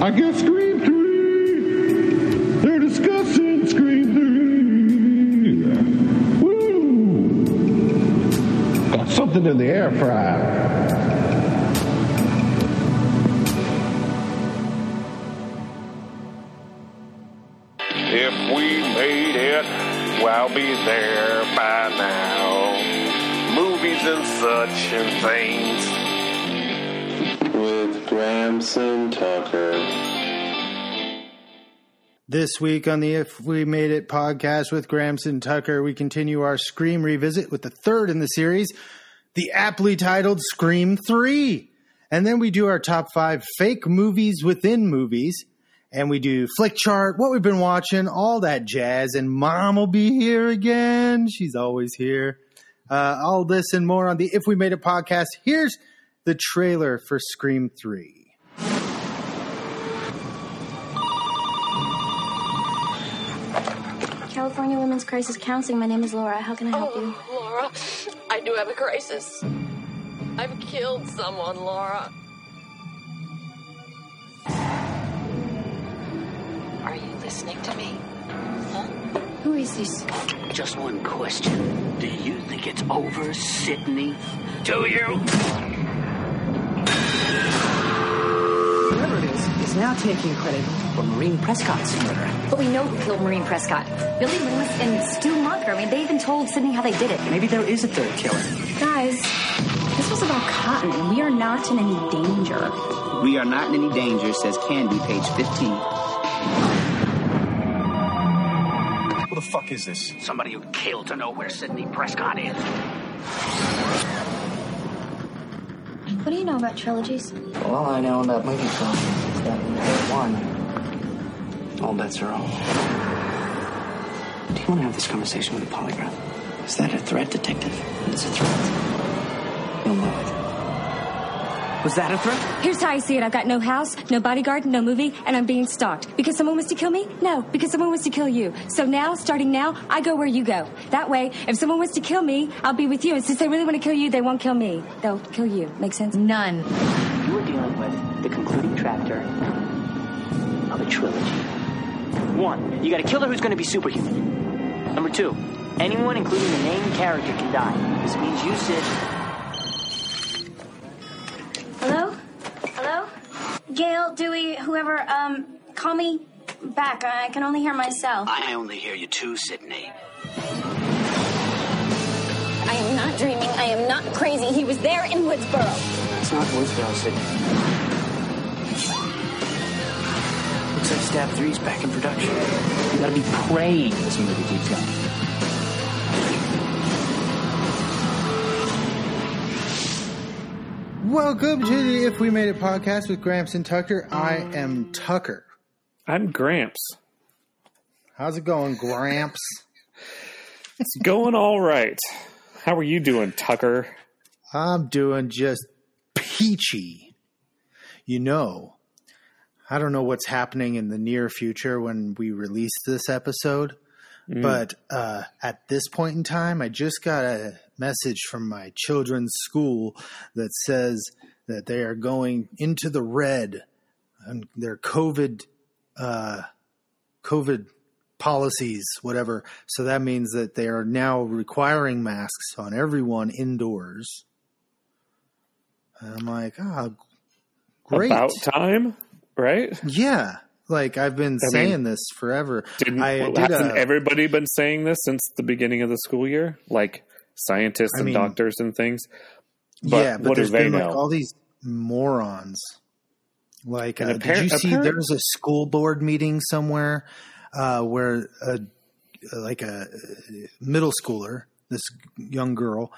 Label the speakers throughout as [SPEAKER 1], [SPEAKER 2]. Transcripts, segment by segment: [SPEAKER 1] I guess Scream 3. They're discussing Scream 3. Woo! Got something in the air fryer.
[SPEAKER 2] If we made it, well, be there by now. Movies and such and things.
[SPEAKER 3] with Gramson Tucker.
[SPEAKER 4] This week on the If We Made It podcast with Gramson Tucker, we continue our Scream revisit with the third in the series, the aptly titled Scream 3. And then we do our top five fake movies within movies. And we do flick chart, what we've been watching, all that jazz. And mom will be here again. She's always here. Uh, all this and more on the If We Made It podcast. Here's the trailer for Scream 3.
[SPEAKER 5] California Women's Crisis Counseling. My name is Laura. How can I help you?
[SPEAKER 6] Oh, Laura, I do have a crisis. I've killed someone, Laura.
[SPEAKER 7] Are you listening to me?
[SPEAKER 5] Who is this?
[SPEAKER 7] Just one question. Do you think it's over, Sydney? Do you?
[SPEAKER 8] Whoever it is, is now taking credit for Marine Prescott's murder.
[SPEAKER 9] But we know who killed Maureen Prescott. Billy Loomis and Stu Munker. I mean, they even told Sydney how they did it.
[SPEAKER 8] Maybe there is a third killer.
[SPEAKER 9] Guys, this was about Cotton, and we are not in any danger.
[SPEAKER 10] We are not in any danger, says Candy, page 15.
[SPEAKER 2] Who the fuck is this?
[SPEAKER 7] Somebody who killed to know where Sydney Prescott is.
[SPEAKER 5] What do you know about trilogies?
[SPEAKER 8] Well, all I know about movie film is that when there's one, all bets are off. Do you want to have this conversation with a polygraph? Is that a threat, detective? It's a threat. You'll know it. Was that a threat?
[SPEAKER 9] Here's how I see it I've got no house, no bodyguard, no movie, and I'm being stalked. Because someone wants to kill me? No, because someone wants to kill you. So now, starting now, I go where you go. That way, if someone wants to kill me, I'll be with you. And since they really want to kill you, they won't kill me. They'll kill you. Make sense? None.
[SPEAKER 8] You were dealing with the concluding chapter of a trilogy. One, you got a killer who's going to be superhuman. Number two, anyone, including the main character, can die. This means you, Sid,
[SPEAKER 5] Hello? Hello? Gail, Dewey, whoever, um, call me back. I can only hear myself.
[SPEAKER 7] I only hear you too, Sydney.
[SPEAKER 5] I am not dreaming. I am not crazy. He was there in Woodsboro.
[SPEAKER 8] It's not Woodsboro, Sydney. Looks like Stab 3's back in production. You gotta be praying this movie keeps going.
[SPEAKER 4] Welcome to the If We Made It podcast with Gramps and Tucker. I am Tucker.
[SPEAKER 11] I'm Gramps.
[SPEAKER 4] How's it going, Gramps?
[SPEAKER 11] It's going all right. How are you doing, Tucker?
[SPEAKER 4] I'm doing just peachy. You know, I don't know what's happening in the near future when we release this episode,
[SPEAKER 11] Mm.
[SPEAKER 4] but uh, at this point in time, I just got a message from my children's school that says that they are going into the red and their COVID uh, COVID policies, whatever. So that means that they are now requiring masks on everyone indoors. And I'm like, ah, great.
[SPEAKER 11] About time, right?
[SPEAKER 4] Yeah. Like I've been
[SPEAKER 11] I
[SPEAKER 4] saying
[SPEAKER 11] mean,
[SPEAKER 4] this forever.
[SPEAKER 11] Didn't
[SPEAKER 4] I
[SPEAKER 11] well,
[SPEAKER 4] did
[SPEAKER 11] hasn't
[SPEAKER 4] a-
[SPEAKER 11] everybody been saying this since the beginning of the school year? Like scientists
[SPEAKER 4] I
[SPEAKER 11] and
[SPEAKER 4] mean-
[SPEAKER 11] doctors and things. But
[SPEAKER 4] yeah, but
[SPEAKER 11] what do
[SPEAKER 4] there's
[SPEAKER 11] they
[SPEAKER 4] been
[SPEAKER 11] know?
[SPEAKER 4] like all these morons. Like,
[SPEAKER 11] And
[SPEAKER 4] uh,
[SPEAKER 11] appar-
[SPEAKER 4] did you see
[SPEAKER 11] appar-
[SPEAKER 4] there was a school board meeting somewhere uh, where a like a uh, middle schooler, this young girl,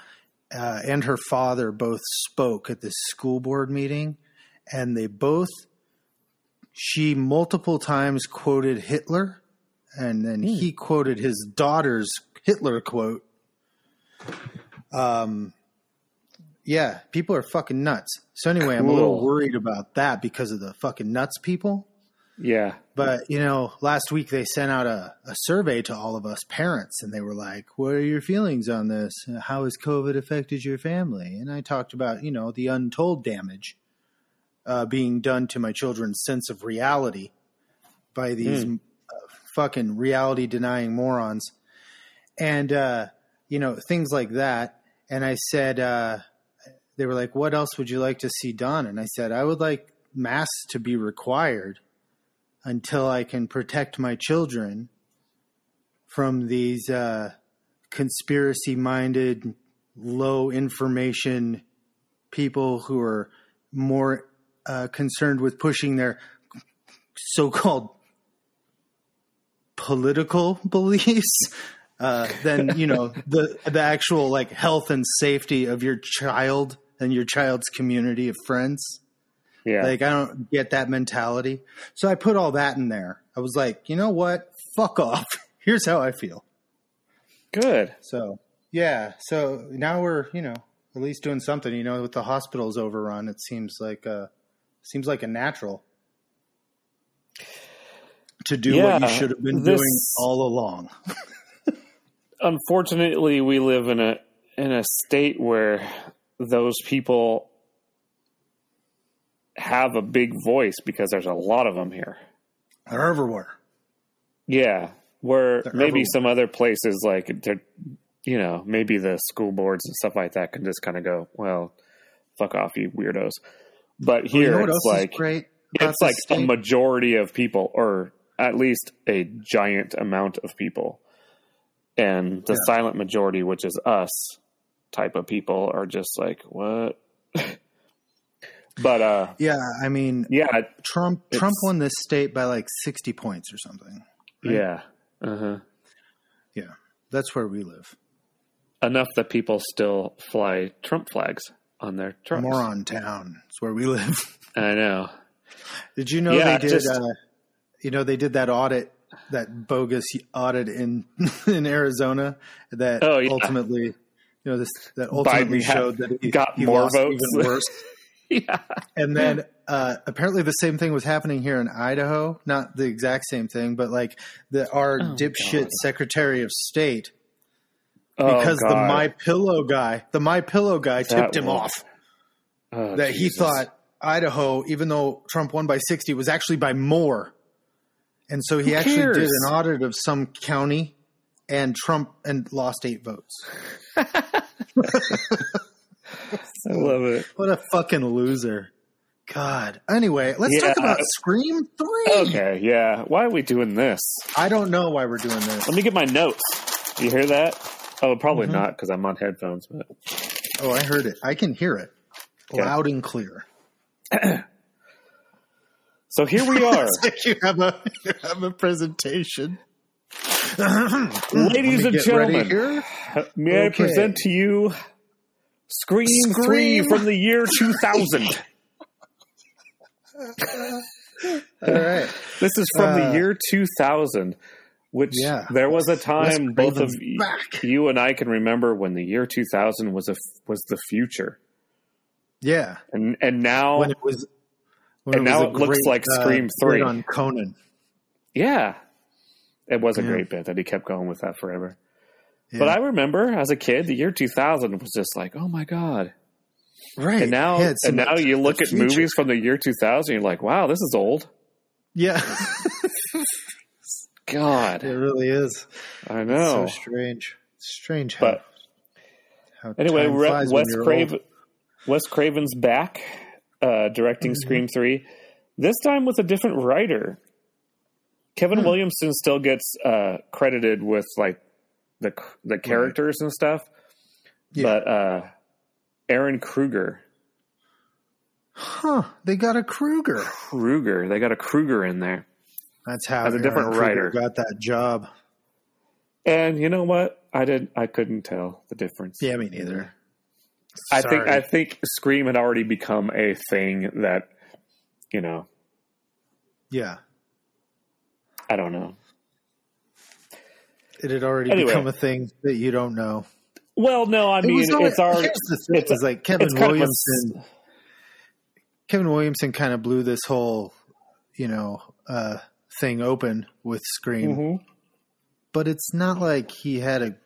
[SPEAKER 4] uh, and her father both spoke at this school board meeting, and they both she multiple times quoted Hitler, and then
[SPEAKER 11] Hmm.
[SPEAKER 4] he quoted his daughter's Hitler quote. Um, yeah, people are fucking nuts. So anyway, I'm a little
[SPEAKER 11] Cool.
[SPEAKER 4] worried about that because of the fucking nuts people.
[SPEAKER 11] yeah.
[SPEAKER 4] But you know, last week they sent out a, a survey to all of us parents, and they were like, "What are your feelings on this? How has COVID affected your family?" And I talked about you know the untold damage uh, being done to my children's sense of reality by these
[SPEAKER 11] Hmm.
[SPEAKER 2] Mm.
[SPEAKER 4] uh, fucking reality denying morons, and uh, you know things like that. And I said, uh, they were like, "What else would you like to see done?" And I said, "I would like mass to be required until I can protect my children from these uh, conspiracy-minded, low information people who are more uh, concerned with pushing their so-called political beliefs uh, than you know the the actual like health and safety of your child and your child's community of friends.
[SPEAKER 2] Yeah.
[SPEAKER 4] Like I don't get that mentality. So I put all that in there. I was like, you know what? Fuck off. Here's how I feel.
[SPEAKER 2] Good.
[SPEAKER 4] So yeah. So now we're you know at least doing something. You know, with the hospitals overrun, it seems like uh seems like a natural to do what
[SPEAKER 2] Yeah,
[SPEAKER 4] you should have been
[SPEAKER 2] this-
[SPEAKER 4] doing all along.
[SPEAKER 2] Unfortunately, we live in a in a state where those people have a big voice because there's a lot of them here.
[SPEAKER 4] They're everywhere.
[SPEAKER 2] Yeah, where
[SPEAKER 4] They're
[SPEAKER 2] maybe
[SPEAKER 4] everywhere.
[SPEAKER 2] some other places like they're, you know, maybe the school boards and stuff like that can just kind of go, well, fuck off, you weirdos. But
[SPEAKER 4] Well, you know
[SPEAKER 2] here
[SPEAKER 4] what
[SPEAKER 2] it's
[SPEAKER 4] else is
[SPEAKER 2] like
[SPEAKER 4] great about
[SPEAKER 2] it's like
[SPEAKER 4] this
[SPEAKER 2] a
[SPEAKER 4] state?
[SPEAKER 2] majority of people, or at least a giant amount of people, and the silent majority, which is us, type of people, are just like what. but uh,
[SPEAKER 4] Yeah, I mean,
[SPEAKER 2] yeah,
[SPEAKER 4] Trump
[SPEAKER 2] It's-
[SPEAKER 4] Trump won this state by like sixty points or something. Right.
[SPEAKER 2] yeah, uh-huh.
[SPEAKER 4] Yeah, that's where we live.
[SPEAKER 2] enough that people still fly Trump flags on their trucks.
[SPEAKER 4] Moron town. It's where we live.
[SPEAKER 2] I know.
[SPEAKER 4] Did you know
[SPEAKER 2] Yeah,
[SPEAKER 4] they did?
[SPEAKER 2] just-
[SPEAKER 4] uh, you know they did that audit, that bogus audit in in Arizona that
[SPEAKER 2] Oh, yeah.
[SPEAKER 4] ultimately, you know this that ultimately
[SPEAKER 2] Biden had-
[SPEAKER 4] showed that he
[SPEAKER 2] got
[SPEAKER 4] he
[SPEAKER 2] more
[SPEAKER 4] lost
[SPEAKER 2] votes.
[SPEAKER 4] even worse.
[SPEAKER 2] yeah.
[SPEAKER 4] And then uh, apparently the same thing was happening here in Idaho. Not the exact same thing, but like the our dipshit Secretary of State
[SPEAKER 2] Oh,
[SPEAKER 4] because the
[SPEAKER 2] God.
[SPEAKER 4] My Pillow guy, the My Pillow guy, tipped him
[SPEAKER 2] one.
[SPEAKER 4] off
[SPEAKER 2] Oh,
[SPEAKER 4] that
[SPEAKER 2] Jesus.
[SPEAKER 4] he thought Idaho, even though Trump won by sixty, was actually by more. And so he
[SPEAKER 2] Who
[SPEAKER 4] actually did
[SPEAKER 2] cares?
[SPEAKER 4] an audit of some county, and Trump and lost eight votes.
[SPEAKER 2] I love it.
[SPEAKER 4] What a fucking loser! God. Anyway, let's talk
[SPEAKER 2] Yeah.
[SPEAKER 4] about Scream Three.
[SPEAKER 2] Okay, yeah. Why are we doing this?
[SPEAKER 4] I don't know why we're doing this.
[SPEAKER 2] Let me get my notes. You hear that? Oh, probably not because I'm on headphones. But
[SPEAKER 4] Oh, I heard it. I can hear it
[SPEAKER 2] Okay.
[SPEAKER 4] loud and clear.
[SPEAKER 2] so here we are,
[SPEAKER 4] It's like you have a you have a presentation. Let
[SPEAKER 2] ladies
[SPEAKER 4] me
[SPEAKER 2] and
[SPEAKER 4] get ready
[SPEAKER 2] gentlemen.
[SPEAKER 4] here.
[SPEAKER 2] May I
[SPEAKER 4] Okay.
[SPEAKER 2] present to you Scream,
[SPEAKER 4] Scream.
[SPEAKER 2] Three from the year 2000?
[SPEAKER 4] All right.
[SPEAKER 2] This is from
[SPEAKER 4] Uh,
[SPEAKER 2] the year 2000, which
[SPEAKER 4] yeah.
[SPEAKER 2] there was a
[SPEAKER 4] Wes
[SPEAKER 2] time both of
[SPEAKER 4] Craven's
[SPEAKER 2] y-
[SPEAKER 4] back.
[SPEAKER 2] you and I can remember when the year 2000 was a f was the future,
[SPEAKER 4] Yeah.
[SPEAKER 2] and and now
[SPEAKER 4] When it was. When
[SPEAKER 2] And
[SPEAKER 4] was
[SPEAKER 2] now
[SPEAKER 4] a
[SPEAKER 2] it looks like Scream
[SPEAKER 4] uh,
[SPEAKER 2] 3.
[SPEAKER 4] hit on Conan.
[SPEAKER 2] yeah, it was a
[SPEAKER 4] Yeah.
[SPEAKER 2] great bit that he kept going with that forever.
[SPEAKER 4] Yeah.
[SPEAKER 2] But I remember as a kid, the year 2000 was just like, oh my god.
[SPEAKER 4] right
[SPEAKER 2] And now
[SPEAKER 4] Yeah, it's
[SPEAKER 2] and
[SPEAKER 4] in
[SPEAKER 2] now
[SPEAKER 4] the-
[SPEAKER 2] you
[SPEAKER 4] the
[SPEAKER 2] look at
[SPEAKER 4] future.
[SPEAKER 2] movies from the year 2000, you're like, wow, this is old.
[SPEAKER 4] Yeah,
[SPEAKER 2] God,
[SPEAKER 4] it really is.
[SPEAKER 2] I
[SPEAKER 4] It's
[SPEAKER 2] know.
[SPEAKER 4] so strange. Strange how.
[SPEAKER 2] Oh. But
[SPEAKER 4] how
[SPEAKER 2] Anyway,
[SPEAKER 4] time
[SPEAKER 2] Re-
[SPEAKER 4] flies when
[SPEAKER 2] Wes
[SPEAKER 4] you're
[SPEAKER 2] Craven,
[SPEAKER 4] old.
[SPEAKER 2] Wes Craven's back, uh, directing
[SPEAKER 4] Mm-hmm.
[SPEAKER 2] Scream Three. This time with a different writer. Kevin
[SPEAKER 4] Hmm.
[SPEAKER 2] Williamson still gets uh, credited with like the c- the characters and stuff,
[SPEAKER 4] Yeah.
[SPEAKER 2] but uh, Aaron Kruger,
[SPEAKER 4] Huh? They got a Kruger.
[SPEAKER 2] Kruger, they got a Kruger in there,
[SPEAKER 4] That's how
[SPEAKER 2] As a
[SPEAKER 4] Aaron
[SPEAKER 2] different
[SPEAKER 4] Kruger
[SPEAKER 2] writer.
[SPEAKER 4] got that job.
[SPEAKER 2] and you know what? I did I couldn't tell the difference.
[SPEAKER 4] Yeah, me neither.
[SPEAKER 2] I think
[SPEAKER 4] Sorry.
[SPEAKER 2] I think Scream had already become a thing that you know
[SPEAKER 4] Yeah,
[SPEAKER 2] I don't know.
[SPEAKER 4] it had already
[SPEAKER 2] Anyway.
[SPEAKER 4] become a thing that you don't know.
[SPEAKER 2] Well, no, I
[SPEAKER 4] It
[SPEAKER 2] mean
[SPEAKER 4] was always-
[SPEAKER 2] it's already
[SPEAKER 4] here's the thing,
[SPEAKER 2] it's a-
[SPEAKER 4] is like Kevin
[SPEAKER 2] it's kind of a s-
[SPEAKER 4] Williamson. Kevin Williamson kind of blew this whole, you know, uh, thing open with Scream,
[SPEAKER 2] Mm-hmm.
[SPEAKER 4] but it's not like he had a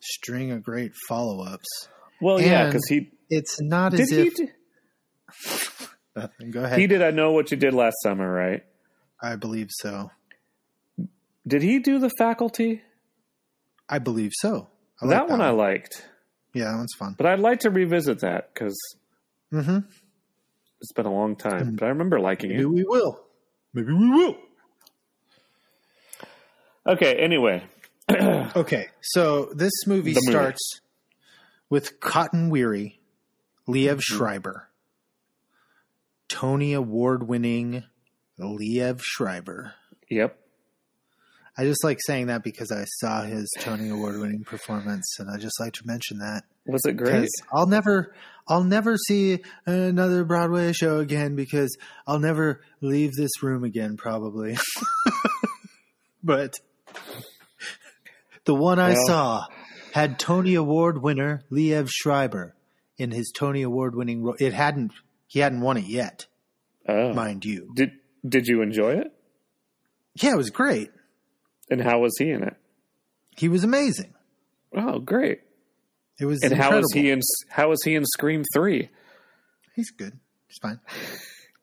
[SPEAKER 4] string of great follow ups.
[SPEAKER 2] Well, yeah,
[SPEAKER 4] And
[SPEAKER 2] because he
[SPEAKER 4] It's not
[SPEAKER 2] did
[SPEAKER 4] as
[SPEAKER 2] he
[SPEAKER 4] if
[SPEAKER 2] d-
[SPEAKER 4] Nothing. Uh, Go ahead.
[SPEAKER 2] He did I Know What You Did Last Summer, right?
[SPEAKER 4] I believe so.
[SPEAKER 2] Did he do The Faculty?
[SPEAKER 4] I believe so. I
[SPEAKER 2] that,
[SPEAKER 4] like
[SPEAKER 2] one, I liked,
[SPEAKER 4] Yeah, that one's fun.
[SPEAKER 2] but I'd like to revisit that because
[SPEAKER 4] Mm-hmm. Hmm.
[SPEAKER 2] it's been a long time. But I remember liking
[SPEAKER 4] Maybe
[SPEAKER 2] it.
[SPEAKER 4] we will. Maybe we will.
[SPEAKER 2] Okay, anyway.
[SPEAKER 4] Okay, so this movie
[SPEAKER 2] The movie.
[SPEAKER 4] starts with Cotton Weary,
[SPEAKER 2] Mm-hmm.
[SPEAKER 4] Liev Schreiber, Tony Award winning Liev Schreiber.
[SPEAKER 2] Yep.
[SPEAKER 4] I just like saying that because I saw his Tony Award winning performance, and I just like to mention that.
[SPEAKER 2] Was it great?
[SPEAKER 4] Because I'll never, I'll never see another Broadway show again because I'll never leave this room again, probably. but the one I
[SPEAKER 2] Well.
[SPEAKER 4] saw had Tony Award winner Liev Schreiber in his Tony Award winning role. It hadn't, he hadn't won it yet,
[SPEAKER 2] Oh.
[SPEAKER 4] mind you.
[SPEAKER 2] Did did you enjoy it?
[SPEAKER 4] Yeah, it was great.
[SPEAKER 2] And how was he in it?
[SPEAKER 4] He was amazing.
[SPEAKER 2] Oh, great.
[SPEAKER 4] It was
[SPEAKER 2] And
[SPEAKER 4] incredible.
[SPEAKER 2] how is he in how is he in Scream 3?
[SPEAKER 4] He's good. He's fine.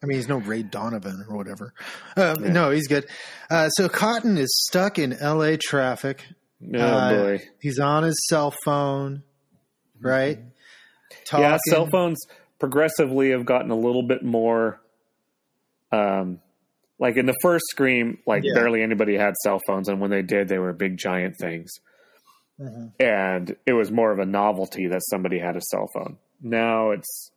[SPEAKER 4] I mean, he's no Ray Donovan or whatever. Um, No, he's good. Uh, so Cotton is stuck in L.A. traffic.
[SPEAKER 2] Oh
[SPEAKER 4] Uh,
[SPEAKER 2] boy. Mm-hmm.
[SPEAKER 4] He's on his cell phone, right? Talking.
[SPEAKER 2] Yeah, cell phones progressively have gotten a little bit more um like in the first Scream, like
[SPEAKER 4] Yeah.
[SPEAKER 2] barely anybody had cell phones and when they did they were big giant things.
[SPEAKER 4] Mhm.
[SPEAKER 2] And it was more of a novelty that somebody had a cell phone. Now it's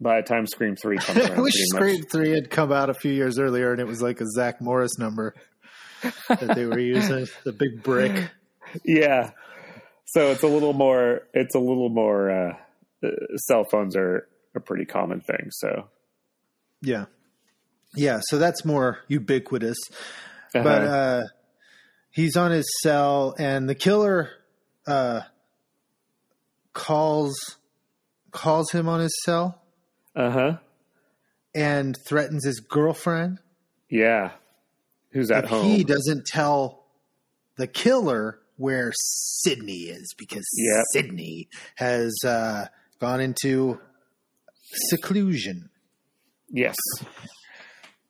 [SPEAKER 2] by the time Scream 3 comes around
[SPEAKER 4] I wish
[SPEAKER 2] pretty much-
[SPEAKER 4] Scream 3 had come out a few years earlier and it was like a Zach Morris number that they were using, the big brick.
[SPEAKER 2] yeah so it's a little more it's a little more uh, uh cell phones are a pretty common thing so
[SPEAKER 4] Yeah. Yeah, so that's more ubiquitous. but
[SPEAKER 2] Uh-huh.
[SPEAKER 4] uh, he's on his cell, and the killer uh, calls calls him on his cell
[SPEAKER 2] uh-huh
[SPEAKER 4] and threatens his girlfriend.
[SPEAKER 2] yeah who's at
[SPEAKER 4] if
[SPEAKER 2] home
[SPEAKER 4] he doesn't tell the killer where Sydney is, because
[SPEAKER 2] Yep.
[SPEAKER 4] Sydney has uh, gone into seclusion.
[SPEAKER 2] yes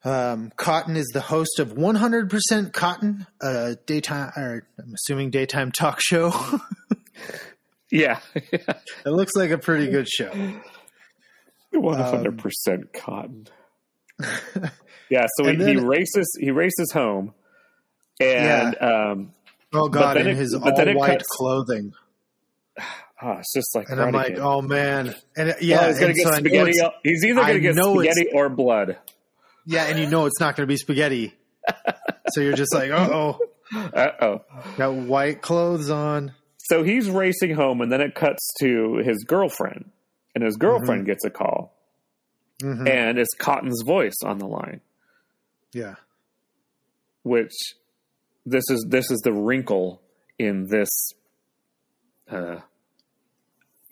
[SPEAKER 4] Um, Cotton is the host of 100% Cotton, a daytime, or I'm assuming daytime talk show.
[SPEAKER 2] yeah
[SPEAKER 4] it looks like a pretty good show. Um,
[SPEAKER 2] 100% cotton yeah so he,
[SPEAKER 4] And then-
[SPEAKER 2] he races he races home and um
[SPEAKER 4] Oh God,
[SPEAKER 2] then
[SPEAKER 4] in
[SPEAKER 2] it-
[SPEAKER 4] his
[SPEAKER 2] but then it
[SPEAKER 4] all white
[SPEAKER 2] cuts-
[SPEAKER 4] clothing,
[SPEAKER 2] ah, it's just like
[SPEAKER 4] and I'm
[SPEAKER 2] Karate
[SPEAKER 4] like,
[SPEAKER 2] Kid.
[SPEAKER 4] oh man, and it- yeah,
[SPEAKER 2] Oh, he's gonna
[SPEAKER 4] and so
[SPEAKER 2] get
[SPEAKER 4] I know
[SPEAKER 2] spaghetti
[SPEAKER 4] it's-
[SPEAKER 2] he's either
[SPEAKER 4] I
[SPEAKER 2] gonna get
[SPEAKER 4] know it's-
[SPEAKER 2] spaghetti or blood
[SPEAKER 4] Yeah, and you know it's not going to be spaghetti, so you're just like, uh oh,
[SPEAKER 2] uh-oh
[SPEAKER 4] got white clothes on.
[SPEAKER 2] So he's racing home, and then it cuts to his girlfriend, and
[SPEAKER 4] Mm-hmm.
[SPEAKER 2] his girlfriend gets a call,
[SPEAKER 4] Mhm.
[SPEAKER 2] and it's Cotton's voice on the line.
[SPEAKER 4] Yeah,
[SPEAKER 2] Which this is this is the wrinkle in this uh,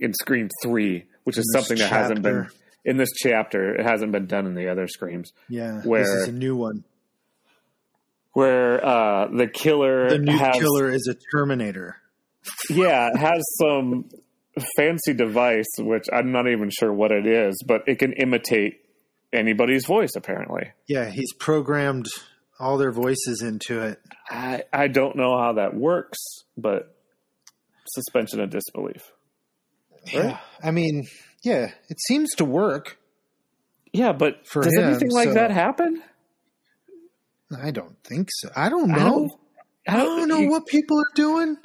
[SPEAKER 2] in Scream Three, which is
[SPEAKER 4] this
[SPEAKER 2] something that hasn't been
[SPEAKER 4] chapter.
[SPEAKER 2] in this chapter. It hasn't been done in the other Screams,
[SPEAKER 4] yeah,
[SPEAKER 2] Where-
[SPEAKER 4] this is a new one.
[SPEAKER 2] where uh, the killer
[SPEAKER 4] The new
[SPEAKER 2] has
[SPEAKER 4] killer is a Terminator.
[SPEAKER 2] yeah it has some fancy device which i'm not even sure what it is but it can imitate anybody's voice apparently
[SPEAKER 4] Yeah, he's programmed all their voices into it.
[SPEAKER 2] i, I don't know how that works but suspension of disbelief
[SPEAKER 4] Yeah, I mean, yeah, it seems to work.
[SPEAKER 2] yeah but
[SPEAKER 4] For
[SPEAKER 2] does
[SPEAKER 4] him,
[SPEAKER 2] anything like
[SPEAKER 4] so-
[SPEAKER 2] that happen
[SPEAKER 4] I don't think so. I don't know.
[SPEAKER 2] I
[SPEAKER 4] I
[SPEAKER 2] don't-
[SPEAKER 4] don't,
[SPEAKER 2] I
[SPEAKER 4] know
[SPEAKER 2] you-
[SPEAKER 4] what people are doing.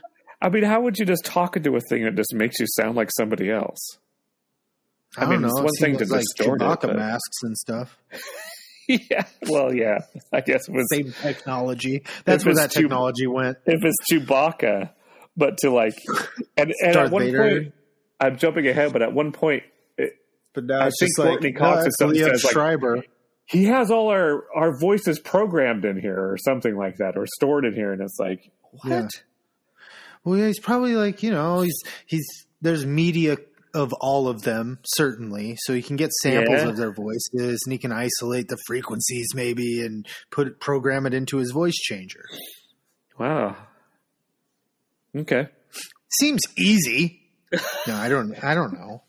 [SPEAKER 2] i mean how would you just talk into a thing that just makes you sound like somebody else
[SPEAKER 4] I,
[SPEAKER 2] mean,
[SPEAKER 4] don't know.
[SPEAKER 2] it's
[SPEAKER 4] It
[SPEAKER 2] one thing
[SPEAKER 4] seems
[SPEAKER 2] to distort it,
[SPEAKER 4] like Chewbacca
[SPEAKER 2] but-
[SPEAKER 4] masks and stuff.
[SPEAKER 2] yeah well yeah i guess it was
[SPEAKER 4] Same technology. That's
[SPEAKER 2] If
[SPEAKER 4] where
[SPEAKER 2] it's
[SPEAKER 4] that
[SPEAKER 2] Chew-
[SPEAKER 4] technology went.
[SPEAKER 2] if it's Chewbacca, but to like, and, and at
[SPEAKER 4] Darth
[SPEAKER 2] one
[SPEAKER 4] Vader.
[SPEAKER 2] point, I'm jumping ahead, but at one point, it,
[SPEAKER 4] But now
[SPEAKER 2] I
[SPEAKER 4] it's
[SPEAKER 2] think
[SPEAKER 4] just like
[SPEAKER 2] Courtney Cox
[SPEAKER 4] no,
[SPEAKER 2] or
[SPEAKER 4] it's
[SPEAKER 2] something
[SPEAKER 4] Liev
[SPEAKER 2] says, like-
[SPEAKER 4] Schreiber.
[SPEAKER 2] he has all our our voices programmed in here, or something like that, or stored in here, and it's like, what?
[SPEAKER 4] Yeah. Well, yeah, he's probably like you know he's he's there's media of all of them certainly, so he can get samples
[SPEAKER 2] Yeah.
[SPEAKER 4] of their voices and he can isolate the frequencies maybe and put it, program it into his voice changer.
[SPEAKER 2] Wow. Okay.
[SPEAKER 4] Seems easy. No, I don't. I don't know.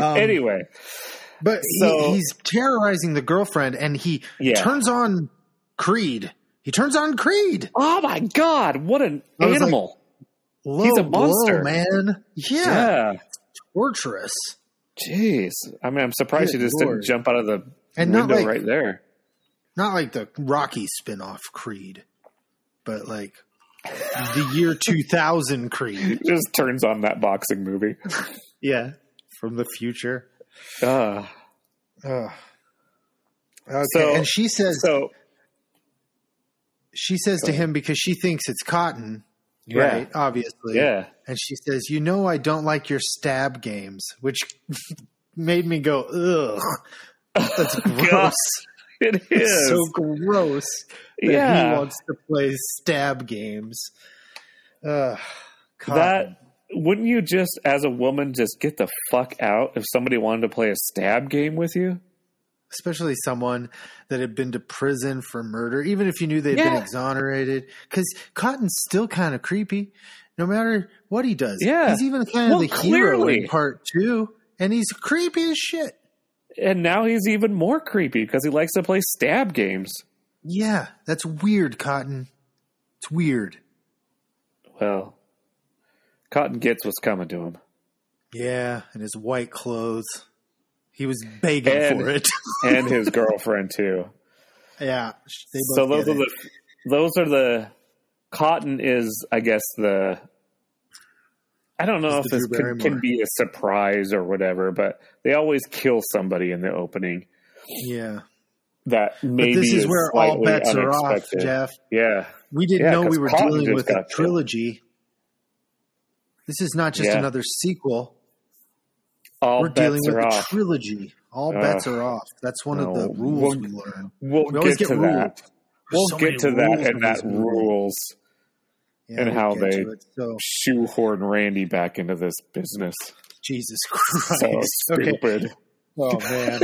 [SPEAKER 4] Um,
[SPEAKER 2] anyway,
[SPEAKER 4] But so, he, he's terrorizing the girlfriend, and he yeah. turns on Creed. He turns on Creed.
[SPEAKER 2] Oh my god! What an animal!
[SPEAKER 4] Like, he's a monster, blow, man. Yeah. yeah. torturous.
[SPEAKER 2] Jeez, I mean, I'm surprised Good he just Lord. didn't jump out of the and window like, right there.
[SPEAKER 4] Not like the Rocky spinoff Creed, but like the year 2000 Creed.
[SPEAKER 2] Just turns on that boxing movie.
[SPEAKER 4] yeah, from the future.
[SPEAKER 2] Uh,
[SPEAKER 4] uh. Okay. So, and she says,
[SPEAKER 2] so,
[SPEAKER 4] she says so. to him because she thinks it's cotton, yeah. right? Obviously.
[SPEAKER 2] Yeah.
[SPEAKER 4] And she says, You know, I don't like your stab games, which made me go, Ugh. That's gross. God,
[SPEAKER 2] it is. It's
[SPEAKER 4] so gross that yeah. he wants to play stab games. Ugh,
[SPEAKER 2] cotton. that wouldn't you just, as a woman, just get the fuck out if somebody wanted to play a stab game with you?
[SPEAKER 4] Especially someone that had been to prison for murder, even if you knew they'd yeah. been exonerated. Because Cotton's still kind of creepy, no matter what he does.
[SPEAKER 2] Yeah.
[SPEAKER 4] He's even kind of well, the clearly. hero in part two, and he's creepy as shit.
[SPEAKER 2] And now he's even more creepy because he likes to play stab games.
[SPEAKER 4] Yeah, that's weird, Cotton. It's weird.
[SPEAKER 2] Well, Cotton gets what's coming to him.
[SPEAKER 4] Yeah, and his white clothes. He was begging and, for it,
[SPEAKER 2] and his girlfriend too.
[SPEAKER 4] Yeah,
[SPEAKER 2] so those are the those are the Cotton is, I guess the. I don't know it's if this can, can, be a surprise or whatever, but they always kill somebody in the opening.
[SPEAKER 4] Yeah,
[SPEAKER 2] that maybe but this is, is where all bets unexpected. are off,
[SPEAKER 4] Jeff.
[SPEAKER 2] Yeah,
[SPEAKER 4] we didn't
[SPEAKER 2] yeah,
[SPEAKER 4] know we were Cotton dealing with a trilogy. Killed. This is not just yeah. another sequel.
[SPEAKER 2] All
[SPEAKER 4] We're dealing with
[SPEAKER 2] a
[SPEAKER 4] off. trilogy. All uh, bets are off. That's one no, of the rules
[SPEAKER 2] we'll, we
[SPEAKER 4] learn.
[SPEAKER 2] We'll we get, get, to ruled. that. There's we'll so get to that and that movies. rules yeah, and we'll how they so, shoehorn Randy back into this business.
[SPEAKER 4] Jesus Christ.
[SPEAKER 2] So stupid. Okay.
[SPEAKER 4] Oh, man.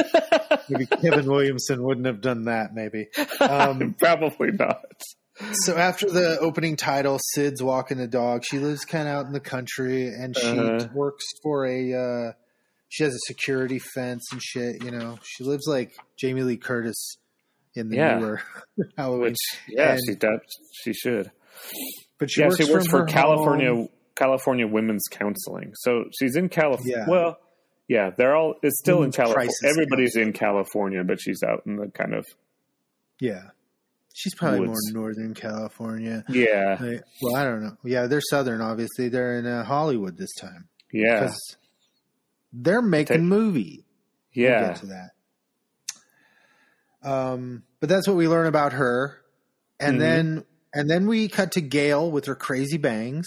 [SPEAKER 4] maybe Kevin Williamson wouldn't have done that, maybe.
[SPEAKER 2] Um, Probably not.
[SPEAKER 4] So after the opening title, Sid's walking the dog. She lives kind of out in the country, and she uh, works for a. Uh, she has a security fence and shit. You know, she lives like Jamie Lee Curtis in the yeah. newer Halloween. Which,
[SPEAKER 2] yeah, and, she does. She should.
[SPEAKER 4] But she yeah, works she works for
[SPEAKER 2] California
[SPEAKER 4] home.
[SPEAKER 2] California Women's Counseling. So she's in California. Yeah. Well, yeah, they're all. It's still Women's in California. Everybody's counseling. in California, but she's out in the kind of.
[SPEAKER 4] Yeah. She's probably Woods. more Northern California.
[SPEAKER 2] Yeah.
[SPEAKER 4] Like, well, I don't know. Yeah, they're Southern, obviously. They're in uh, Hollywood this time.
[SPEAKER 2] Yeah.
[SPEAKER 4] They're making they, movie.
[SPEAKER 2] Yeah.
[SPEAKER 4] We'll get to that. Um, but that's what we learn about her, and mm-hmm. then and then we cut to Gail with her crazy bangs.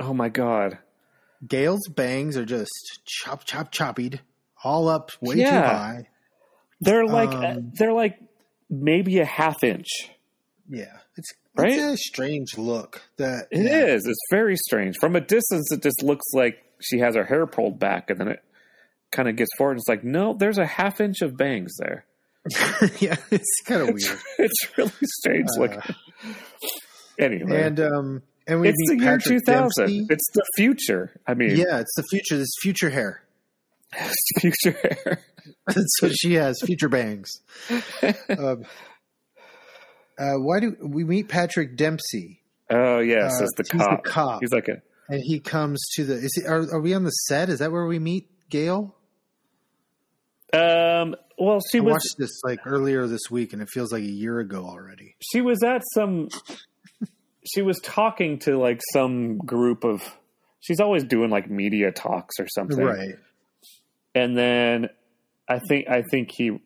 [SPEAKER 2] Oh my god!
[SPEAKER 4] Gail's bangs are just chop chop choppied, all up way yeah. too high.
[SPEAKER 2] They're like um, they're like maybe a half inch.
[SPEAKER 4] Yeah, it's
[SPEAKER 2] right?
[SPEAKER 4] It's a strange look. That
[SPEAKER 2] it yeah. is. It's very strange. From a distance, it just looks like she has her hair pulled back, and then it kind of gets forward. And it's like, no, there's a half inch of bangs there.
[SPEAKER 4] yeah, it's kind of weird.
[SPEAKER 2] it's really strange uh, looking. anyway,
[SPEAKER 4] and um, and
[SPEAKER 2] we it's the year two thousand. It's the future. I mean,
[SPEAKER 4] yeah, it's the future. This future hair.
[SPEAKER 2] future hair.
[SPEAKER 4] That's what she has. Future bangs. um, uh, why do we meet Patrick Dempsey?
[SPEAKER 2] Oh yes, uh, as the
[SPEAKER 4] he's
[SPEAKER 2] cop.
[SPEAKER 4] the cop.
[SPEAKER 2] He's like a.
[SPEAKER 4] And he comes to the. Is he, are, are we on the set? Is that where we meet Gail?
[SPEAKER 2] Um. Well, she
[SPEAKER 4] I
[SPEAKER 2] was
[SPEAKER 4] watched this like earlier this week, and it feels like a year ago already.
[SPEAKER 2] She was at some. she was talking to like some group of. She's always doing like media talks or something,
[SPEAKER 4] right?
[SPEAKER 2] And then I think I think he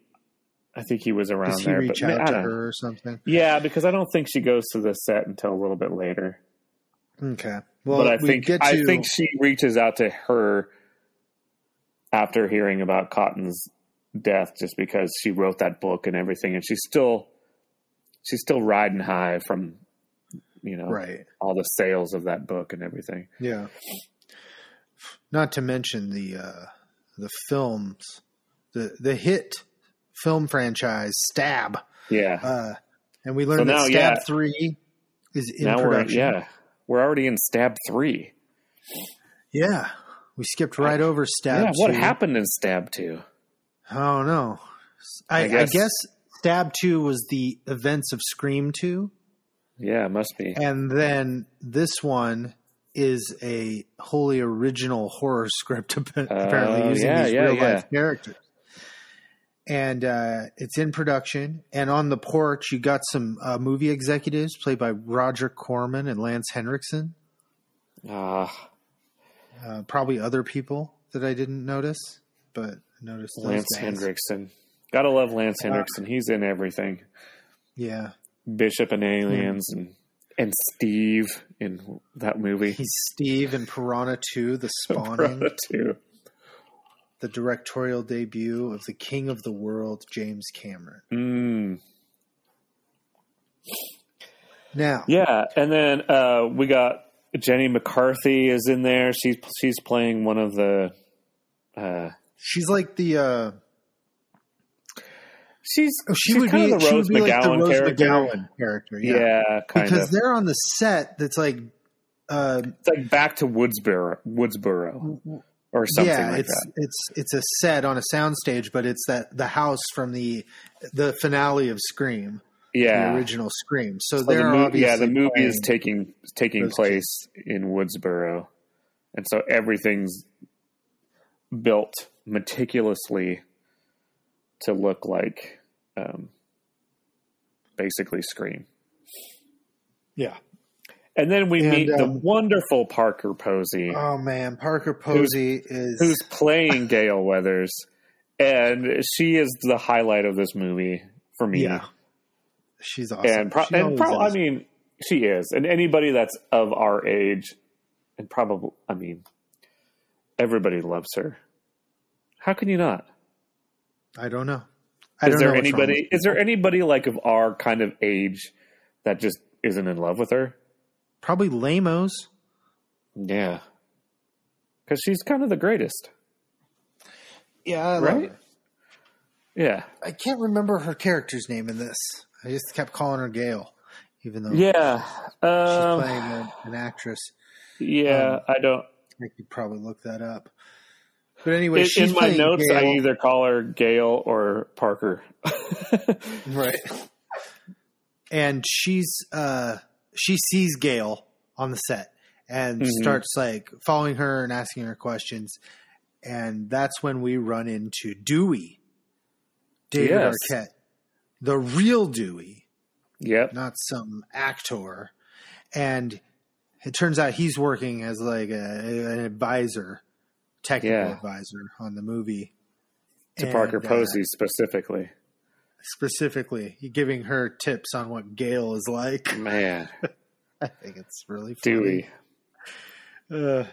[SPEAKER 2] I think he was around
[SPEAKER 4] he
[SPEAKER 2] there.
[SPEAKER 4] Reach
[SPEAKER 2] but,
[SPEAKER 4] out I to her or something.
[SPEAKER 2] Yeah, because I don't think she goes to the set until a little bit later.
[SPEAKER 4] Okay.
[SPEAKER 2] Well, but I we think to... I think she reaches out to her after hearing about Cotton's death, just because she wrote that book and everything, and she's still she's still riding high from you know
[SPEAKER 4] right.
[SPEAKER 2] all the sales of that book and everything.
[SPEAKER 4] Yeah. Not to mention the uh, the films the the hit film franchise Stab.
[SPEAKER 2] Yeah.
[SPEAKER 4] Uh, and we learned so now, that Stab yeah. Three is in now production.
[SPEAKER 2] We're, yeah, we're already in Stab Three.
[SPEAKER 4] Yeah, we skipped right over Stab.
[SPEAKER 2] Yeah, what
[SPEAKER 4] two.
[SPEAKER 2] happened in Stab Two?
[SPEAKER 4] Oh no, I, I, guess. I guess Stab Two was the events of Scream Two.
[SPEAKER 2] Yeah, it must be.
[SPEAKER 4] And then this one is a wholly original horror script, apparently uh, using yeah, these yeah, real yeah. life characters. And uh, it's in production. And on the porch, you got some uh, movie executives played by Roger Corman and Lance Henriksen.
[SPEAKER 2] Ah,
[SPEAKER 4] uh, probably other people that I didn't notice, but I noticed
[SPEAKER 2] Lance Henriksen. Gotta love Lance Henriksen. He's in everything.
[SPEAKER 4] Yeah,
[SPEAKER 2] Bishop and Aliens mm. and and Steve in that movie.
[SPEAKER 4] He's Steve in Piranha 2, The Spawning. Piranha
[SPEAKER 2] 2.
[SPEAKER 4] The directorial debut of the king of the world, James Cameron.
[SPEAKER 2] Mm.
[SPEAKER 4] Now.
[SPEAKER 2] Yeah, and then uh, we got Jenny McCarthy is in there. She's she's playing one of the uh,
[SPEAKER 4] She's like the uh,
[SPEAKER 2] She's oh, she she's would be, the Rose, be McGowan, like the Rose character. McGowan
[SPEAKER 4] character.
[SPEAKER 2] Yeah, yeah
[SPEAKER 4] because
[SPEAKER 2] of.
[SPEAKER 4] they're on the set that's like uh,
[SPEAKER 2] it's like back to Woodsboro, Woodsboro, or something. Yeah, like
[SPEAKER 4] it's
[SPEAKER 2] that.
[SPEAKER 4] it's it's a set on a soundstage, but it's that the house from the the finale of Scream.
[SPEAKER 2] Yeah, Oh,
[SPEAKER 4] the original Scream. So, so
[SPEAKER 2] the
[SPEAKER 4] movie,
[SPEAKER 2] yeah, the movie is taking taking place kids. in Woodsboro, and so everything's built meticulously to look like um, basically Scream.
[SPEAKER 4] Yeah.
[SPEAKER 2] And then we and, meet um, Uh, the wonderful Parker Posey.
[SPEAKER 4] Oh man, Parker Posey
[SPEAKER 2] who's,
[SPEAKER 4] is
[SPEAKER 2] who's playing Gail Weathers, and she is the highlight of this movie for me.
[SPEAKER 4] Yeah, she's awesome.
[SPEAKER 2] And, pro- and pro- I mean, she is. And anybody that's of our age, and probably, I mean, everybody loves her. How can you not?
[SPEAKER 4] I don't know.
[SPEAKER 2] I is don't there know anybody? Is there anybody like of our kind of age that just isn't in love with her?
[SPEAKER 4] Probably Lamos.
[SPEAKER 2] Yeah, because she's kind of the greatest.
[SPEAKER 4] Yeah, I right.
[SPEAKER 2] Yeah,
[SPEAKER 4] I can't remember her character's name in this. I just kept calling her Gail, even though
[SPEAKER 2] yeah,
[SPEAKER 4] she's um, playing an, an, actress.
[SPEAKER 2] Yeah, um, I don't.
[SPEAKER 4] I could probably look that up. But anyway, in,
[SPEAKER 2] in my notes, Gale. I either call her Gail or Parker.
[SPEAKER 4] right. And she's uh, she sees Gail on the set and mm-hmm. starts like following her and asking her questions, and that's when we run into Dewey, David yes. Arquette, the real Dewey.
[SPEAKER 2] Yep.
[SPEAKER 4] Not some actor, and it turns out he's working as like a, an advisor technical yeah. advisor on the movie
[SPEAKER 2] to and, Parker Posey uh, specifically.
[SPEAKER 4] Specifically, giving her tips on what Gail is like.
[SPEAKER 2] Man,
[SPEAKER 4] I think it's really
[SPEAKER 2] funny.
[SPEAKER 4] Dewey. Uh,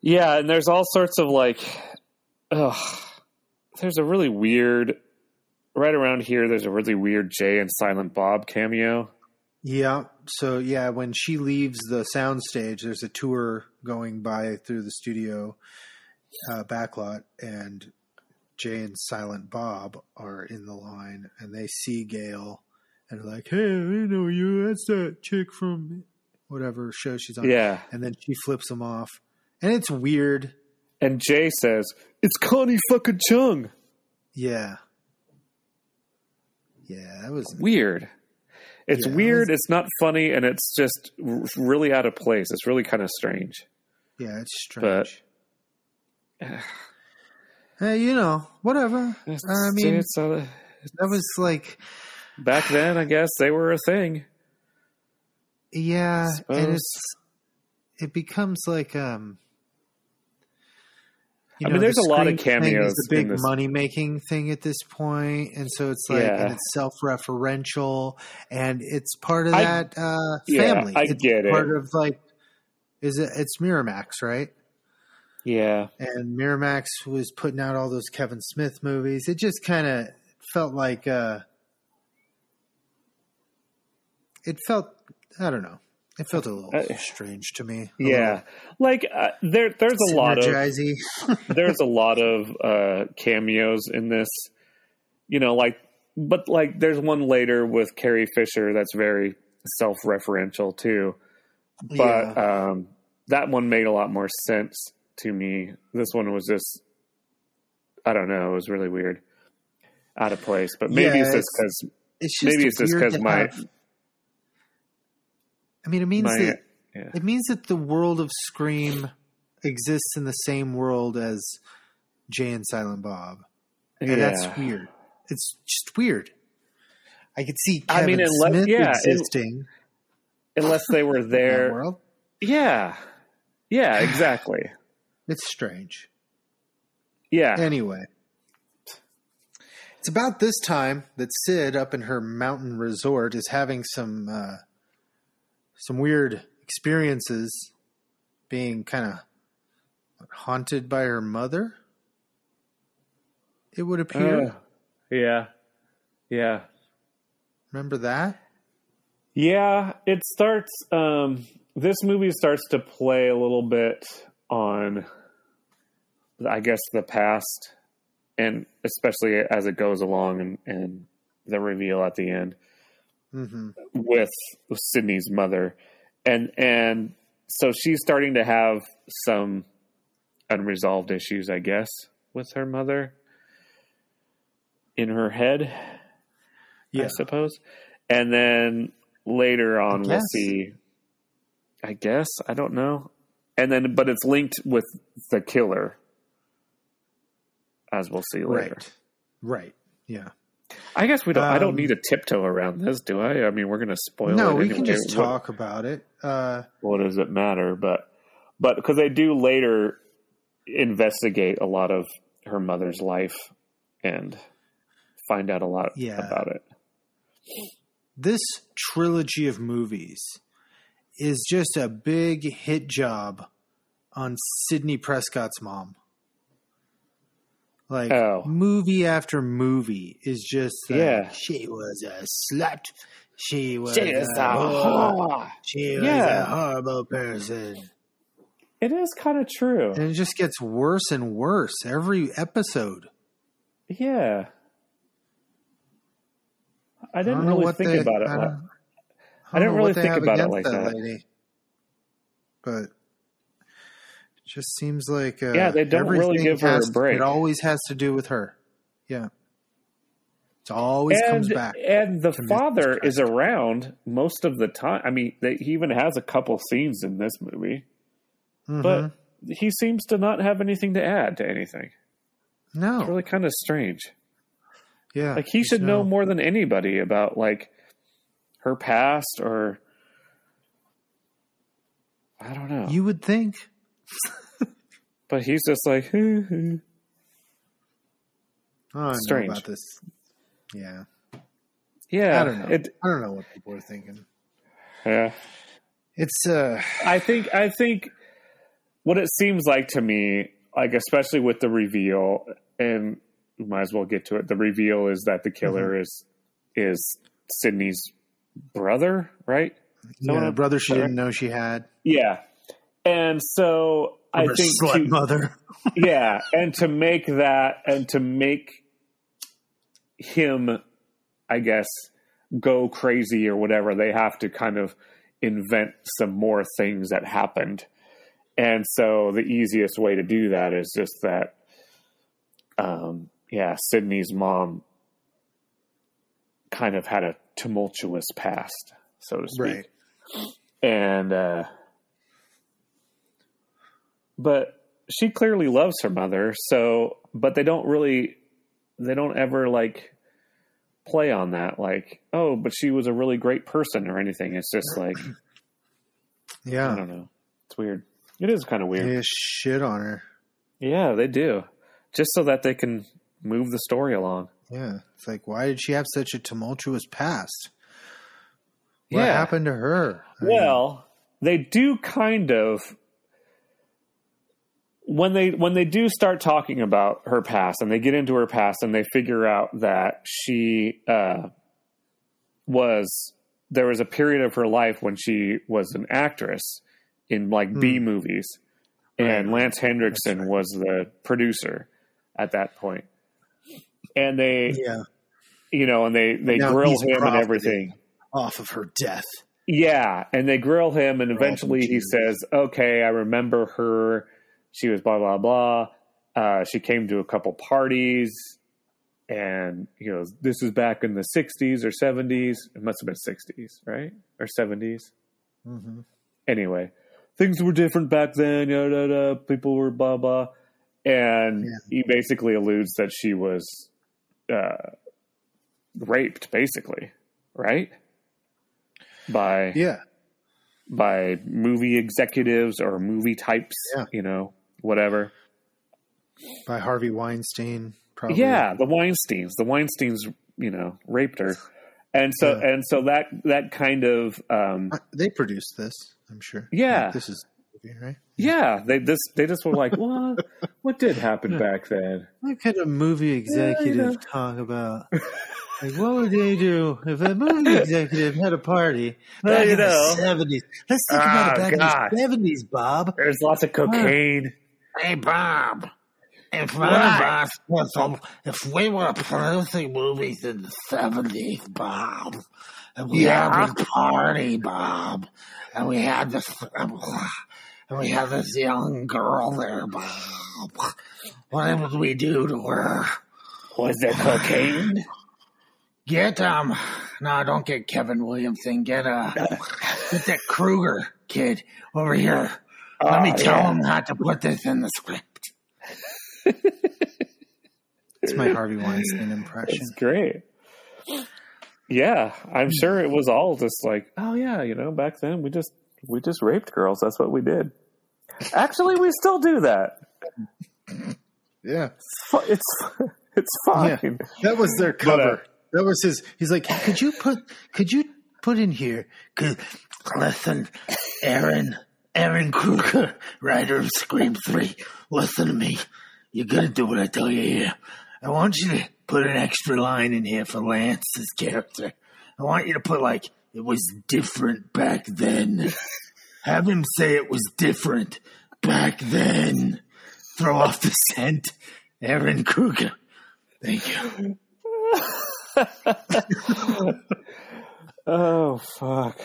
[SPEAKER 2] yeah, and there's all sorts of like, ugh, there's a really weird. Right around here, there's a really weird Jay and Silent Bob cameo.
[SPEAKER 4] Yeah. So yeah, when she leaves the soundstage, there's a tour going by through the studio uh, backlot, and Jay and Silent Bob are in the line, and they see Gail, and are like, "Hey, I know you. That's that chick from whatever show she's on."
[SPEAKER 2] Yeah.
[SPEAKER 4] And then she flips them off, and it's weird.
[SPEAKER 2] And Jay says, "It's Connie fucking Chung."
[SPEAKER 4] Yeah. Yeah, that was
[SPEAKER 2] weird. It's yeah, weird. It's not funny, and it's just really out of place. It's really kind of strange.
[SPEAKER 4] Yeah, it's strange.
[SPEAKER 2] But uh,
[SPEAKER 4] hey, you know, whatever. I mean, it's, uh, that was like
[SPEAKER 2] back then. I guess they were a thing.
[SPEAKER 4] Yeah, and it's it becomes like um.
[SPEAKER 2] You know, I mean, there's the a lot of cameos.
[SPEAKER 4] It's a big money making thing at this point, and so it's like yeah. and it's self referential, and it's part of I, that uh, family.
[SPEAKER 2] Yeah, I
[SPEAKER 4] it's
[SPEAKER 2] get
[SPEAKER 4] part
[SPEAKER 2] it.
[SPEAKER 4] of like is it? It's Miramax, right?
[SPEAKER 2] Yeah,
[SPEAKER 4] and Miramax was putting out all those Kevin Smith movies. It just kind of felt like uh, it felt. I don't know. It felt a little uh, strange to me.
[SPEAKER 2] Yeah, like uh, there, there's a lot of there's a lot of uh, cameos in this. You know, like, but like, there's one later with Carrie Fisher that's very self-referential too. But yeah. um, that one made a lot more sense to me. This one was just I don't know. It was really weird, out of place. But maybe
[SPEAKER 4] Yeah,
[SPEAKER 2] it's just
[SPEAKER 4] it's-
[SPEAKER 2] because
[SPEAKER 4] it's just
[SPEAKER 2] maybe it's just
[SPEAKER 4] weird
[SPEAKER 2] because
[SPEAKER 4] to
[SPEAKER 2] my
[SPEAKER 4] have- I mean, it means
[SPEAKER 2] my-
[SPEAKER 4] that
[SPEAKER 2] yeah.
[SPEAKER 4] it means that the world of Scream exists in the same world as Jay and Silent Bob, and that's
[SPEAKER 2] Yeah.
[SPEAKER 4] weird. It's just weird. I could see Kevin
[SPEAKER 2] I mean, unless-
[SPEAKER 4] Smith
[SPEAKER 2] yeah, it-
[SPEAKER 4] existing.
[SPEAKER 2] unless they were there. Yeah, yeah, exactly.
[SPEAKER 4] It's strange.
[SPEAKER 2] Yeah.
[SPEAKER 4] Anyway, it's about this time that Sid, up in her mountain resort, is having some uh, some weird experiences, being kind of haunted by her mother. It would appear.
[SPEAKER 2] Uh, yeah, yeah.
[SPEAKER 4] Remember that?
[SPEAKER 2] Yeah, it starts. Um, this movie starts to play a little bit on, I guess, the past, and especially as it goes along, and, and the reveal at the end
[SPEAKER 4] Mm-hmm.
[SPEAKER 2] with Sydney's mother, and and so she's starting to have some unresolved issues, I guess, with her mother in her head, I
[SPEAKER 4] Yeah.
[SPEAKER 2] suppose. And then later on, we'll
[SPEAKER 4] guess.
[SPEAKER 2] see. I guess I don't know. And then, but it's linked with the killer, as we'll see later.
[SPEAKER 4] Right. Right. Yeah.
[SPEAKER 2] I guess we don't. I don't
[SPEAKER 4] Um,
[SPEAKER 2] need to tiptoe around this, do I? I mean, we're going to spoil.
[SPEAKER 4] no,
[SPEAKER 2] it
[SPEAKER 4] we
[SPEAKER 2] anyway.
[SPEAKER 4] can just
[SPEAKER 2] What-
[SPEAKER 4] talk about it. Uh,
[SPEAKER 2] what does it matter? But but because they do later investigate a lot of her mother's life and find out a lot
[SPEAKER 4] Yeah.
[SPEAKER 2] about it.
[SPEAKER 4] this trilogy of movies is just a big hit job on Sidney Prescott's mom. Like
[SPEAKER 2] Oh.
[SPEAKER 4] movie after movie is just uh,
[SPEAKER 2] Yeah.
[SPEAKER 4] She was a slut. She was,
[SPEAKER 2] She is
[SPEAKER 4] a,
[SPEAKER 2] a
[SPEAKER 4] whore.
[SPEAKER 2] whore.
[SPEAKER 4] She was
[SPEAKER 2] Yeah.
[SPEAKER 4] a horrible person.
[SPEAKER 2] It is kind of true.
[SPEAKER 4] And it just gets worse and worse every episode.
[SPEAKER 2] Yeah. I
[SPEAKER 4] I
[SPEAKER 2] didn't
[SPEAKER 4] don't know
[SPEAKER 2] really
[SPEAKER 4] what
[SPEAKER 2] think
[SPEAKER 4] they,
[SPEAKER 2] about it.
[SPEAKER 4] I
[SPEAKER 2] like-
[SPEAKER 4] don't,
[SPEAKER 2] I didn't
[SPEAKER 4] know
[SPEAKER 2] really
[SPEAKER 4] what they
[SPEAKER 2] think
[SPEAKER 4] have
[SPEAKER 2] about it
[SPEAKER 4] against
[SPEAKER 2] like that.
[SPEAKER 4] lady. But it just seems like uh,
[SPEAKER 2] Yeah, they don't really
[SPEAKER 4] everything
[SPEAKER 2] give her a
[SPEAKER 4] has-
[SPEAKER 2] break.
[SPEAKER 4] It always has to do with her. Yeah, it always comes
[SPEAKER 2] And-
[SPEAKER 4] back.
[SPEAKER 2] And the
[SPEAKER 4] to Mrs.
[SPEAKER 2] father is
[SPEAKER 4] Prescott.
[SPEAKER 2] around most of the time. I mean, they, he even has a couple scenes in this movie,
[SPEAKER 4] Mhm.
[SPEAKER 2] but he seems to not have anything to add to anything.
[SPEAKER 4] no,
[SPEAKER 2] It's really kind of strange.
[SPEAKER 4] yeah,
[SPEAKER 2] Like he
[SPEAKER 4] there's
[SPEAKER 2] should know
[SPEAKER 4] no-
[SPEAKER 2] more than anybody about like her past or I don't know.
[SPEAKER 4] You would think.
[SPEAKER 2] but he's just like
[SPEAKER 4] Oh, I don't
[SPEAKER 2] Strange.
[SPEAKER 4] know about this. Yeah,
[SPEAKER 2] yeah.
[SPEAKER 4] I don't know.
[SPEAKER 2] It,
[SPEAKER 4] I don't know what people are thinking.
[SPEAKER 2] yeah.
[SPEAKER 4] It's uh,
[SPEAKER 2] I think I think what it seems like to me, like especially with the reveal, and we might as well get to it. The reveal is that the killer
[SPEAKER 4] Mm-hmm.
[SPEAKER 2] is is Sydney's brother, right?
[SPEAKER 4] yeah,
[SPEAKER 2] Someone-
[SPEAKER 4] brother she didn't know she had.
[SPEAKER 2] Yeah, and so I
[SPEAKER 4] her
[SPEAKER 2] think
[SPEAKER 4] slut
[SPEAKER 2] to-
[SPEAKER 4] mother.
[SPEAKER 2] yeah, and to make that and to make him, I guess, go crazy or whatever, they have to kind of invent some more things that happened. And so the easiest way to do that is just that, um, yeah, Sydney's mom kind of had a tumultuous past, so to speak
[SPEAKER 4] Right.
[SPEAKER 2] and uh but she clearly loves her mother so but they don't really they don't ever like play on that like oh but she was a really great person or anything it's just like i
[SPEAKER 4] Yeah.
[SPEAKER 2] don't know it's weird it is kind of weird
[SPEAKER 4] They just shit on her.
[SPEAKER 2] yeah they do just so that they can move the story along
[SPEAKER 4] Yeah. It's like, why did she have such a tumultuous past? What
[SPEAKER 2] Yeah.
[SPEAKER 4] happened to her? I mean,
[SPEAKER 2] Well, they do kind of when they when they do start talking about her past and they get into her past and they figure out that she uh, was there was a period of her life when she was an actress in like B
[SPEAKER 4] Hmm.
[SPEAKER 2] movies and Lance Hendrickson was the producer at that point. And they
[SPEAKER 4] yeah,
[SPEAKER 2] you know and they they
[SPEAKER 4] Now
[SPEAKER 2] grill
[SPEAKER 4] he's
[SPEAKER 2] him and
[SPEAKER 4] profiting.
[SPEAKER 2] everything.
[SPEAKER 4] off of her death.
[SPEAKER 2] Yeah, and they grill him, and
[SPEAKER 4] They're all
[SPEAKER 2] eventually he
[SPEAKER 4] Jews.
[SPEAKER 2] says, "Okay, I remember her. She was blah blah blah." Uh, she came to a couple parties, and you know this is back in the '60s or '70s. It must have been '60s, right, or '70s.
[SPEAKER 4] Mm-hmm.
[SPEAKER 2] Anyway, things were different back then. Yada, yada, people were blah blah, and he basically alludes that she was uh, raped, basically, right? By
[SPEAKER 4] Yeah.
[SPEAKER 2] by movie executives or movie types,
[SPEAKER 4] Yeah.
[SPEAKER 2] you know, whatever.
[SPEAKER 4] By Harvey Weinstein, probably.
[SPEAKER 2] Yeah, the Weinsteins. The Weinsteins, you know, raped her, and so and so that that kind of um,
[SPEAKER 4] Uh, They produced this, I'm sure.
[SPEAKER 2] Yeah.
[SPEAKER 4] Like, this is right?
[SPEAKER 2] yeah. They this they just were like, what what did happen back then?
[SPEAKER 4] What could a movie executive
[SPEAKER 2] know.
[SPEAKER 4] talk about? Like, what would they do if a movie executive had a party
[SPEAKER 2] Well,
[SPEAKER 4] back
[SPEAKER 2] you
[SPEAKER 4] in
[SPEAKER 2] know.
[SPEAKER 4] the seventies? Let's think about it
[SPEAKER 2] Ah,
[SPEAKER 4] back
[SPEAKER 2] God.
[SPEAKER 4] in the seventies, Bob.
[SPEAKER 2] There's lots of cocaine.
[SPEAKER 8] Hey, Bob. If none
[SPEAKER 4] What?
[SPEAKER 8] of us was a, um, if we were producing movies in the seventies, Bob, and we had
[SPEAKER 12] Yeah?
[SPEAKER 8] a big party, Bob, and we had this, and we had this young girl there, Bob, what would we do to her?
[SPEAKER 2] Was there cocaine?
[SPEAKER 8] Get um, no, don't get Kevin Williamson. Get uh, get that Kruger kid over here. Let me
[SPEAKER 2] Oh,
[SPEAKER 8] tell
[SPEAKER 2] yeah.
[SPEAKER 8] him not to put this in the script.
[SPEAKER 4] It's my Harvey Weinstein impression.
[SPEAKER 2] It's great. Yeah, I'm sure it was all just like, oh yeah, you know, back then we just we just raped girls. That's what we did. Actually, we still do that.
[SPEAKER 4] Yeah.
[SPEAKER 2] It's fu- It's it's fine.
[SPEAKER 4] That was their
[SPEAKER 8] uh,
[SPEAKER 4] cover. that was his. He's like, could you put, could you put in here?
[SPEAKER 8] Cause listen, Aaron, Aaron Kruger, writer of Scream Three. Listen to me. You gotta do what I tell you here. I want you to put an extra line in here for Lance's character. I want you to put like it was different back then. Have him say it was different back then. Throw off the scent, Aaron Kruger. Thank you.
[SPEAKER 2] Oh fuck.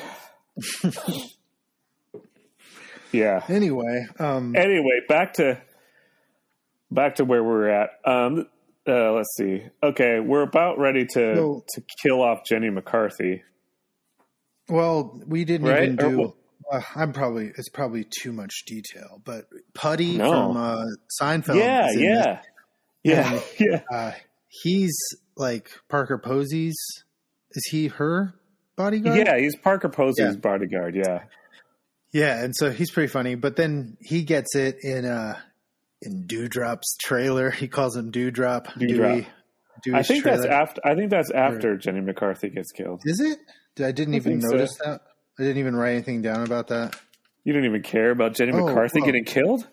[SPEAKER 2] yeah.
[SPEAKER 4] Anyway, um,
[SPEAKER 2] Anyway, back to back to where we we're at. Um, uh, let's see. Okay, we're about ready to
[SPEAKER 4] So-
[SPEAKER 2] to kill off Jenny McCarthy.
[SPEAKER 4] well, we didn't
[SPEAKER 2] Right?
[SPEAKER 4] even
[SPEAKER 2] Or
[SPEAKER 4] do.
[SPEAKER 2] what-
[SPEAKER 8] Oh.
[SPEAKER 4] uh, I'm probably it's probably too much detail, but Putty
[SPEAKER 2] No.
[SPEAKER 4] from uh, Seinfeld.
[SPEAKER 2] Yeah,
[SPEAKER 4] is in this.
[SPEAKER 2] yeah, yeah, yeah.
[SPEAKER 4] Uh, he's like Parker Posey's. Is he her bodyguard?
[SPEAKER 2] Yeah, he's Parker Posey's
[SPEAKER 4] Yeah.
[SPEAKER 2] bodyguard. Yeah,
[SPEAKER 4] Yeah, and so he's pretty funny. But then he gets it in uh in Dewdrop's trailer. He calls him Dewdrop.
[SPEAKER 2] Dewdrop.
[SPEAKER 4] Dewey.
[SPEAKER 2] I
[SPEAKER 4] Dewey's
[SPEAKER 2] think
[SPEAKER 4] trailer.
[SPEAKER 2] that's after. I think that's after Jenny McCarthy gets killed.
[SPEAKER 4] Is it? Did- I didn't
[SPEAKER 2] I
[SPEAKER 4] even
[SPEAKER 2] think so.
[SPEAKER 4] notice that. I didn't even write anything down about that.
[SPEAKER 2] You don't even care about Jenny
[SPEAKER 4] Oh,
[SPEAKER 2] McCarthy
[SPEAKER 4] whoa.
[SPEAKER 2] getting killed.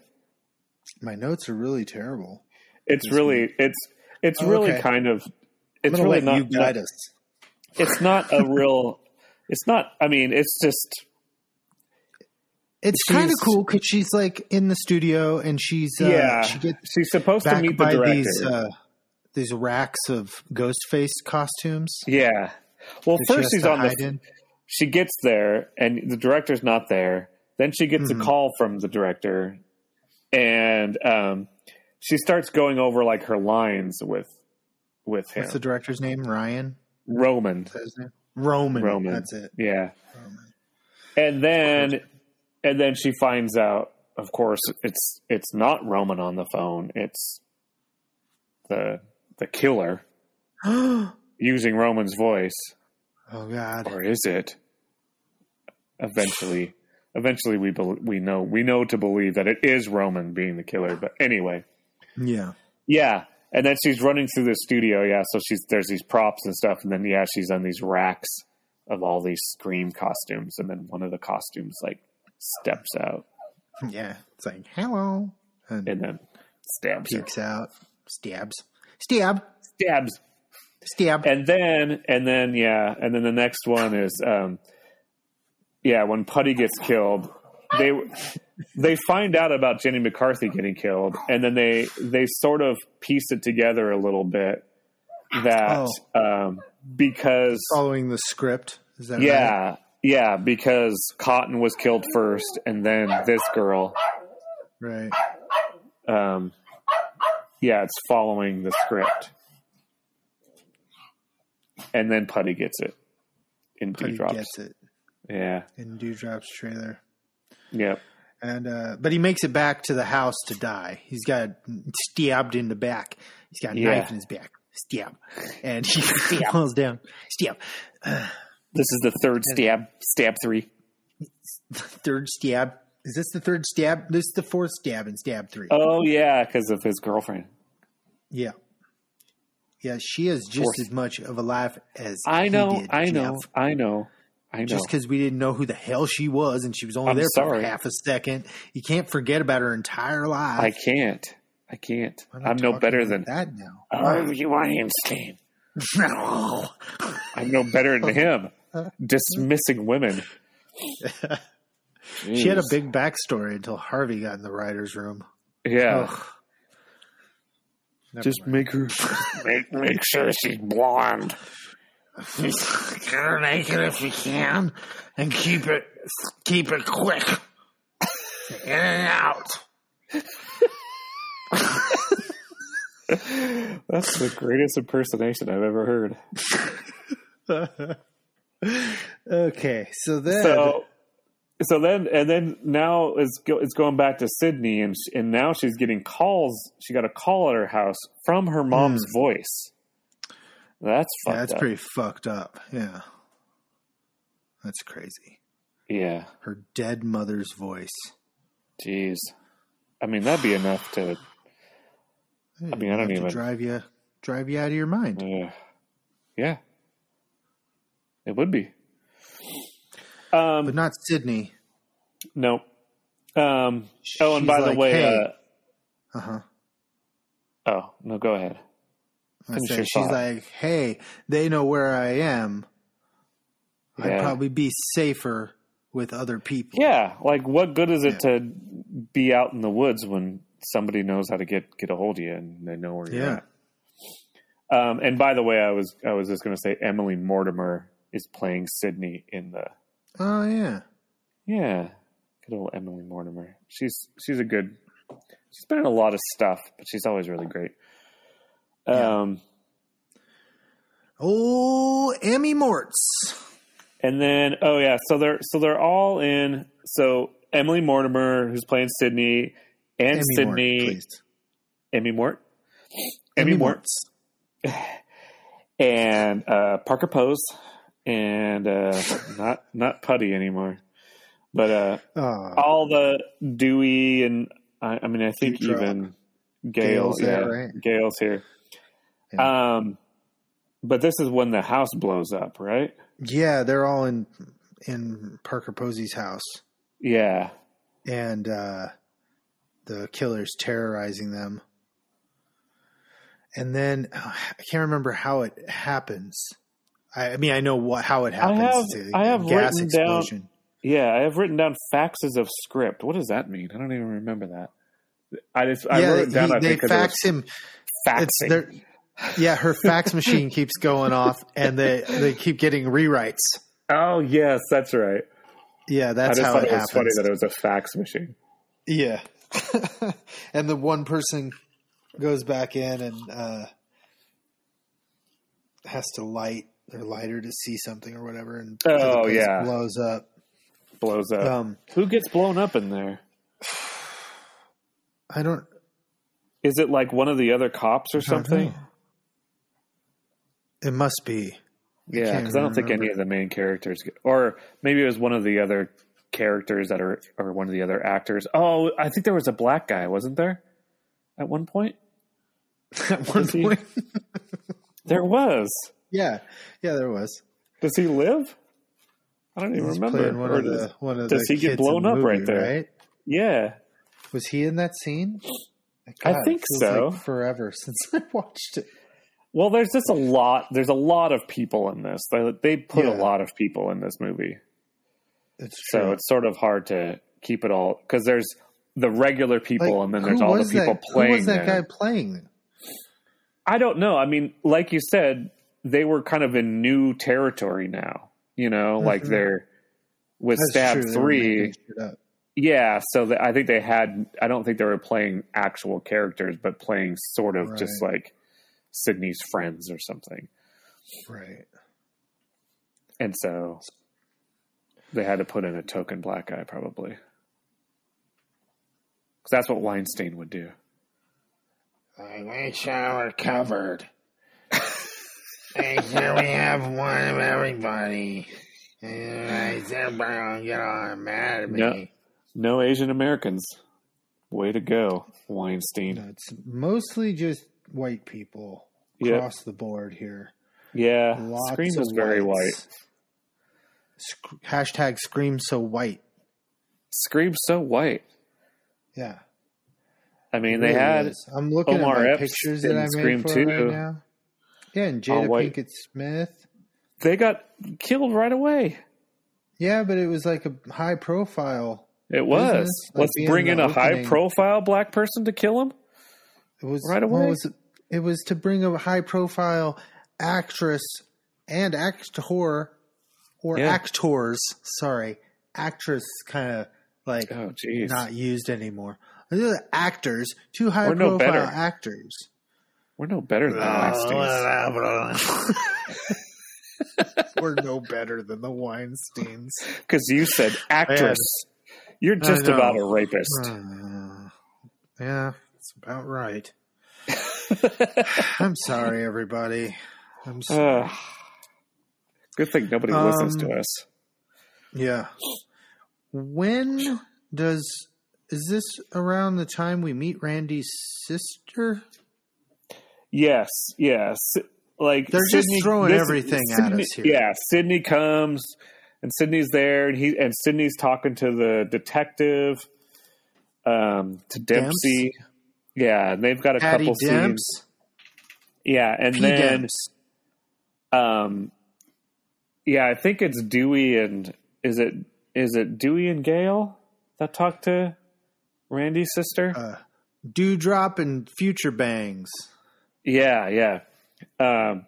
[SPEAKER 4] My notes are really terrible.
[SPEAKER 2] It's really it's it's
[SPEAKER 4] Oh,
[SPEAKER 2] really
[SPEAKER 4] okay.
[SPEAKER 2] kind of
[SPEAKER 4] I'm
[SPEAKER 2] it's
[SPEAKER 4] gonna
[SPEAKER 2] really
[SPEAKER 4] let
[SPEAKER 2] not
[SPEAKER 4] you
[SPEAKER 2] not-
[SPEAKER 4] guide us.
[SPEAKER 2] it's not a real it's not i mean it's just
[SPEAKER 4] It's kind of
[SPEAKER 2] she's-
[SPEAKER 4] cool because she's like in the studio and she's uh,
[SPEAKER 2] yeah
[SPEAKER 4] she gets
[SPEAKER 2] she's supposed to
[SPEAKER 4] back
[SPEAKER 2] meet the
[SPEAKER 4] by
[SPEAKER 2] director
[SPEAKER 4] these uh, these racks of Ghostface costumes.
[SPEAKER 2] yeah well
[SPEAKER 4] that she
[SPEAKER 2] first
[SPEAKER 4] has
[SPEAKER 2] she's
[SPEAKER 4] to
[SPEAKER 2] on the
[SPEAKER 4] hide in.
[SPEAKER 2] she gets there and the director's not there then she gets
[SPEAKER 4] Hmm.
[SPEAKER 2] a call from the director and um she starts going over like her lines with with him
[SPEAKER 4] What's the director's name? Ryan.
[SPEAKER 2] roman
[SPEAKER 4] Is that his name? Roman.
[SPEAKER 2] Roman.
[SPEAKER 4] That's it.
[SPEAKER 2] Yeah. And then and then she finds out, of course, it's it's not Roman on the phone, it's the the killer
[SPEAKER 4] oh
[SPEAKER 2] using Roman's voice.
[SPEAKER 4] God.
[SPEAKER 2] Or is it? Eventually eventually we bel we know we know to believe that it is Roman being the killer, but anyway.
[SPEAKER 4] Yeah.
[SPEAKER 2] Yeah. And then she's running through the studio, yeah. So she's there's these props and stuff, and then yeah, she's on these racks of all these scream costumes, and then one of the costumes like steps out
[SPEAKER 4] Yeah. It's like hello and,
[SPEAKER 2] and then stabs her.
[SPEAKER 4] peeks out, stabs, stab,
[SPEAKER 2] Stabs.
[SPEAKER 4] stab.
[SPEAKER 2] And then and then yeah, and then the next one is um yeah, when Putty gets killed, they they find out about Jenny McCarthy getting killed, and then they they sort of piece it together a little bit that um because
[SPEAKER 4] Following the script. Is that Oh, right?
[SPEAKER 2] Yeah, yeah, because Cotton was killed first, and then this girl.
[SPEAKER 4] Right.
[SPEAKER 2] Um, yeah, it's following the script. And then Putty gets it in
[SPEAKER 4] Putty
[SPEAKER 2] Dewdrops.
[SPEAKER 4] gets it
[SPEAKER 2] Yeah.
[SPEAKER 4] in Dewdrop's trailer.
[SPEAKER 2] Yep.
[SPEAKER 4] And uh, but he makes it back to the house to die. He's got stabbed in the back. He's got a
[SPEAKER 2] Yeah.
[SPEAKER 4] knife in his back. Stab, and he falls down. Stab. Uh,
[SPEAKER 2] This is the third stab. Stab three.
[SPEAKER 4] third stab. Is this the third stab? This is the fourth stab in stab three.
[SPEAKER 2] Oh yeah, because of his girlfriend.
[SPEAKER 4] Yeah. Yeah, she is just
[SPEAKER 2] Fourth.
[SPEAKER 4] as much of a life as
[SPEAKER 2] I
[SPEAKER 4] he
[SPEAKER 2] know,
[SPEAKER 4] did,
[SPEAKER 2] I know,
[SPEAKER 4] Jeff.
[SPEAKER 2] I know, I know.
[SPEAKER 4] Just because we didn't know who the hell she was and she was only
[SPEAKER 2] I'm
[SPEAKER 4] there
[SPEAKER 2] sorry.
[SPEAKER 4] for half a second, you can't forget about her entire life.
[SPEAKER 2] I can't. I can't.
[SPEAKER 4] Why
[SPEAKER 2] I'm,
[SPEAKER 4] am I
[SPEAKER 2] no
[SPEAKER 4] talking
[SPEAKER 2] better
[SPEAKER 4] about
[SPEAKER 2] than
[SPEAKER 4] that now.
[SPEAKER 2] Oh, you want him, Steve? No. I'm no better than him. Dismissing women.
[SPEAKER 4] She had a big backstory until Harvey got in the writer's room.
[SPEAKER 2] Yeah.
[SPEAKER 4] Ugh. Never
[SPEAKER 2] Just make her make, make sure she's blonde.
[SPEAKER 8] Get her naked if you can, and keep it keep it quick. In and out.
[SPEAKER 2] That's the greatest impersonation I've ever heard.
[SPEAKER 4] okay, so then
[SPEAKER 2] So, so then, and then now it's go, it's going back to Sydney, and sh- and now she's getting calls. She got a call at her house from her mom's voice. That's
[SPEAKER 4] Hmm. yeah,
[SPEAKER 2] fucked
[SPEAKER 4] that's
[SPEAKER 2] up.
[SPEAKER 4] pretty fucked up. Yeah, that's crazy.
[SPEAKER 2] yeah,
[SPEAKER 4] Her dead mother's voice.
[SPEAKER 2] jeez. I mean, that'd be enough to. I mean, I don't
[SPEAKER 4] Enough to
[SPEAKER 2] even.
[SPEAKER 4] drive you drive you out of your mind.
[SPEAKER 2] Yeah. yeah, it would be. Um,
[SPEAKER 4] but not Sydney.
[SPEAKER 2] No. Um, oh, and
[SPEAKER 4] She's
[SPEAKER 2] by the
[SPEAKER 4] like,
[SPEAKER 2] way,
[SPEAKER 4] "Hey."
[SPEAKER 2] uh,
[SPEAKER 4] Uh huh.
[SPEAKER 2] oh no, go ahead.
[SPEAKER 4] I
[SPEAKER 2] Finish
[SPEAKER 4] say,
[SPEAKER 2] your
[SPEAKER 4] she's
[SPEAKER 2] thought.
[SPEAKER 4] like, "Hey, they know where I am. I'd
[SPEAKER 2] Yeah.
[SPEAKER 4] probably be safer with other people."
[SPEAKER 2] Yeah, like what good is it to be out in the woods when somebody knows how to get get a hold of you and they know where you're
[SPEAKER 4] Yeah.
[SPEAKER 2] at? Um, and by the way, I was I was just going to say Emily Mortimer is playing Sydney in the
[SPEAKER 4] Oh yeah.
[SPEAKER 2] yeah, good old Emily Mortimer. She's she's a good. She's been in a lot of stuff, but she's always really great. Um,
[SPEAKER 4] Oh, Emmy Mortz.
[SPEAKER 2] And then oh yeah, so they're so they're all in. So Emily Mortimer, who's playing Sydney, and
[SPEAKER 4] Emmy
[SPEAKER 2] Sydney
[SPEAKER 4] Mort, please.
[SPEAKER 2] Emmy Mort,
[SPEAKER 4] Emmy
[SPEAKER 2] Emmy Mort, and uh, Parker Pose, and uh, not not Putty anymore, but uh,
[SPEAKER 4] Oh,
[SPEAKER 2] all the Dewey and I, I mean I think
[SPEAKER 4] Dewdrop.
[SPEAKER 2] even Gail,
[SPEAKER 4] Gail's
[SPEAKER 2] yeah,
[SPEAKER 4] there, right?
[SPEAKER 2] Gail's here. Um, but this is when the house blows up, right?
[SPEAKER 4] yeah, they're all in in Parker Posey's house.
[SPEAKER 2] Yeah,
[SPEAKER 4] and uh, the killer's terrorizing them. And then uh, I can't remember how it happens. I, I mean, I know what how it happens.
[SPEAKER 2] have-
[SPEAKER 4] It's
[SPEAKER 2] I have written down- Yeah, I have written down faxes of script. What does that mean? I don't even remember that. I just I
[SPEAKER 4] yeah,
[SPEAKER 2] wrote it down.
[SPEAKER 4] he-
[SPEAKER 2] I
[SPEAKER 4] they
[SPEAKER 2] think 'cause it was
[SPEAKER 4] fax him. It's
[SPEAKER 2] faxing.
[SPEAKER 4] their, yeah, her fax machine keeps going off, and they they keep getting rewrites.
[SPEAKER 2] oh yes, that's right.
[SPEAKER 4] Yeah, that's
[SPEAKER 2] I just
[SPEAKER 4] how
[SPEAKER 2] thought
[SPEAKER 4] it,
[SPEAKER 2] it, was
[SPEAKER 4] happens.
[SPEAKER 2] funny that it was a fax machine.
[SPEAKER 4] Yeah. and the one person goes back in and uh, has to light their lighter to see something or whatever, and the
[SPEAKER 2] Oh,
[SPEAKER 4] place
[SPEAKER 2] yeah. Uh,
[SPEAKER 4] blows up.
[SPEAKER 2] Blows up.
[SPEAKER 4] Um,
[SPEAKER 2] Who gets blown up in there?
[SPEAKER 4] I don't
[SPEAKER 2] Is it like one of the other cops or something?
[SPEAKER 4] It must be.
[SPEAKER 2] Yeah,
[SPEAKER 4] can't
[SPEAKER 2] because I don't think any
[SPEAKER 4] remember.
[SPEAKER 2] of the main characters, get, or maybe it was one of the other characters that are, or one of the other actors. Oh, I think there was a black guy, wasn't there? At one point,
[SPEAKER 4] At one
[SPEAKER 2] Does he-
[SPEAKER 4] point,
[SPEAKER 2] there was.
[SPEAKER 4] yeah, yeah, there was.
[SPEAKER 2] Does he live? I don't even
[SPEAKER 4] He's
[SPEAKER 2] remember.
[SPEAKER 4] playing one
[SPEAKER 2] Or
[SPEAKER 4] of
[SPEAKER 2] does-
[SPEAKER 4] the one of
[SPEAKER 2] does
[SPEAKER 4] the
[SPEAKER 2] he get
[SPEAKER 4] kids in
[SPEAKER 2] blown
[SPEAKER 4] the
[SPEAKER 2] up
[SPEAKER 4] movie,
[SPEAKER 2] right there?
[SPEAKER 4] Right?
[SPEAKER 2] Yeah,
[SPEAKER 4] Was he in that scene?
[SPEAKER 2] I
[SPEAKER 4] God, it
[SPEAKER 2] think
[SPEAKER 4] feels
[SPEAKER 2] so.
[SPEAKER 4] Like forever since I watched it.
[SPEAKER 2] Well, there's just a lot. There's a lot of people in this. They, they put a
[SPEAKER 4] Yeah.
[SPEAKER 2] lot of people in this movie,
[SPEAKER 4] It's
[SPEAKER 2] so
[SPEAKER 4] true.
[SPEAKER 2] it's sort of hard to keep it all because there's the regular people
[SPEAKER 4] Like,
[SPEAKER 2] and then there's
[SPEAKER 4] who
[SPEAKER 2] all the
[SPEAKER 4] was
[SPEAKER 2] people
[SPEAKER 4] that,
[SPEAKER 2] playing.
[SPEAKER 4] Who was that
[SPEAKER 2] them.
[SPEAKER 4] guy playing?
[SPEAKER 2] I don't know. I mean, like you said, they were kind of in new territory now. You know, like
[SPEAKER 4] Mhm.
[SPEAKER 2] they're with
[SPEAKER 4] That's
[SPEAKER 2] stab
[SPEAKER 4] true, they were
[SPEAKER 2] three.
[SPEAKER 4] making shit up.
[SPEAKER 2] Yeah, so the, I think they had. I don't think they were playing actual characters, but playing sort of just
[SPEAKER 4] Right.
[SPEAKER 2] like Sydney's friends or something.
[SPEAKER 4] Right.
[SPEAKER 2] And so they had to put in a token black guy, probably, because that's what Weinstein would do.
[SPEAKER 8] Like, make sure we're covered. make sure we have one of everybody. And I said, "Bro, don't get all mad at me.
[SPEAKER 2] No, no Asian Americans. Way to go, Weinstein.
[SPEAKER 4] It's mostly just white people
[SPEAKER 2] Yeah.
[SPEAKER 4] across the board here.
[SPEAKER 2] Yeah,
[SPEAKER 4] Lots
[SPEAKER 2] Scream
[SPEAKER 4] of
[SPEAKER 2] was very
[SPEAKER 4] whites.
[SPEAKER 2] white.
[SPEAKER 4] Sc- hashtag Scream so white.
[SPEAKER 2] Scream's so white.
[SPEAKER 4] Yeah.
[SPEAKER 2] I mean, they
[SPEAKER 4] Really
[SPEAKER 2] had.
[SPEAKER 4] is. I'm looking
[SPEAKER 2] Omar
[SPEAKER 4] at my
[SPEAKER 2] Epps
[SPEAKER 4] pictures
[SPEAKER 2] in
[SPEAKER 4] that I made
[SPEAKER 2] Scream
[SPEAKER 4] for
[SPEAKER 2] 2.
[SPEAKER 4] it right now. Yeah, and
[SPEAKER 2] All
[SPEAKER 4] Jada
[SPEAKER 2] white.
[SPEAKER 4] Pinkett Smith.
[SPEAKER 2] They got killed right away.
[SPEAKER 4] Yeah, but it was like a high profile.
[SPEAKER 2] It was.
[SPEAKER 4] Business, like
[SPEAKER 2] Let's
[SPEAKER 4] being
[SPEAKER 2] bring
[SPEAKER 4] the
[SPEAKER 2] in a high
[SPEAKER 4] opening.
[SPEAKER 2] profile black person to kill him.
[SPEAKER 4] It was
[SPEAKER 2] Right
[SPEAKER 4] well,
[SPEAKER 2] away.
[SPEAKER 4] it was, it was to bring a high profile actress and actor or
[SPEAKER 2] Yeah.
[SPEAKER 4] actors. Sorry, actress kind of like
[SPEAKER 2] Oh, jeez.
[SPEAKER 4] not used anymore. These are the actors, two high
[SPEAKER 2] We're no
[SPEAKER 4] profile
[SPEAKER 2] better.
[SPEAKER 4] actors.
[SPEAKER 2] We're no better than
[SPEAKER 4] Oh,
[SPEAKER 2] Weinsteins.
[SPEAKER 4] We're no better than the Weinsteins.
[SPEAKER 2] Because you said actress. You're
[SPEAKER 4] I
[SPEAKER 2] just about a
[SPEAKER 4] know.
[SPEAKER 2] rapist.
[SPEAKER 4] Uh, yeah, that's about right. I'm sorry, everybody. I'm sorry.
[SPEAKER 2] Ugh. good thing nobody listens
[SPEAKER 4] Um,
[SPEAKER 2] to us.
[SPEAKER 4] Yeah. When does is this around the time we meet Randy's sister?
[SPEAKER 2] Yes, yes. Like
[SPEAKER 4] They're just throwing everything at
[SPEAKER 2] Sydney-
[SPEAKER 4] us here.
[SPEAKER 2] Yeah, Sydney comes and Sydney's there, and he and Sydney's talking to the detective, um, to Dempsey. Yeah, and they've got a
[SPEAKER 4] Patty
[SPEAKER 2] couple
[SPEAKER 4] Demps?
[SPEAKER 2] scenes. Yeah, and
[SPEAKER 4] P.
[SPEAKER 2] then,
[SPEAKER 4] Demps.
[SPEAKER 2] um, yeah, I think it's Dewey and is it is it Dewey and Gail that talk to Randy's
[SPEAKER 4] Uh,
[SPEAKER 2] sister?
[SPEAKER 4] Dewdrop and Future Bangs.
[SPEAKER 2] Yeah, yeah. Um,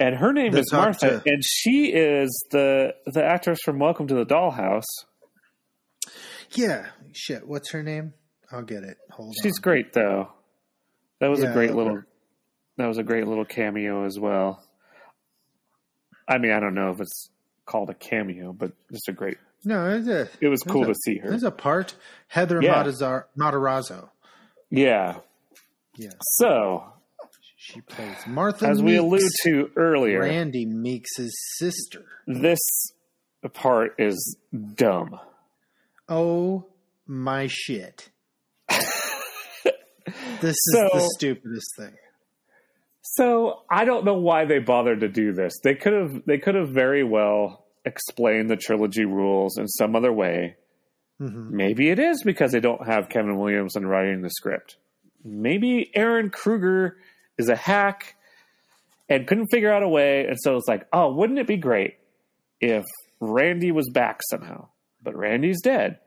[SPEAKER 2] and her name
[SPEAKER 4] The
[SPEAKER 2] is Martha,
[SPEAKER 4] doctor.
[SPEAKER 2] and she is the the actress from Welcome to the Dollhouse.
[SPEAKER 4] Yeah. Shit. What's her name? I'll get it. Hold
[SPEAKER 2] She's great, though. That was
[SPEAKER 4] Yeah,
[SPEAKER 2] a
[SPEAKER 4] I
[SPEAKER 2] great
[SPEAKER 4] love
[SPEAKER 2] little
[SPEAKER 4] her.
[SPEAKER 2] that was a great little cameo as well. I mean, I don't know if it's called a cameo, but just a great.
[SPEAKER 4] on. No, it was, a,
[SPEAKER 2] It was
[SPEAKER 4] there's
[SPEAKER 2] cool
[SPEAKER 4] a-
[SPEAKER 2] to see her.
[SPEAKER 4] There's a part. Heather
[SPEAKER 2] Yeah.
[SPEAKER 4] Matazar- Matarazzo.
[SPEAKER 2] Yeah.
[SPEAKER 4] Yeah.
[SPEAKER 2] So
[SPEAKER 4] She plays Martha
[SPEAKER 2] as we
[SPEAKER 4] Meeks,
[SPEAKER 2] allude to earlier,
[SPEAKER 4] Randy Meeks' sister.
[SPEAKER 2] this part is dumb.
[SPEAKER 4] Oh my shit. this is the
[SPEAKER 2] So-
[SPEAKER 4] stupidest thing.
[SPEAKER 2] So I don't know why they bothered to do this. They could have they could have very well explained the trilogy rules in some other way. Maybe it is because they don't have Kevin Williamson writing the script. Maybe Aaron Kruger is a hack and couldn't figure out a way, and so it's like, oh, wouldn't it be great if Randy was back somehow? But Randy's dead.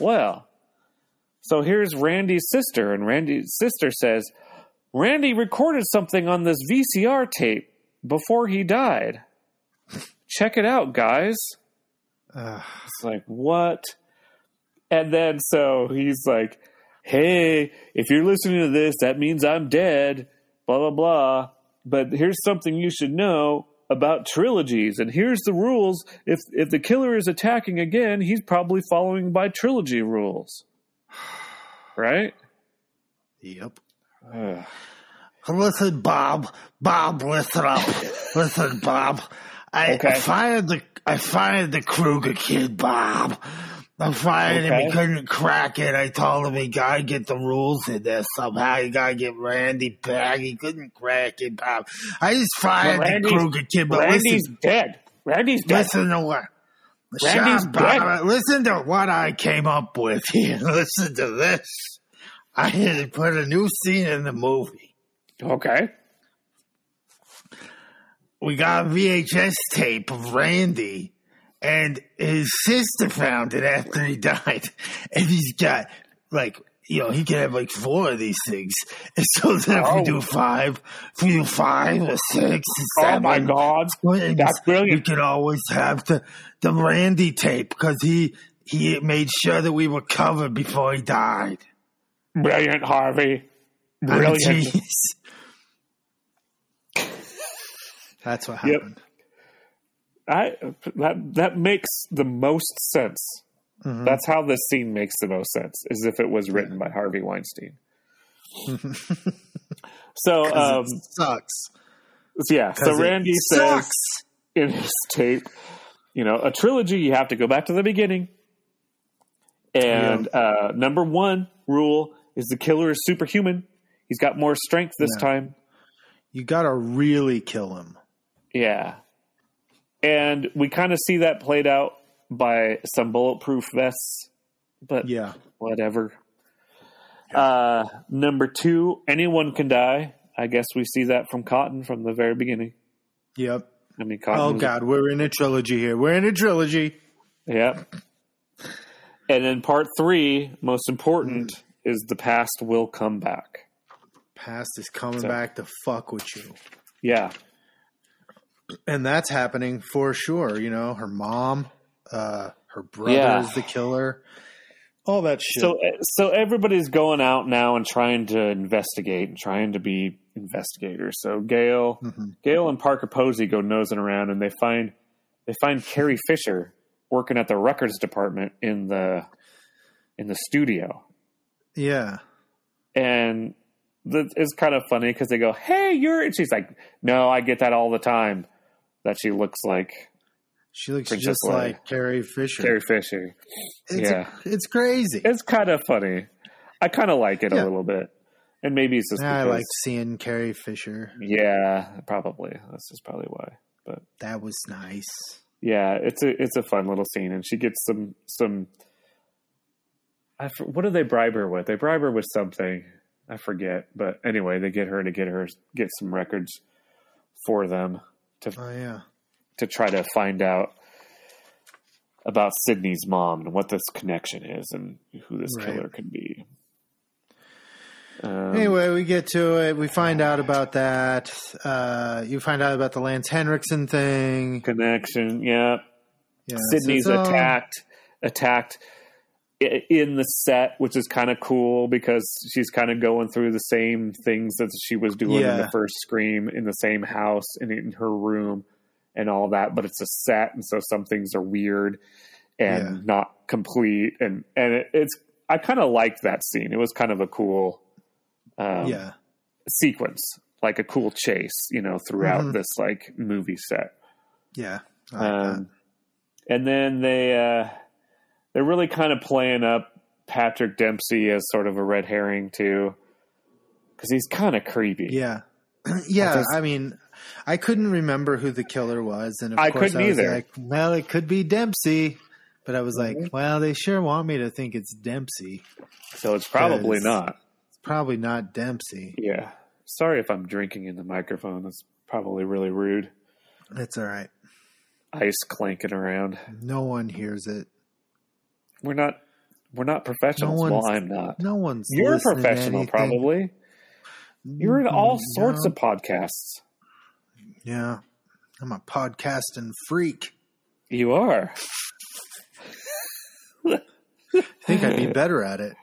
[SPEAKER 2] Well, so here's Randy's sister, and Randy's sister says, Randy recorded something on this VCR tape before he died. Check it out, guys.
[SPEAKER 4] Ugh.
[SPEAKER 2] It's like, what? And then so he's like, hey, if you're listening to this, that means I'm dead, blah, blah, blah. But here's something you should know about trilogies. And here's the rules. If, if the killer is attacking again, he's probably following by trilogy rules. Right?
[SPEAKER 4] Yep.
[SPEAKER 2] Ugh.
[SPEAKER 8] Listen, Bob. Bob, listen up. listen, Bob. I, I
[SPEAKER 2] Okay.
[SPEAKER 8] fired the I fired the Kruger kid, Bob. I fired him. He
[SPEAKER 2] Okay.
[SPEAKER 8] couldn't crack it. I told him he gotta get the rules in there somehow. You gotta get Randy back. He couldn't crack it, Bob. I just fired the
[SPEAKER 2] Randy's-
[SPEAKER 8] Kruger kid, but
[SPEAKER 2] Randy's
[SPEAKER 8] listen,
[SPEAKER 2] dead. Randy's dead.
[SPEAKER 8] listen to what. Shut
[SPEAKER 2] Randy's
[SPEAKER 8] up, Bob.
[SPEAKER 2] dead.
[SPEAKER 8] Listen to what I came up with here. Listen to this. I had to put a new scene in the movie.
[SPEAKER 2] Okay.
[SPEAKER 8] we got a VHS tape of Randy, and his sister found it after he died. And he's got like you know he can have like four of these things. And so then if we
[SPEAKER 2] Oh.
[SPEAKER 8] do five, if we do five or six or
[SPEAKER 2] Oh
[SPEAKER 8] seven,
[SPEAKER 2] my God.
[SPEAKER 8] things,
[SPEAKER 2] That's brilliant.
[SPEAKER 8] we could always have the the Randy tape because he He made sure that we were covered before he died.
[SPEAKER 2] Brilliant, Harvey. Brilliant.
[SPEAKER 4] I mean, That's what happened.
[SPEAKER 2] I that that makes the most sense.
[SPEAKER 4] Mhm.
[SPEAKER 2] That's how this scene makes the most sense, is if it was written by Harvey Weinstein. so
[SPEAKER 4] 'Cause
[SPEAKER 2] um,
[SPEAKER 4] it sucks.
[SPEAKER 2] yeah, so
[SPEAKER 4] 'Cause it
[SPEAKER 2] Randy says
[SPEAKER 4] sucks.
[SPEAKER 2] in his tape, you know, a trilogy you have to go back to the beginning. And uh, number one rule is the killer is superhuman. He's got more strength this
[SPEAKER 4] Yeah.
[SPEAKER 2] time.
[SPEAKER 4] You gotta really kill him.
[SPEAKER 2] Yeah. And we kind of see that played out by some bulletproof vests, but yeah, whatever. Uh, number two, anyone can die. I guess we see that from Cotton from the very beginning.
[SPEAKER 4] Yep.
[SPEAKER 2] I mean, Cotton.
[SPEAKER 4] Oh
[SPEAKER 2] was-
[SPEAKER 4] God, we're in a trilogy here. We're in a trilogy.
[SPEAKER 2] Yeah. And then part three, most important,
[SPEAKER 4] Hmm.
[SPEAKER 2] is the past will come back.
[SPEAKER 4] Past is coming
[SPEAKER 2] So-
[SPEAKER 4] back to fuck with you.
[SPEAKER 2] Yeah.
[SPEAKER 4] and that's happening for sure. You know, her mom, uh, her brother
[SPEAKER 2] Yeah.
[SPEAKER 4] is the killer. All that shit.
[SPEAKER 2] So eh, so everybody's going out now and trying to investigate and trying to be investigators. So Gail,
[SPEAKER 4] Mm-hmm.
[SPEAKER 2] Gail and Parker Posey go nosing around and they find they find Carrie Fisher working at the records department in the in the studio.
[SPEAKER 4] yeah,
[SPEAKER 2] And that is kind of funny because they go, "Hey, you're," and she's like, "No, I get that all the time." That she looks like
[SPEAKER 4] she looks
[SPEAKER 2] Princess
[SPEAKER 4] just
[SPEAKER 2] Leia.
[SPEAKER 4] like Carrie Fisher.
[SPEAKER 2] Carrie Fisher.
[SPEAKER 4] It's-
[SPEAKER 2] yeah,
[SPEAKER 4] it's crazy.
[SPEAKER 2] It's kind of funny. I kind of like it
[SPEAKER 4] Yeah.
[SPEAKER 2] a little bit, and maybe it's just
[SPEAKER 4] Nah, I
[SPEAKER 2] because.
[SPEAKER 4] like seeing Carrie Fisher.
[SPEAKER 2] yeah, probably that's just probably why. But
[SPEAKER 4] That was nice.
[SPEAKER 2] yeah, it's a it's a fun little scene, and she gets some some. I f- what do they bribe her with? They bribe her with something. I forget, but anyway, they get her to get her get some records for them to
[SPEAKER 4] Oh yeah,
[SPEAKER 2] to try to find out about Sydney's mom and what this connection is and who this
[SPEAKER 4] Right.
[SPEAKER 2] killer could be. Um,
[SPEAKER 4] anyway, we get to it. We find out about that. Uh, you find out about the Lance Henriksen thing.
[SPEAKER 2] connection, yeah.
[SPEAKER 4] Yeah, so
[SPEAKER 2] Sydney's
[SPEAKER 4] it's all-
[SPEAKER 2] attacked, attacked i- in the set, which is kind of cool because she's kind of going through the same things that she was doing in
[SPEAKER 4] Yeah.
[SPEAKER 2] the first scream in the same house and in her room and all that. But it's a set, and so some things are weird and
[SPEAKER 4] Yeah.
[SPEAKER 2] not complete. And and it, it's I kind of liked that scene. It was kind of a cool, um,
[SPEAKER 4] Yeah.
[SPEAKER 2] sequence, like a cool chase, you know, throughout
[SPEAKER 4] Mhm.
[SPEAKER 2] this like movie set
[SPEAKER 4] Yeah,
[SPEAKER 2] um, and then they uh, they're really kind of playing up Patrick Dempsey as sort of a red herring too, because he's kind of creepy.
[SPEAKER 4] yeah, yeah.
[SPEAKER 2] I just-
[SPEAKER 4] I mean, I couldn't remember who the killer was, and of
[SPEAKER 2] I
[SPEAKER 4] course
[SPEAKER 2] couldn't
[SPEAKER 4] I was
[SPEAKER 2] either.
[SPEAKER 4] like, well, it could be Dempsey, but I was like,
[SPEAKER 2] Mm-hmm.
[SPEAKER 4] well, they sure want me to think it's Dempsey.
[SPEAKER 2] So it's probably
[SPEAKER 4] Because-
[SPEAKER 2] not.
[SPEAKER 4] It's probably not Dempsey.
[SPEAKER 2] Yeah. Sorry if I'm drinking in the microphone. That's probably really rude.
[SPEAKER 4] It's all right.
[SPEAKER 2] Ice clanking around.
[SPEAKER 4] No one hears it.
[SPEAKER 2] We're not. We're not professionals.
[SPEAKER 4] one's-
[SPEAKER 2] well, I'm not.
[SPEAKER 4] No one's.
[SPEAKER 2] You're a
[SPEAKER 4] listening to
[SPEAKER 2] professional,
[SPEAKER 4] anything. Mm-hmm.
[SPEAKER 2] probably. You're in all sorts
[SPEAKER 4] no.
[SPEAKER 2] of podcasts.
[SPEAKER 4] Yeah, I'm a podcasting freak.
[SPEAKER 2] You are.
[SPEAKER 4] I think I'd be better at it.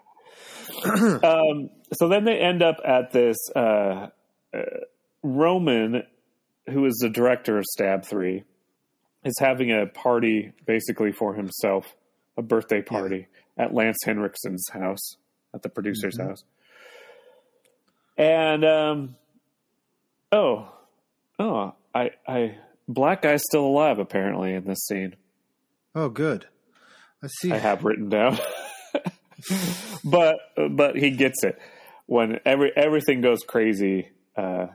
[SPEAKER 2] um, so then they end up at this uh, uh, Roman, who is the director of Stab Three, is having a party basically for himself, a birthday party at Lance Henriksen's house, at the producer's
[SPEAKER 12] Mhm.
[SPEAKER 2] house, and um, oh, oh, I, I, black guy's still alive apparently in this scene.
[SPEAKER 4] Oh, good. I see.
[SPEAKER 2] I have written down. but but he gets it when every everything goes crazy. Uh,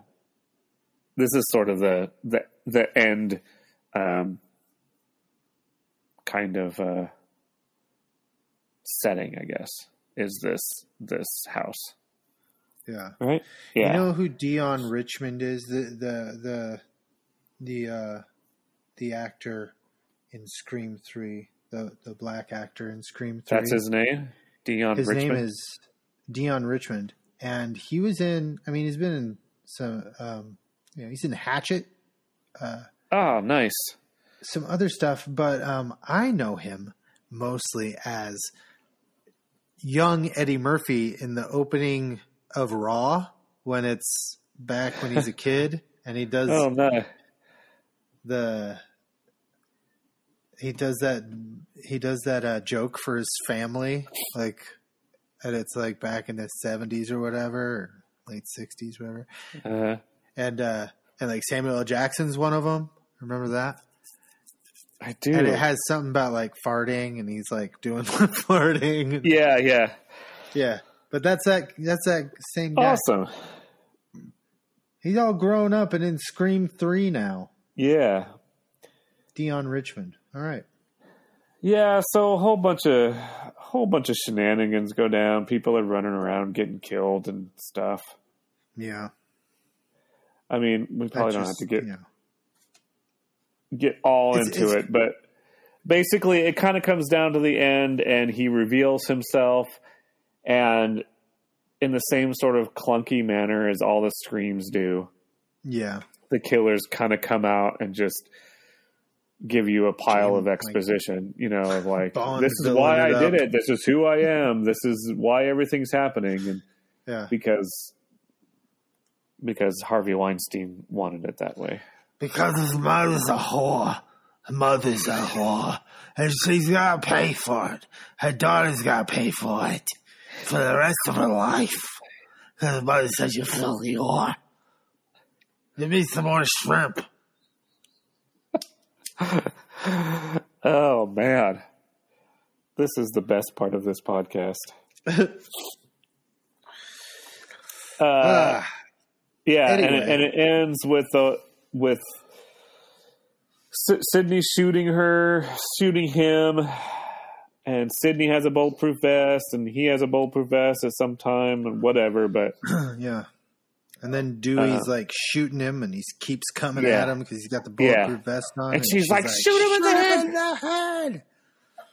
[SPEAKER 2] this is sort of the the the end um, kind of uh, setting, I guess. Is this this house
[SPEAKER 4] Yeah.
[SPEAKER 2] right? Yeah,
[SPEAKER 4] You know who Dion Richmond is? The the the the uh, the actor in Scream Three, the the black actor in Scream Three.
[SPEAKER 2] that's his name, Dion.
[SPEAKER 4] His
[SPEAKER 2] Richmond.
[SPEAKER 4] name is Dion Richmond, and he was in. I mean, he's been in some. Um, you know, he's in Hatchet, uh,
[SPEAKER 2] ah nice.
[SPEAKER 4] some other stuff. But um, I know him mostly as young Eddie Murphy in the opening of Raw when it's back when he's a kid and he does
[SPEAKER 2] Oh, no.
[SPEAKER 4] the he does that he does that uh, joke for his family like and it's like back in the 70s or whatever or late 60s whatever
[SPEAKER 2] Uh,
[SPEAKER 4] and uh and like Samuel L. Jackson's one of them remember that
[SPEAKER 2] I do.
[SPEAKER 4] and it has something about like farting and he's like doing the farting and,
[SPEAKER 2] yeah, yeah.
[SPEAKER 4] yeah but that's that that's that same guy
[SPEAKER 2] Awesome.
[SPEAKER 4] he's all grown up and in Scream 3 now
[SPEAKER 2] Yeah.
[SPEAKER 4] Dion Richmond all right
[SPEAKER 2] Yeah, so a whole bunch of whole bunch of shenanigans go down. People are running around getting killed and stuff.
[SPEAKER 4] yeah
[SPEAKER 2] I mean, we probably don't have
[SPEAKER 4] just-
[SPEAKER 2] to get
[SPEAKER 4] yeah.
[SPEAKER 2] get all
[SPEAKER 4] It's-
[SPEAKER 2] into
[SPEAKER 4] it's-
[SPEAKER 2] it, but basically, it kind of comes down to the end, and he reveals himself, and in the same sort of clunky manner as all the screams do,
[SPEAKER 4] yeah
[SPEAKER 2] the killers kind of come out and just give you a pile of exposition, you know, of like
[SPEAKER 4] Bond
[SPEAKER 2] this is
[SPEAKER 4] villain
[SPEAKER 2] why
[SPEAKER 4] it
[SPEAKER 2] I did
[SPEAKER 4] up.
[SPEAKER 2] it, this is who I am, this is why everything's happening, and
[SPEAKER 4] yeah
[SPEAKER 2] because because Harvey Weinstein wanted it that way.
[SPEAKER 8] Because his mother's a whore. Her mother's a whore. And she's got to pay for it. Her daughter's got to pay for it. For the rest of her life. Because her mother's such a filthy whore. Give me some more shrimp.
[SPEAKER 2] Oh man. This is the best part of this podcast. uh, yeah, and, it,
[SPEAKER 12] anyway.
[SPEAKER 2] and it ends with the with S- Sydney shooting her, shooting him, and Sydney has a bulletproof vest, and he has a bulletproof vest at some time, and whatever. But
[SPEAKER 4] yeah. And then Dewey's
[SPEAKER 2] Uh,
[SPEAKER 4] like shooting him, and he keeps coming
[SPEAKER 2] Yeah.
[SPEAKER 4] at him because he's got the
[SPEAKER 2] Yeah.
[SPEAKER 4] bulletproof vest on.
[SPEAKER 2] And she's like, "Shoot him in the head!"
[SPEAKER 4] in the head!"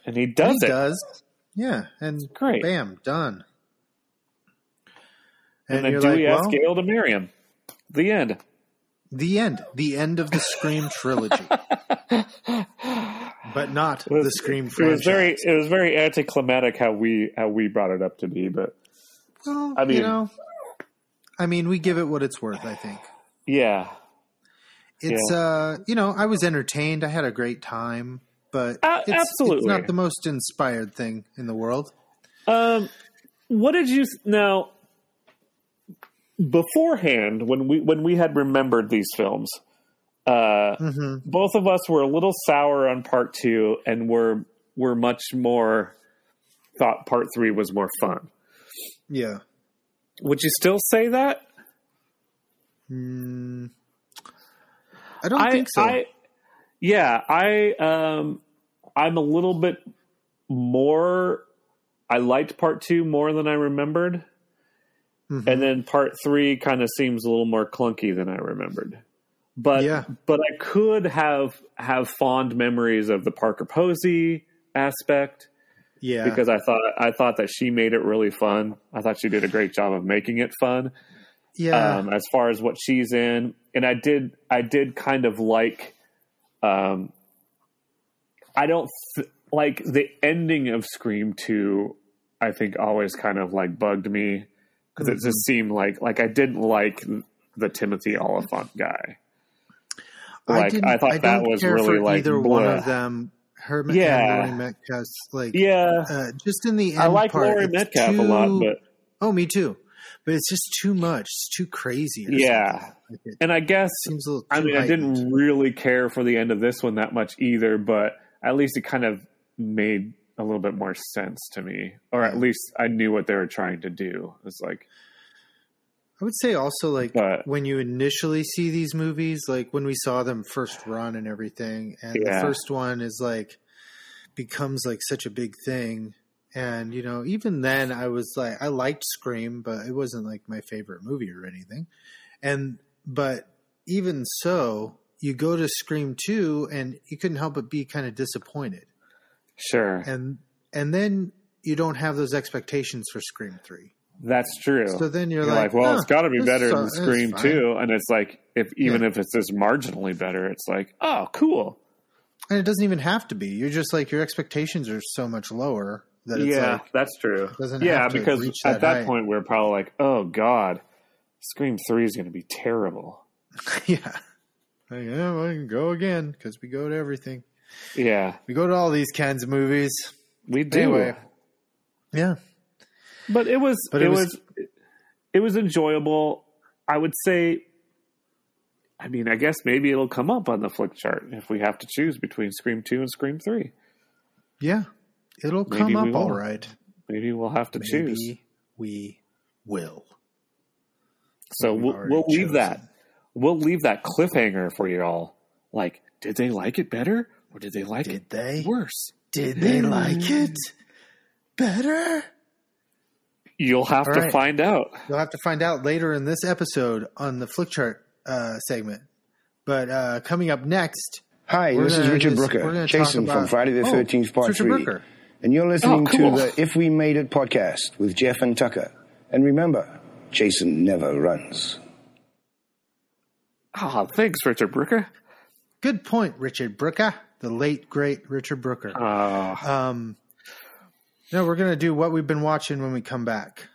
[SPEAKER 2] and he
[SPEAKER 4] And
[SPEAKER 2] does
[SPEAKER 4] he
[SPEAKER 2] it.
[SPEAKER 4] does. Yeah, and
[SPEAKER 2] Great.
[SPEAKER 4] bam, done.
[SPEAKER 2] and,
[SPEAKER 4] And,
[SPEAKER 2] then
[SPEAKER 4] you're
[SPEAKER 2] Dewey
[SPEAKER 4] like,
[SPEAKER 2] asks
[SPEAKER 4] "Well,
[SPEAKER 2] Gail to marry him. The end.
[SPEAKER 4] the end, the end of the Scream trilogy, but not the
[SPEAKER 2] It
[SPEAKER 4] Scream
[SPEAKER 2] was
[SPEAKER 4] franchise."
[SPEAKER 2] very it was very anticlimactic how we how we brought it up to be, but
[SPEAKER 4] Well,
[SPEAKER 2] I mean-
[SPEAKER 4] you know, I mean, we give it what it's worth. I think
[SPEAKER 2] yeah.
[SPEAKER 4] it's
[SPEAKER 2] Yeah.
[SPEAKER 4] uh, you know, I was entertained. I had a great time, but
[SPEAKER 2] Uh,
[SPEAKER 4] it's, it's
[SPEAKER 2] absolutely.
[SPEAKER 4] not the most inspired thing in the world.
[SPEAKER 2] Um, what did you now? Beforehand, when we when we had remembered these films, uh, both of us were a little sour on part two, and were were much more thought part three was more fun.
[SPEAKER 4] Yeah.
[SPEAKER 2] Would you still say that?
[SPEAKER 4] Mm, I don't think so.
[SPEAKER 2] I, yeah, I um, I'm a little bit more. I liked part two more than I remembered,
[SPEAKER 4] Mm-hmm.
[SPEAKER 2] and then part three kind of seems a little more clunky than I remembered. But
[SPEAKER 4] Yeah.
[SPEAKER 2] but I could have have fond memories of the Parker Posey aspect
[SPEAKER 4] yeah.
[SPEAKER 2] because I thought I thought that she made it really fun. I thought she did a great job of making it fun
[SPEAKER 4] yeah.
[SPEAKER 2] um, as far as what she's in. And I did, I did kind of like, um, I don't th- like the ending of Scream Two. I think always kind of like bugged me because it just
[SPEAKER 4] Mm-hmm.
[SPEAKER 2] seemed like like I didn't like the Timothy Oliphant guy. Like I, thought that
[SPEAKER 4] don't
[SPEAKER 2] was
[SPEAKER 4] care
[SPEAKER 2] really
[SPEAKER 4] for
[SPEAKER 2] like
[SPEAKER 4] either one
[SPEAKER 2] bleh.
[SPEAKER 4] of them. Her
[SPEAKER 2] Yeah.
[SPEAKER 4] yeah. and Laurie Metcalf, like
[SPEAKER 2] Yeah,
[SPEAKER 4] uh, just in the end.
[SPEAKER 2] I like
[SPEAKER 4] part,
[SPEAKER 2] Laurie
[SPEAKER 4] it's
[SPEAKER 2] Metcalf a lot,
[SPEAKER 4] too-
[SPEAKER 2] but
[SPEAKER 4] oh, me too. But it's just too much. It's too crazy. Or
[SPEAKER 2] Yeah.
[SPEAKER 4] something. Like it
[SPEAKER 2] and I guess
[SPEAKER 4] seems a little. Too
[SPEAKER 2] I mean, I didn't really care for the end of this one that much either, but at least it kind of made a little bit more sense to me, or at least I knew what they were trying to do. It's like,
[SPEAKER 4] I would say also like
[SPEAKER 2] But-
[SPEAKER 4] when you initially see these movies, like when we saw them first run and everything, and
[SPEAKER 2] Yeah.
[SPEAKER 4] the first one is like becomes like such a big thing. And you know, even then, I was like, I liked Scream, but it wasn't like my favorite movie or anything. And but even so, you go to Scream two, and you couldn't help but be kind of disappointed.
[SPEAKER 2] sure,
[SPEAKER 4] And and then you don't have those expectations for Scream three.
[SPEAKER 2] that's true.
[SPEAKER 4] So then you're
[SPEAKER 2] You're, like,
[SPEAKER 4] like,
[SPEAKER 2] well,
[SPEAKER 4] "Huh,
[SPEAKER 2] it's got to be
[SPEAKER 4] this
[SPEAKER 2] better
[SPEAKER 4] is-
[SPEAKER 2] than
[SPEAKER 4] this is
[SPEAKER 2] Scream
[SPEAKER 4] fine."
[SPEAKER 2] Two, and it's like, if even if it's just marginally better, it's like, oh, cool.
[SPEAKER 4] And it doesn't even have to be. You're just like your expectations are so much lower that it's
[SPEAKER 2] yeah,
[SPEAKER 4] like
[SPEAKER 2] that's true.
[SPEAKER 4] doesn't
[SPEAKER 2] Yeah,
[SPEAKER 4] have to
[SPEAKER 2] because
[SPEAKER 4] reach
[SPEAKER 2] at
[SPEAKER 4] that
[SPEAKER 2] that
[SPEAKER 4] height.
[SPEAKER 2] point we're probably like, oh god, Scream Three is going to be terrible.
[SPEAKER 4] Like, yeah, well, I can go again because we go to everything.
[SPEAKER 2] Yeah,
[SPEAKER 4] We go to all these kinds of movies.
[SPEAKER 2] We do.
[SPEAKER 4] Anyway, yeah.
[SPEAKER 2] But it was
[SPEAKER 4] But
[SPEAKER 2] it,
[SPEAKER 4] it
[SPEAKER 2] was,
[SPEAKER 4] was-
[SPEAKER 2] it was enjoyable. I would say I mean, I guess maybe it'll come up on the flick chart if we have to choose between Scream 2 and Scream 3.
[SPEAKER 4] Yeah. It'll
[SPEAKER 2] Maybe
[SPEAKER 4] come
[SPEAKER 2] we
[SPEAKER 4] up all
[SPEAKER 2] will.
[SPEAKER 4] right.
[SPEAKER 2] Maybe we'll have to choose.
[SPEAKER 4] Maybe we will.
[SPEAKER 2] So
[SPEAKER 4] we've
[SPEAKER 2] we'll,
[SPEAKER 4] already
[SPEAKER 2] we'll leave
[SPEAKER 4] chosen.
[SPEAKER 2] that. We'll leave that cliffhanger for you all. Like, did they like it better or did they like it
[SPEAKER 4] they?
[SPEAKER 2] worse?
[SPEAKER 4] Did they
[SPEAKER 13] Mm.
[SPEAKER 4] like it better?
[SPEAKER 2] You'll have
[SPEAKER 4] All
[SPEAKER 2] to
[SPEAKER 4] right.
[SPEAKER 2] find out.
[SPEAKER 4] You'll have to find out later in this episode on the flick chart uh, segment. But uh, coming up next,
[SPEAKER 13] Hi,
[SPEAKER 4] we're
[SPEAKER 13] this is
[SPEAKER 4] gonna
[SPEAKER 13] Richard
[SPEAKER 4] just- we're
[SPEAKER 13] Brooker,
[SPEAKER 4] gonna
[SPEAKER 13] Jason
[SPEAKER 4] talk
[SPEAKER 13] from
[SPEAKER 4] about-
[SPEAKER 13] Friday the
[SPEAKER 4] Oh,
[SPEAKER 13] Thirteenth Part
[SPEAKER 4] it's Richard
[SPEAKER 13] Three,
[SPEAKER 4] Brooker.
[SPEAKER 13] and you're listening
[SPEAKER 4] Oh, cool.
[SPEAKER 13] to the If We Made It podcast with Jeff and Tucker. And remember, Jason never runs.
[SPEAKER 2] Ah, thanks, Richard Brooker.
[SPEAKER 4] Good point, Richard Brooker, the late great Richard Brooker. Um, no, we're gonna do what we've been watching when we come back.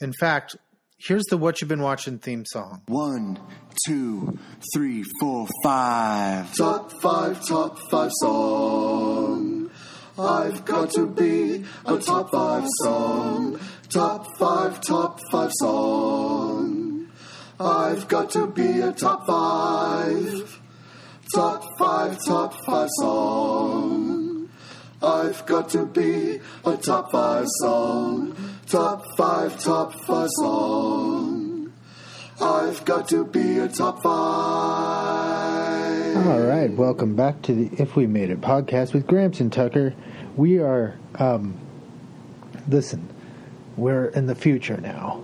[SPEAKER 4] In fact, here's the what you've been watching theme song.
[SPEAKER 14] One, two, three, four, five. Top five, top five song. I've got to be a top five song. Top five, top five song. I've got to be a top five. Top five, top five song. I've got to be a top five song. Top five, top five song. I've got to be a top five.
[SPEAKER 4] All right, welcome back to the If We Made It podcast with Gramson Tucker. We are, um, listen, we're in the future now.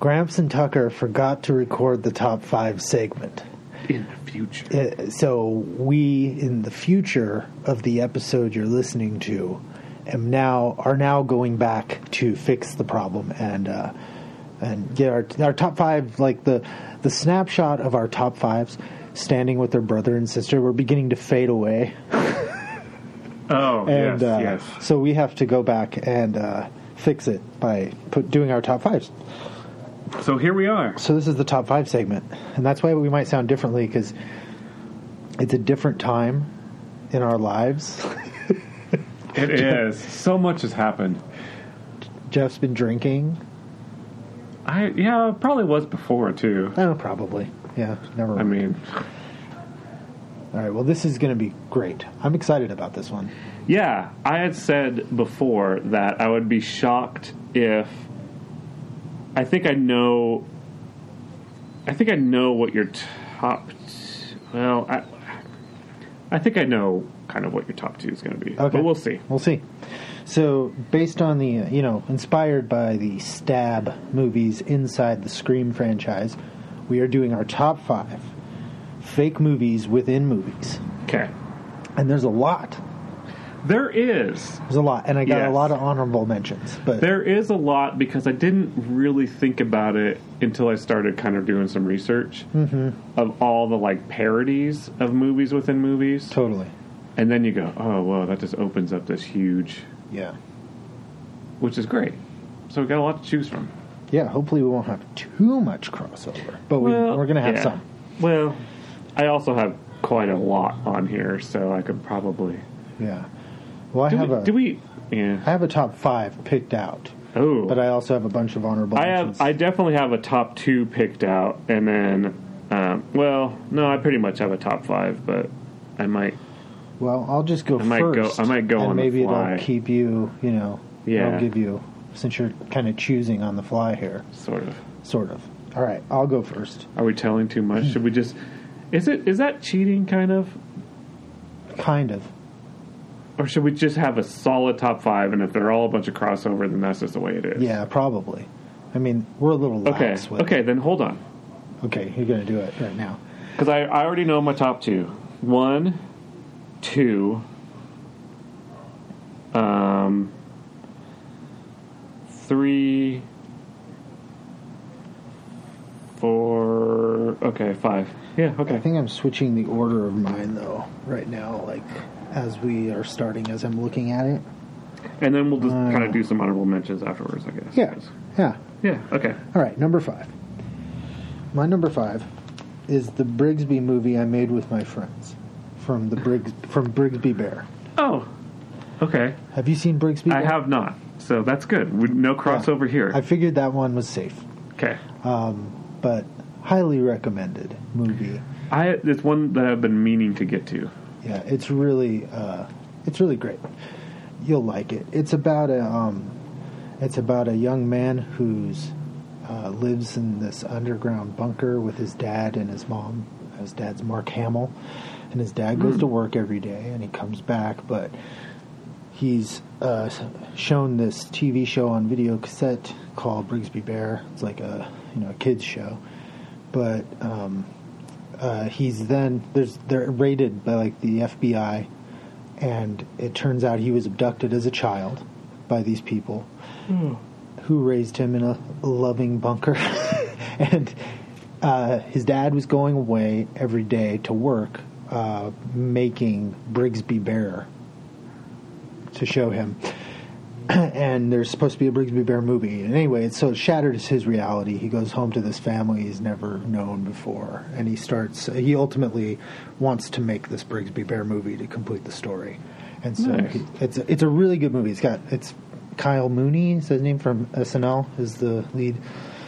[SPEAKER 4] Gramson Tucker forgot to record the top five segment.
[SPEAKER 2] In the future.
[SPEAKER 4] Uh, so we, in the future of the episode you're listening to, am now are now going back to fix the problem and uh, and get our our top five like the the snapshot of our top fives standing with their brother and sister. We're beginning to fade away,
[SPEAKER 2] Oh,
[SPEAKER 4] and uh, so we have to go back and uh, fix it by put, doing our top fives.
[SPEAKER 2] So here we are.
[SPEAKER 4] So this is the top five segment, and that's why we might sound differently because it's a different time in our lives.
[SPEAKER 2] It is. So much has happened.
[SPEAKER 4] Jeff's been drinking.
[SPEAKER 2] I yeah, it probably was before too.
[SPEAKER 4] Oh, probably. Yeah, never.
[SPEAKER 2] I mean,
[SPEAKER 4] All right. Well, this is going to be great. I'm excited about this one.
[SPEAKER 2] yeah, I had said before that I would be shocked if I think I know. I think I know what your top. t- Well, I I think I know kind of what your top two is going to be,
[SPEAKER 4] Okay.
[SPEAKER 2] but we'll see.
[SPEAKER 4] We'll see. So, based on the, uh, you know, inspired by the Stab movies inside the Scream franchise, we are doing our top five fake movies within movies.
[SPEAKER 2] Okay.
[SPEAKER 4] And there's a lot.
[SPEAKER 2] There is.
[SPEAKER 4] There's a lot. And I got
[SPEAKER 2] Yes.
[SPEAKER 4] a lot of honorable mentions. But
[SPEAKER 2] There is a lot because I didn't really think about it until I started kind of doing some research.
[SPEAKER 4] Mhm.
[SPEAKER 2] of all the like parodies of movies within movies.
[SPEAKER 4] Totally.
[SPEAKER 2] And then you go, oh whoa, that just opens up this huge,
[SPEAKER 4] Yeah.
[SPEAKER 2] which is great. So we got a lot to choose from.
[SPEAKER 4] yeah, hopefully we won't have too much crossover. But we,
[SPEAKER 2] Well,
[SPEAKER 4] we're going to have
[SPEAKER 2] yeah.
[SPEAKER 4] some.
[SPEAKER 2] Well, I also have quite a lot on here, so I could probably.
[SPEAKER 4] Yeah. Well, I
[SPEAKER 2] do
[SPEAKER 4] have
[SPEAKER 2] we,
[SPEAKER 4] a.
[SPEAKER 2] Do we? Yeah.
[SPEAKER 4] I have a top five picked out.
[SPEAKER 2] Oh.
[SPEAKER 4] But I also have a bunch of honorable
[SPEAKER 2] I
[SPEAKER 4] mentions.
[SPEAKER 2] have. I definitely have a top two picked out, and then. Um, well, no, I pretty much have a top five, but I might.
[SPEAKER 4] Well, I'll just go
[SPEAKER 2] I
[SPEAKER 4] first.
[SPEAKER 2] might go- I might go
[SPEAKER 4] and
[SPEAKER 2] on the
[SPEAKER 4] maybe
[SPEAKER 2] fly.
[SPEAKER 4] it'll keep you. You know,
[SPEAKER 2] Yeah.
[SPEAKER 4] I'll give you since you're kind of choosing on the fly here.
[SPEAKER 2] Sort of.
[SPEAKER 4] Sort of. All right, I'll go first.
[SPEAKER 2] Are we telling too much? Should we just? Is it? Is that cheating? Kind of.
[SPEAKER 4] Kind of.
[SPEAKER 2] Or should we just have a solid top five, and if they're all a bunch of crossover, then that's just the way it is.
[SPEAKER 4] Yeah, probably. I mean, we're a little
[SPEAKER 2] Okay.
[SPEAKER 4] lax with.
[SPEAKER 2] Okay, then hold on,
[SPEAKER 4] Okay, you're gonna do it right now.
[SPEAKER 2] because I, I already know my top two. One, two. Um. Three. Four. Okay, five. Yeah, okay.
[SPEAKER 4] I think I'm switching the order of mine though right now, like as we are starting, as I'm looking at it.
[SPEAKER 2] And then we'll just kind of do some honorable mentions afterwards, I guess.
[SPEAKER 4] Yeah, yeah.
[SPEAKER 2] Yeah, okay.
[SPEAKER 4] All right, number five. My number five is the Brigsby movie I made with my friends from the Briggs from Brigsby Bear.
[SPEAKER 2] Oh, okay.
[SPEAKER 4] Have you seen Brigsby?
[SPEAKER 2] I
[SPEAKER 4] Bear?
[SPEAKER 2] have not. So that's good. We- No crossover here.
[SPEAKER 4] I figured that one was safe,
[SPEAKER 2] okay.
[SPEAKER 4] um, but highly recommended movie.
[SPEAKER 2] I it's one that I've been meaning to get to.
[SPEAKER 4] Yeah, it's really uh, it's really great. You'll like it. It's about a um, it's about a young man who's uh, lives in this underground bunker with his dad and his mom. His dad's Mark Hamill, and his dad goes
[SPEAKER 8] Hmm.
[SPEAKER 4] to work every day, and he comes back, but he's uh, shown this TV show on video cassette called Brigsby Bear. It's like a you know a kids show, but um, uh, he's then there's they're raided by like the FBI, and it turns out he was abducted as a child by these people who raised him in a loving bunker. and uh, his dad was going away every day to work uh, making Brigsby Bear to show him. and there's supposed to be a Brigsby Bear movie. And anyway, it, so it shatters his reality. He goes home to this family he's never known before. And he starts, he ultimately wants to make this Brigsby Bear movie to complete the story. And so
[SPEAKER 2] Nice.
[SPEAKER 4] he- it's, a, it's a really good movie. It's got, it's Kyle Mooney, is his name from SNL, is the lead.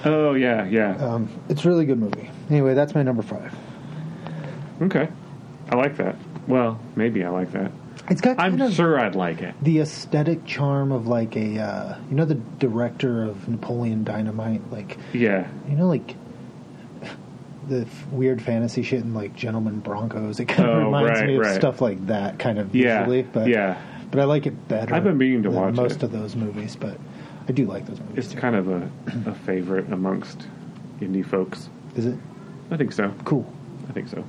[SPEAKER 2] Oh yeah, yeah.
[SPEAKER 4] Um, it's a really good movie. Anyway, that's my number five.
[SPEAKER 2] Okay. I like that. Well, maybe I like that.
[SPEAKER 4] It's got
[SPEAKER 2] I'm
[SPEAKER 4] kind of-
[SPEAKER 2] sure I'd like it.
[SPEAKER 4] the aesthetic charm of like a uh, you know the director of Napoleon Dynamite like
[SPEAKER 2] Yeah.
[SPEAKER 4] you know like the f- weird fantasy shit and like Gentleman Broncos it kind of
[SPEAKER 2] Oh,
[SPEAKER 4] reminds
[SPEAKER 2] right,
[SPEAKER 4] me of
[SPEAKER 2] right.
[SPEAKER 4] stuff like that kind of
[SPEAKER 2] Yeah,
[SPEAKER 4] visually but
[SPEAKER 2] yeah.
[SPEAKER 4] but I like it better
[SPEAKER 2] I've been meaning to
[SPEAKER 4] than
[SPEAKER 2] watch
[SPEAKER 4] most
[SPEAKER 2] it.
[SPEAKER 4] of those movies but I do like those movies
[SPEAKER 2] It's kind of a, a favorite amongst indie folks.
[SPEAKER 4] Is it?
[SPEAKER 2] I think so.
[SPEAKER 4] Cool.
[SPEAKER 2] I think so.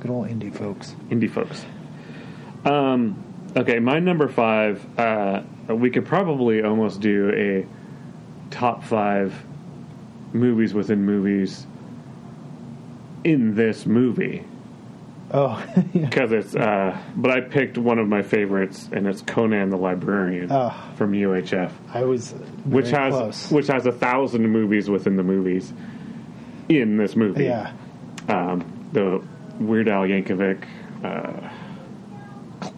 [SPEAKER 4] good old indie folks
[SPEAKER 2] Indie folks. Um, okay, my number five. Uh, we could probably almost do a top five movies within movies in this movie.
[SPEAKER 4] Oh,
[SPEAKER 2] because it's. Uh, but I picked one of my favorites, and it's Conan the Librarian
[SPEAKER 4] Oh.
[SPEAKER 2] from UHF
[SPEAKER 4] I was
[SPEAKER 2] which
[SPEAKER 4] very
[SPEAKER 2] has
[SPEAKER 4] close.
[SPEAKER 2] which has a thousand movies within the movies in this movie.
[SPEAKER 4] Yeah.
[SPEAKER 2] um, the Weird Al Yankovic uh,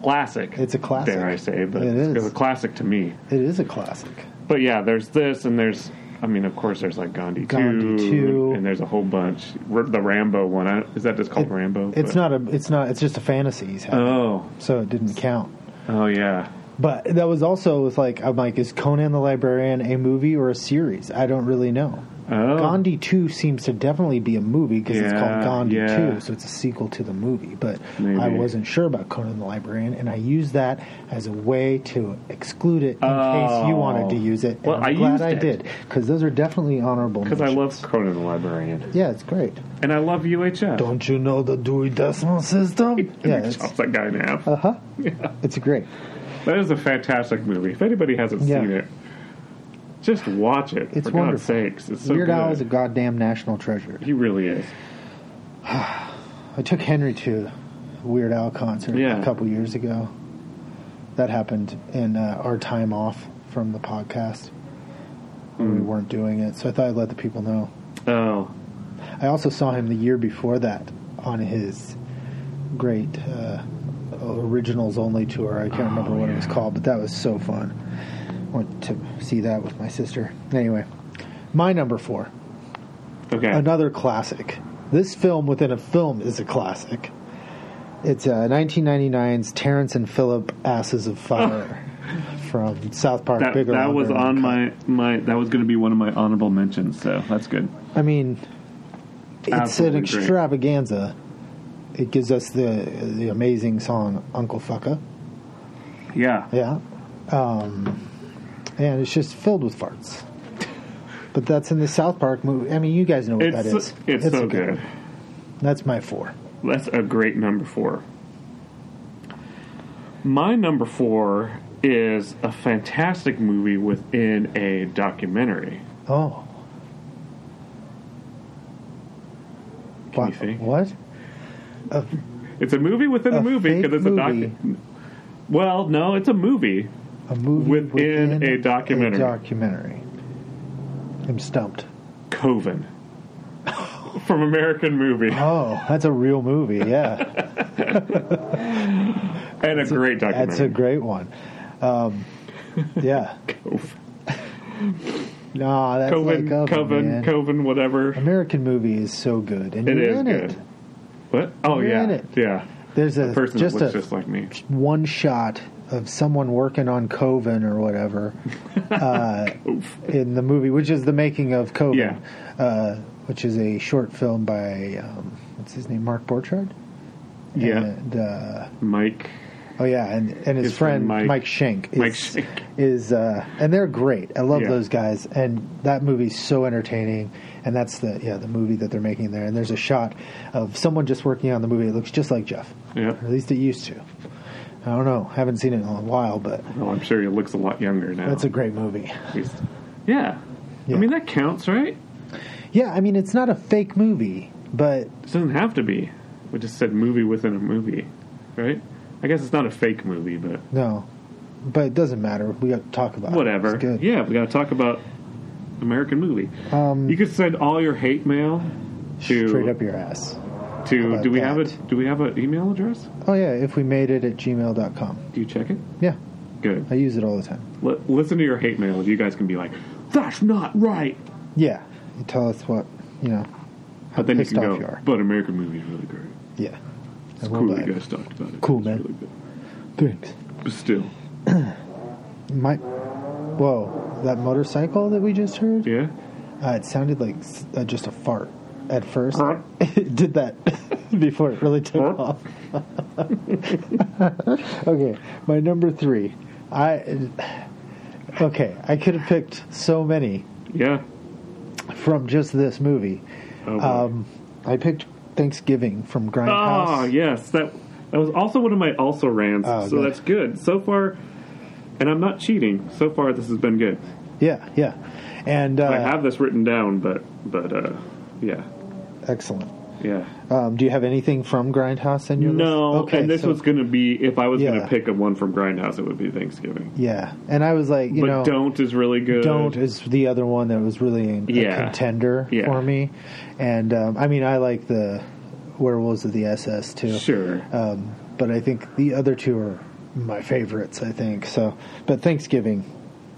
[SPEAKER 2] classic.
[SPEAKER 4] It's a classic.
[SPEAKER 2] dare I say? But
[SPEAKER 4] It
[SPEAKER 2] it's
[SPEAKER 4] is.
[SPEAKER 2] a classic to me.
[SPEAKER 4] it is a classic
[SPEAKER 2] But yeah, there's this, and there's. I mean, of course, there's like Gandhi,
[SPEAKER 4] Gandhi 2.
[SPEAKER 2] and there's a whole bunch. R- The Rambo one I, is that just called Rambo?
[SPEAKER 4] it's
[SPEAKER 2] But-
[SPEAKER 4] not a it's not it's just a fantasy he's having
[SPEAKER 2] Oh,
[SPEAKER 4] so it didn't count
[SPEAKER 2] oh yeah.
[SPEAKER 4] But that was also with like I'm like, is Conan the Librarian a movie or a series? I don't really know.
[SPEAKER 2] Oh.
[SPEAKER 4] Gandhi Two seems to definitely be a movie because it's
[SPEAKER 2] Yeah,
[SPEAKER 4] called Gandhi
[SPEAKER 2] yeah.
[SPEAKER 4] Two, so it's a sequel to the movie. But I
[SPEAKER 2] Maybe.
[SPEAKER 4] wasn't sure about Conan the Librarian, and I used that as a way to exclude it in case
[SPEAKER 2] Oh.
[SPEAKER 4] you wanted to use it. and
[SPEAKER 2] Well,
[SPEAKER 4] I'm
[SPEAKER 2] I
[SPEAKER 4] glad
[SPEAKER 2] used
[SPEAKER 4] I
[SPEAKER 2] it.
[SPEAKER 4] did because those are definitely honorable.
[SPEAKER 2] Because I
[SPEAKER 4] mentions.
[SPEAKER 2] love Conan the Librarian,
[SPEAKER 4] yeah, it's great.
[SPEAKER 2] and I love UHF.
[SPEAKER 4] Don't you know the Dewey Decimal System? yeah, it's,
[SPEAKER 2] chops that guy in half.
[SPEAKER 4] uh huh. It's great.
[SPEAKER 2] That is a fantastic movie. If anybody hasn't
[SPEAKER 4] Yeah.
[SPEAKER 2] seen it, just watch it.
[SPEAKER 4] It's
[SPEAKER 2] for God's
[SPEAKER 4] wonderful.
[SPEAKER 2] sakes, it's so
[SPEAKER 4] Weird
[SPEAKER 2] good.
[SPEAKER 4] Al is a goddamn national treasure.
[SPEAKER 2] he really is.
[SPEAKER 4] I took Henry to a Weird Al concert
[SPEAKER 2] Yeah.
[SPEAKER 4] a couple years ago. That happened in uh, our time off from the podcast. We weren't doing it, so I thought I'd let the people know.
[SPEAKER 2] Oh,
[SPEAKER 4] I also saw him the year before that on his great uh, originals only tour. I can't remember what it was called, but that was so fun. Went to see that with my sister. Anyway, my number four.
[SPEAKER 2] Okay.
[SPEAKER 4] Another classic. This film within a film is a classic. It's uh, 1999's Terrence and Phillip Asses of Fire from South Park.
[SPEAKER 2] that
[SPEAKER 4] Bigger,
[SPEAKER 2] that was
[SPEAKER 4] Longer,
[SPEAKER 2] on my my that was going to be one of my honorable mentions. So that's good.
[SPEAKER 4] I mean, it's
[SPEAKER 2] Absolutely
[SPEAKER 4] an
[SPEAKER 2] great.
[SPEAKER 4] extravaganza. It gives us the the amazing song "Uncle Fucka."
[SPEAKER 2] Yeah.
[SPEAKER 4] Yeah, um, and it's just filled with farts. But that's in the South Park movie. I mean, you guys know what
[SPEAKER 2] It's
[SPEAKER 4] that is.
[SPEAKER 2] it's,
[SPEAKER 4] a
[SPEAKER 2] so good.
[SPEAKER 4] one. That's my four.
[SPEAKER 2] That's a great number four. My number four is a fantastic movie within a documentary.
[SPEAKER 4] Oh,
[SPEAKER 2] Can you see?
[SPEAKER 4] What?
[SPEAKER 2] It's a movie within a, movie because it's a docu. Well, no, it's a movie.
[SPEAKER 4] A movie
[SPEAKER 2] within, a documentary.
[SPEAKER 4] A documentary. I'm stumped.
[SPEAKER 2] Coven from American Movie.
[SPEAKER 4] Oh, that's a real movie, yeah.
[SPEAKER 2] and a great documentary.
[SPEAKER 4] That's a great one. Um, yeah. Nah, that's
[SPEAKER 2] Coven,
[SPEAKER 4] like oven,
[SPEAKER 2] Coven,
[SPEAKER 4] man.
[SPEAKER 2] Coven, whatever.
[SPEAKER 4] American movie is so good, and
[SPEAKER 2] it
[SPEAKER 4] you're
[SPEAKER 2] is
[SPEAKER 4] in
[SPEAKER 2] good.
[SPEAKER 4] it.
[SPEAKER 2] What? Oh
[SPEAKER 4] You're
[SPEAKER 2] yeah,
[SPEAKER 4] in it.
[SPEAKER 2] yeah.
[SPEAKER 4] There's a,
[SPEAKER 2] a person
[SPEAKER 4] just
[SPEAKER 2] that looks
[SPEAKER 4] a
[SPEAKER 2] just like me.
[SPEAKER 4] one shot of someone working on Coven or whatever uh, in the movie, which is the making of Coven, uh, which is a short film by um, what's his name, Mark Borchardt.
[SPEAKER 2] Yeah.
[SPEAKER 4] And, uh,
[SPEAKER 2] Mike.
[SPEAKER 4] Oh yeah, and, and his,
[SPEAKER 2] His
[SPEAKER 4] friend
[SPEAKER 2] friend
[SPEAKER 4] Mike,
[SPEAKER 2] Mike-
[SPEAKER 4] Schenk is,
[SPEAKER 2] Mike Schenk.
[SPEAKER 4] is uh, and they're great. I love
[SPEAKER 2] Yeah.
[SPEAKER 4] those guys, and that movie's so entertaining. And that's the yeah the movie that they're making there. And there's a shot of someone just working on the movie. It looks just like Jeff,
[SPEAKER 2] Yeah.
[SPEAKER 4] or at least it used to. I don't know. Haven't seen it in a while, but
[SPEAKER 2] Well, I'm sure he looks a lot younger now.
[SPEAKER 4] that's a great movie.
[SPEAKER 2] He's- yeah. I mean that counts, right?
[SPEAKER 4] Yeah, I mean it's not a fake movie, but
[SPEAKER 2] It doesn't have to be. We just said movie within a movie, right? I guess it's not a fake movie, but
[SPEAKER 4] no, but it doesn't matter. We got to talk about It.
[SPEAKER 2] whatever.
[SPEAKER 4] It's good.
[SPEAKER 2] Yeah, we got to talk about American movie.
[SPEAKER 4] Um,
[SPEAKER 2] you could send all your hate mail to
[SPEAKER 4] Straight up your ass.
[SPEAKER 2] to
[SPEAKER 4] about
[SPEAKER 2] do we have a do we have an email address?
[SPEAKER 4] Oh yeah, if we made it at gmail.com.
[SPEAKER 2] Do you check it?
[SPEAKER 4] Yeah,
[SPEAKER 2] Good.
[SPEAKER 4] I use it all the time.
[SPEAKER 2] Li- listen to your hate mail. You guys can be like, "That's not right,"
[SPEAKER 4] Yeah, you tell us what you know. How
[SPEAKER 2] but then you
[SPEAKER 4] pissed
[SPEAKER 2] can
[SPEAKER 4] off
[SPEAKER 2] go.
[SPEAKER 4] you are.
[SPEAKER 2] But American movie is really great.
[SPEAKER 4] Yeah,
[SPEAKER 2] It's
[SPEAKER 4] And we'll
[SPEAKER 2] cool
[SPEAKER 4] buy
[SPEAKER 2] that you
[SPEAKER 4] it.
[SPEAKER 2] guys talked about it.
[SPEAKER 4] Cool,
[SPEAKER 2] It's
[SPEAKER 4] man.
[SPEAKER 2] really good.
[SPEAKER 4] Thanks.
[SPEAKER 2] But still,
[SPEAKER 4] My, whoa, that motorcycle that we just heard.
[SPEAKER 2] Yeah,
[SPEAKER 4] uh, it sounded like s- uh, just a fart at first. it did that before it really took off. okay, my number three. I okay, I could have picked so many
[SPEAKER 2] yeah.
[SPEAKER 4] from just this movie.
[SPEAKER 2] Oh, boy.
[SPEAKER 4] um, I picked Thanksgiving from Grindhouse.
[SPEAKER 2] Ah, yes. That that was also one of my also rants.
[SPEAKER 4] Oh,
[SPEAKER 2] so
[SPEAKER 4] good.
[SPEAKER 2] that's good so far. And I'm not cheating. So far, this has been good.
[SPEAKER 4] Yeah, yeah, and uh,
[SPEAKER 2] I have this written down, but but uh, yeah,
[SPEAKER 4] excellent.
[SPEAKER 2] yeah.
[SPEAKER 4] Um, do you have anything from Grindhouse in your
[SPEAKER 2] No,
[SPEAKER 4] list?
[SPEAKER 2] and this
[SPEAKER 4] so-
[SPEAKER 2] was going to be if I was going
[SPEAKER 4] Yeah.
[SPEAKER 2] to pick a one from Grindhouse, it would be Thanksgiving.
[SPEAKER 4] yeah, and I was like, you
[SPEAKER 2] but
[SPEAKER 4] know,
[SPEAKER 2] don't is really good.
[SPEAKER 4] Don't is the other one that was really a, a
[SPEAKER 2] Yeah.
[SPEAKER 4] contender
[SPEAKER 2] Yeah.
[SPEAKER 4] for me, and um, I mean, I like the Werewolves of the SS too,
[SPEAKER 2] Sure.
[SPEAKER 4] um, but I think the other two are my favorites. I think so, but Thanksgiving,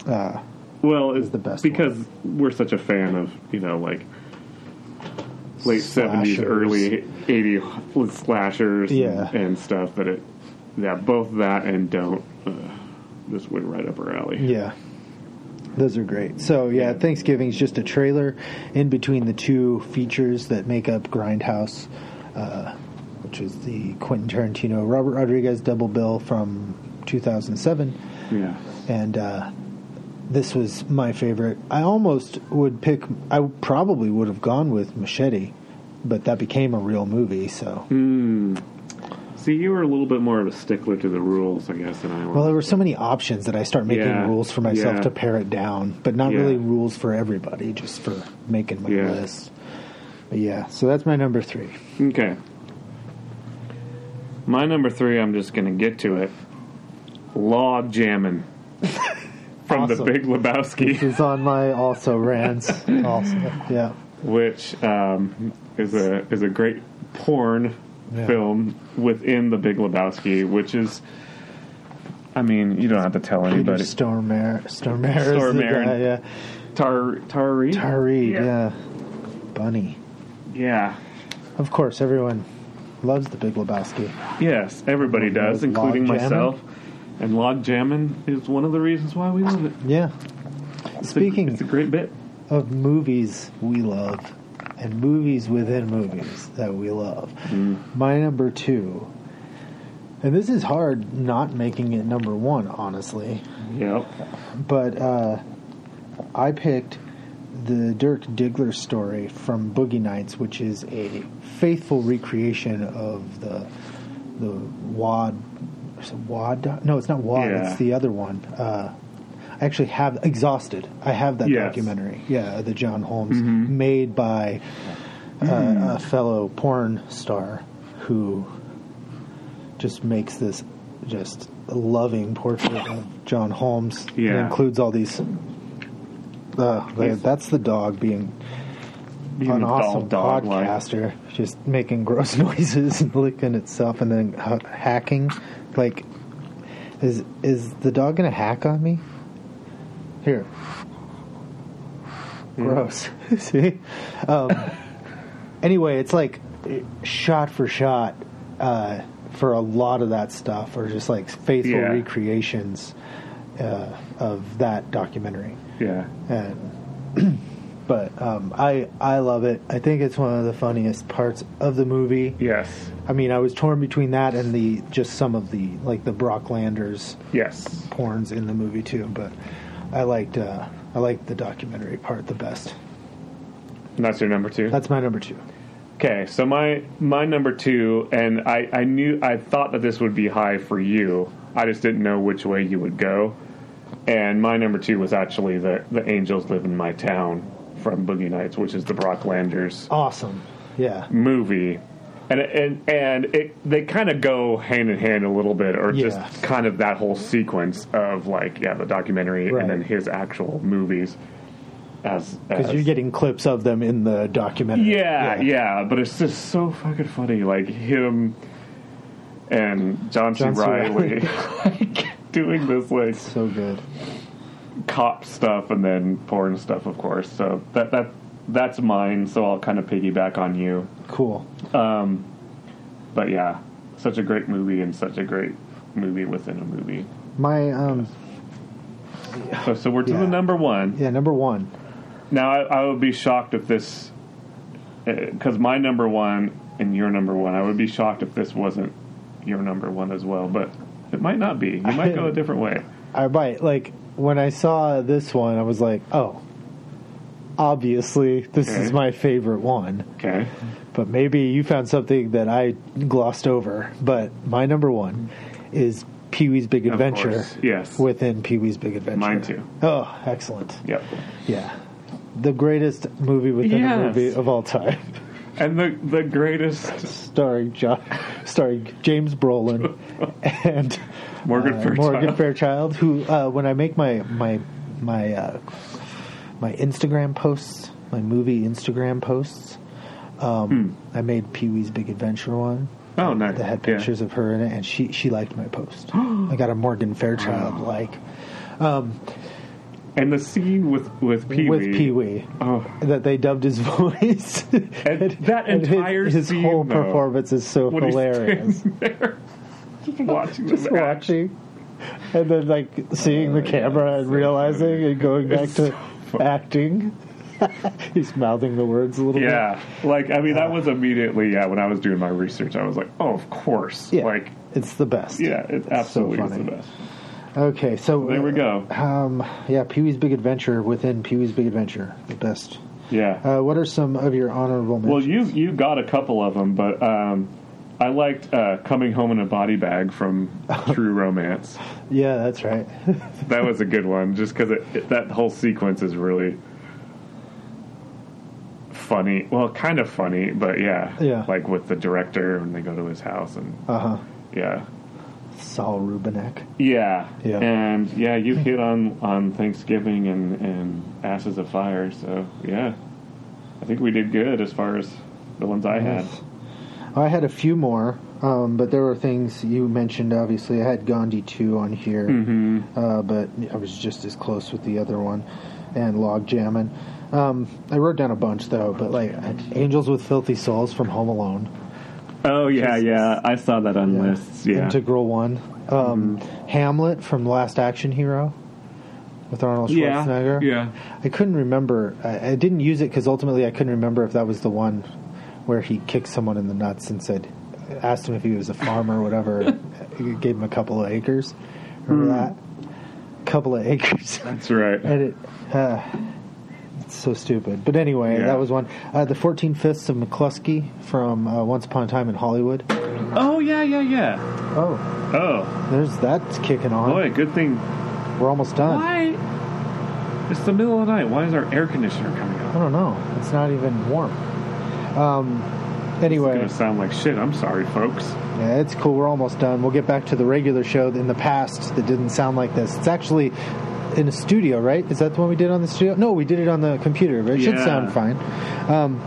[SPEAKER 4] uh,
[SPEAKER 2] Well, it's
[SPEAKER 4] the best
[SPEAKER 2] because we're such a fan of you know like late seventies,
[SPEAKER 4] Slashers.
[SPEAKER 2] early eighties slashers, and-
[SPEAKER 4] Yeah.
[SPEAKER 2] and, stuff. That it, yeah, both that and don't uh, just went right up our alley.
[SPEAKER 4] Yeah. Those are great. So yeah, Thanksgiving's just a trailer in between the two features that make up Grindhouse, uh, which is the Quentin Tarantino Robert Rodriguez double bill from 2007,
[SPEAKER 2] Yeah.
[SPEAKER 4] and uh, this was my favorite. I almost would pick. I probably would have gone with Machete, but that became a real movie. So
[SPEAKER 2] Hmm. See, you were a little bit more of a stickler to the rules, I guess, than I was.
[SPEAKER 4] well, there were so many options that I start making
[SPEAKER 2] Yeah,
[SPEAKER 4] rules for myself
[SPEAKER 2] yeah.
[SPEAKER 4] to pare it down, but not
[SPEAKER 2] Yeah.
[SPEAKER 4] really rules for everybody, just for making my
[SPEAKER 2] Yeah.
[SPEAKER 4] list. But yeah, so that's my number three.
[SPEAKER 2] Okay. My number three, I'm just going to get to it. Log jamming from
[SPEAKER 4] Awesome.
[SPEAKER 2] the Big Lebowski,
[SPEAKER 4] This is on my also rants. also, yeah,
[SPEAKER 2] which um, is a is a great porn
[SPEAKER 4] Yeah.
[SPEAKER 2] film within the Big Lebowski, which is, I mean, you don't have to tell
[SPEAKER 4] Peter
[SPEAKER 2] anybody.
[SPEAKER 4] Stormare, Stormare, is the
[SPEAKER 2] Stormare
[SPEAKER 4] guy,
[SPEAKER 2] and-
[SPEAKER 4] yeah,
[SPEAKER 2] Tar Tari
[SPEAKER 4] Tari, yeah. Bunny.
[SPEAKER 2] yeah
[SPEAKER 4] Of course, everyone loves the Big Lebowski.
[SPEAKER 2] yes everybody does,
[SPEAKER 4] Log
[SPEAKER 2] including
[SPEAKER 4] jamming.
[SPEAKER 2] myself. And log jamming is one of the reasons why we love it.
[SPEAKER 4] Yeah.
[SPEAKER 2] It's a-
[SPEAKER 4] Speaking
[SPEAKER 2] it's a great bit.
[SPEAKER 4] of movies we love and movies within movies that we love. My number two, and this is hard not making it number one, honestly,
[SPEAKER 2] Yep.
[SPEAKER 4] but uh, I picked the Dirk Diggler story from Boogie Nights, which is a faithful recreation of the the Wad. is it Wad? No, it's not Wad.
[SPEAKER 2] Yeah.
[SPEAKER 4] It's the other one. Uh, I actually have Exhausted. I have that
[SPEAKER 2] Yes. Mm-hmm.
[SPEAKER 4] documentary. Yeah, the John Holmes made by uh, a fellow porn star who just makes this just loving portrait of John Holmes. It
[SPEAKER 2] Yeah.
[SPEAKER 4] includes all these. Uh, they- that's the dog being
[SPEAKER 2] Being
[SPEAKER 4] an
[SPEAKER 2] a
[SPEAKER 4] awesome
[SPEAKER 2] dog- dog-like.
[SPEAKER 4] podcaster, just making gross noises and licking itself, and then ha- hacking. Like, is is the dog gonna hack on me? Here, gross. See? Um, anyway, it's like eh, shot for shot uh, for a lot of that stuff, or just like faithful
[SPEAKER 2] Yeah.
[SPEAKER 4] recreations uh, of that documentary.
[SPEAKER 2] Yeah.
[SPEAKER 4] And but um, I I love it. I think it's one of the funniest parts of the movie.
[SPEAKER 2] Yes.
[SPEAKER 4] I mean, I was torn between that and the just some of the like the Brock Landers
[SPEAKER 2] yes
[SPEAKER 4] porns in the movie too, but I liked uh, I liked the documentary part the best.
[SPEAKER 2] And that's your number two.
[SPEAKER 4] That's my number two.
[SPEAKER 2] Okay, so my my number two, and I I knew I thought that this would be high for you. I just didn't know which way you would go. And my number two was actually the the Angels Live in My Town from Boogie Nights, which is the Brock
[SPEAKER 4] Oh.
[SPEAKER 2] Landers
[SPEAKER 4] Awesome. Yeah.
[SPEAKER 2] movie. And and and it they kind of go hand in hand a little bit, or just kind of that whole sequence of like yeah the documentary
[SPEAKER 4] Right.
[SPEAKER 2] and then his actual movies as
[SPEAKER 4] Because
[SPEAKER 2] as-
[SPEAKER 4] you're getting clips of them in the documentary.
[SPEAKER 2] yeah, yeah, but it's just so fucking funny. Like him and John,
[SPEAKER 4] John
[SPEAKER 2] C.
[SPEAKER 4] C.
[SPEAKER 2] Riley like, doing this like
[SPEAKER 4] so good
[SPEAKER 2] cop stuff and then porn stuff, of course. So that that that's mine. So I'll kind of piggyback on you.
[SPEAKER 4] Cool.
[SPEAKER 2] Um, but yeah, such a great movie and such a great movie within a movie.
[SPEAKER 4] My um
[SPEAKER 2] So, so we're to the number one.
[SPEAKER 4] yeah, number one.
[SPEAKER 2] Now, I, I would be shocked if this, because my number one and your number one, I would be shocked if this wasn't your number one as well. But it might not be. You might go a different way.
[SPEAKER 4] I might like when I saw this one I was like, Oh obviously this
[SPEAKER 2] Okay.
[SPEAKER 4] is my favorite one.
[SPEAKER 2] Okay.
[SPEAKER 4] But maybe you found something that I glossed over. But my number one is Pee Wee's Big
[SPEAKER 2] Of
[SPEAKER 4] Adventure.
[SPEAKER 2] course, yes.
[SPEAKER 4] Within Pee Wee's Big Adventure.
[SPEAKER 2] Mine too.
[SPEAKER 4] Oh, excellent.
[SPEAKER 2] Yep.
[SPEAKER 4] Yeah. The greatest movie within
[SPEAKER 2] Yes.
[SPEAKER 4] a movie of all time.
[SPEAKER 2] And the the greatest
[SPEAKER 4] starring John, starring James Brolin and
[SPEAKER 2] Morgan
[SPEAKER 4] uh,
[SPEAKER 2] Fairchild.
[SPEAKER 4] Morgan Fairchild, who uh, when I make my my my uh, my Instagram posts, my movie Instagram posts, um, I made Pee Wee's Big Adventure one.
[SPEAKER 2] Oh, nice.
[SPEAKER 4] That had
[SPEAKER 2] Hmm. Yeah.
[SPEAKER 4] pictures of her in it, and she she liked my post. I got a Morgan Fairchild like. Um,
[SPEAKER 2] and the scene with with Pee Wee Oh.
[SPEAKER 4] with Pee Wee that they dubbed his voice.
[SPEAKER 2] And that
[SPEAKER 4] And his-
[SPEAKER 2] entire
[SPEAKER 4] his,
[SPEAKER 2] scene,
[SPEAKER 4] whole
[SPEAKER 2] though,
[SPEAKER 4] performance is so
[SPEAKER 2] when he's
[SPEAKER 4] hilarious.
[SPEAKER 2] watching
[SPEAKER 4] Just
[SPEAKER 2] them act.
[SPEAKER 4] watching, and then like seeing
[SPEAKER 2] Oh,
[SPEAKER 4] the camera and realizing and going back to acting. He's mouthing the words a little
[SPEAKER 2] Yeah, like I mean,
[SPEAKER 4] Uh.
[SPEAKER 2] that was immediately yeah. When I was doing my research, I was like, oh, of course.
[SPEAKER 4] Yeah.
[SPEAKER 2] Like
[SPEAKER 4] bit. It's the best.
[SPEAKER 2] yeah, it absolutely is the best.
[SPEAKER 4] Okay, so
[SPEAKER 2] There we go.
[SPEAKER 4] Um, yeah, Pee Wee's Big Adventure within Pee Wee's Big Adventure, the best.
[SPEAKER 2] Yeah.
[SPEAKER 4] Uh, what are some of your honorable mentions?
[SPEAKER 2] Well, you you got a couple of them, but um, I liked uh, coming home in a body bag from True Romance.
[SPEAKER 4] yeah, that's right.
[SPEAKER 2] That was a good one, just because it, it- that whole sequence is really funny. Well, kind of funny, but yeah,
[SPEAKER 4] Yeah.
[SPEAKER 2] Like with the director when they go to his house and
[SPEAKER 4] Uh huh.
[SPEAKER 2] yeah,
[SPEAKER 4] Saul Rubinek.
[SPEAKER 2] yeah,
[SPEAKER 4] Yeah.
[SPEAKER 2] and yeah, you hit on on Thanksgiving and and Ashes of Fire. So yeah, I think we did good as far as the ones I had.
[SPEAKER 4] Nice. I had a few more, um, but there were things you mentioned. Obviously, I had Gandhi two on here,
[SPEAKER 2] Mhm.
[SPEAKER 4] uh, but I was just as close with the other one, and log jamming. Um, I wrote down a bunch though, but like Angels with Filthy Souls from Home Alone,
[SPEAKER 2] Oh yeah, yeah. I saw that on lists. Yeah,
[SPEAKER 4] Integral One, um, Hamlet from Last Action Hero with Arnold
[SPEAKER 2] Yeah,
[SPEAKER 4] Schwarzenegger.
[SPEAKER 2] yeah.
[SPEAKER 4] I couldn't remember. I, I didn't use it because ultimately I couldn't remember if that was the one where he kicked someone in the nuts and said, asked him if he was a farmer or whatever, gave him a couple of acres. Remember
[SPEAKER 2] Hmm.
[SPEAKER 4] that? Couple of acres.
[SPEAKER 2] that's right.
[SPEAKER 4] and it, uh, it's so stupid. But anyway,
[SPEAKER 2] Yeah.
[SPEAKER 4] that was one. Uh, the 14 Fifths of McCluskey from uh, Once Upon a Time in Hollywood.
[SPEAKER 2] Oh yeah, yeah, yeah.
[SPEAKER 4] Oh,
[SPEAKER 2] Oh
[SPEAKER 4] there's that's kicking on.
[SPEAKER 2] boy, good thing.
[SPEAKER 4] We're almost done.
[SPEAKER 2] Why? It's the middle of the night. Why is our air conditioner coming on?
[SPEAKER 4] I don't know. It's not even warm. Um, anyway,
[SPEAKER 2] It's gonna sound like shit. I'm sorry, folks.
[SPEAKER 4] yeah, it's cool. We're almost done. We'll get back to the regular show in the past that didn't sound like this. It's actually in a studio, right? Is that the one we did on the studio? No, we did it on the computer, but it should
[SPEAKER 2] Yeah.
[SPEAKER 4] sound fine. Um,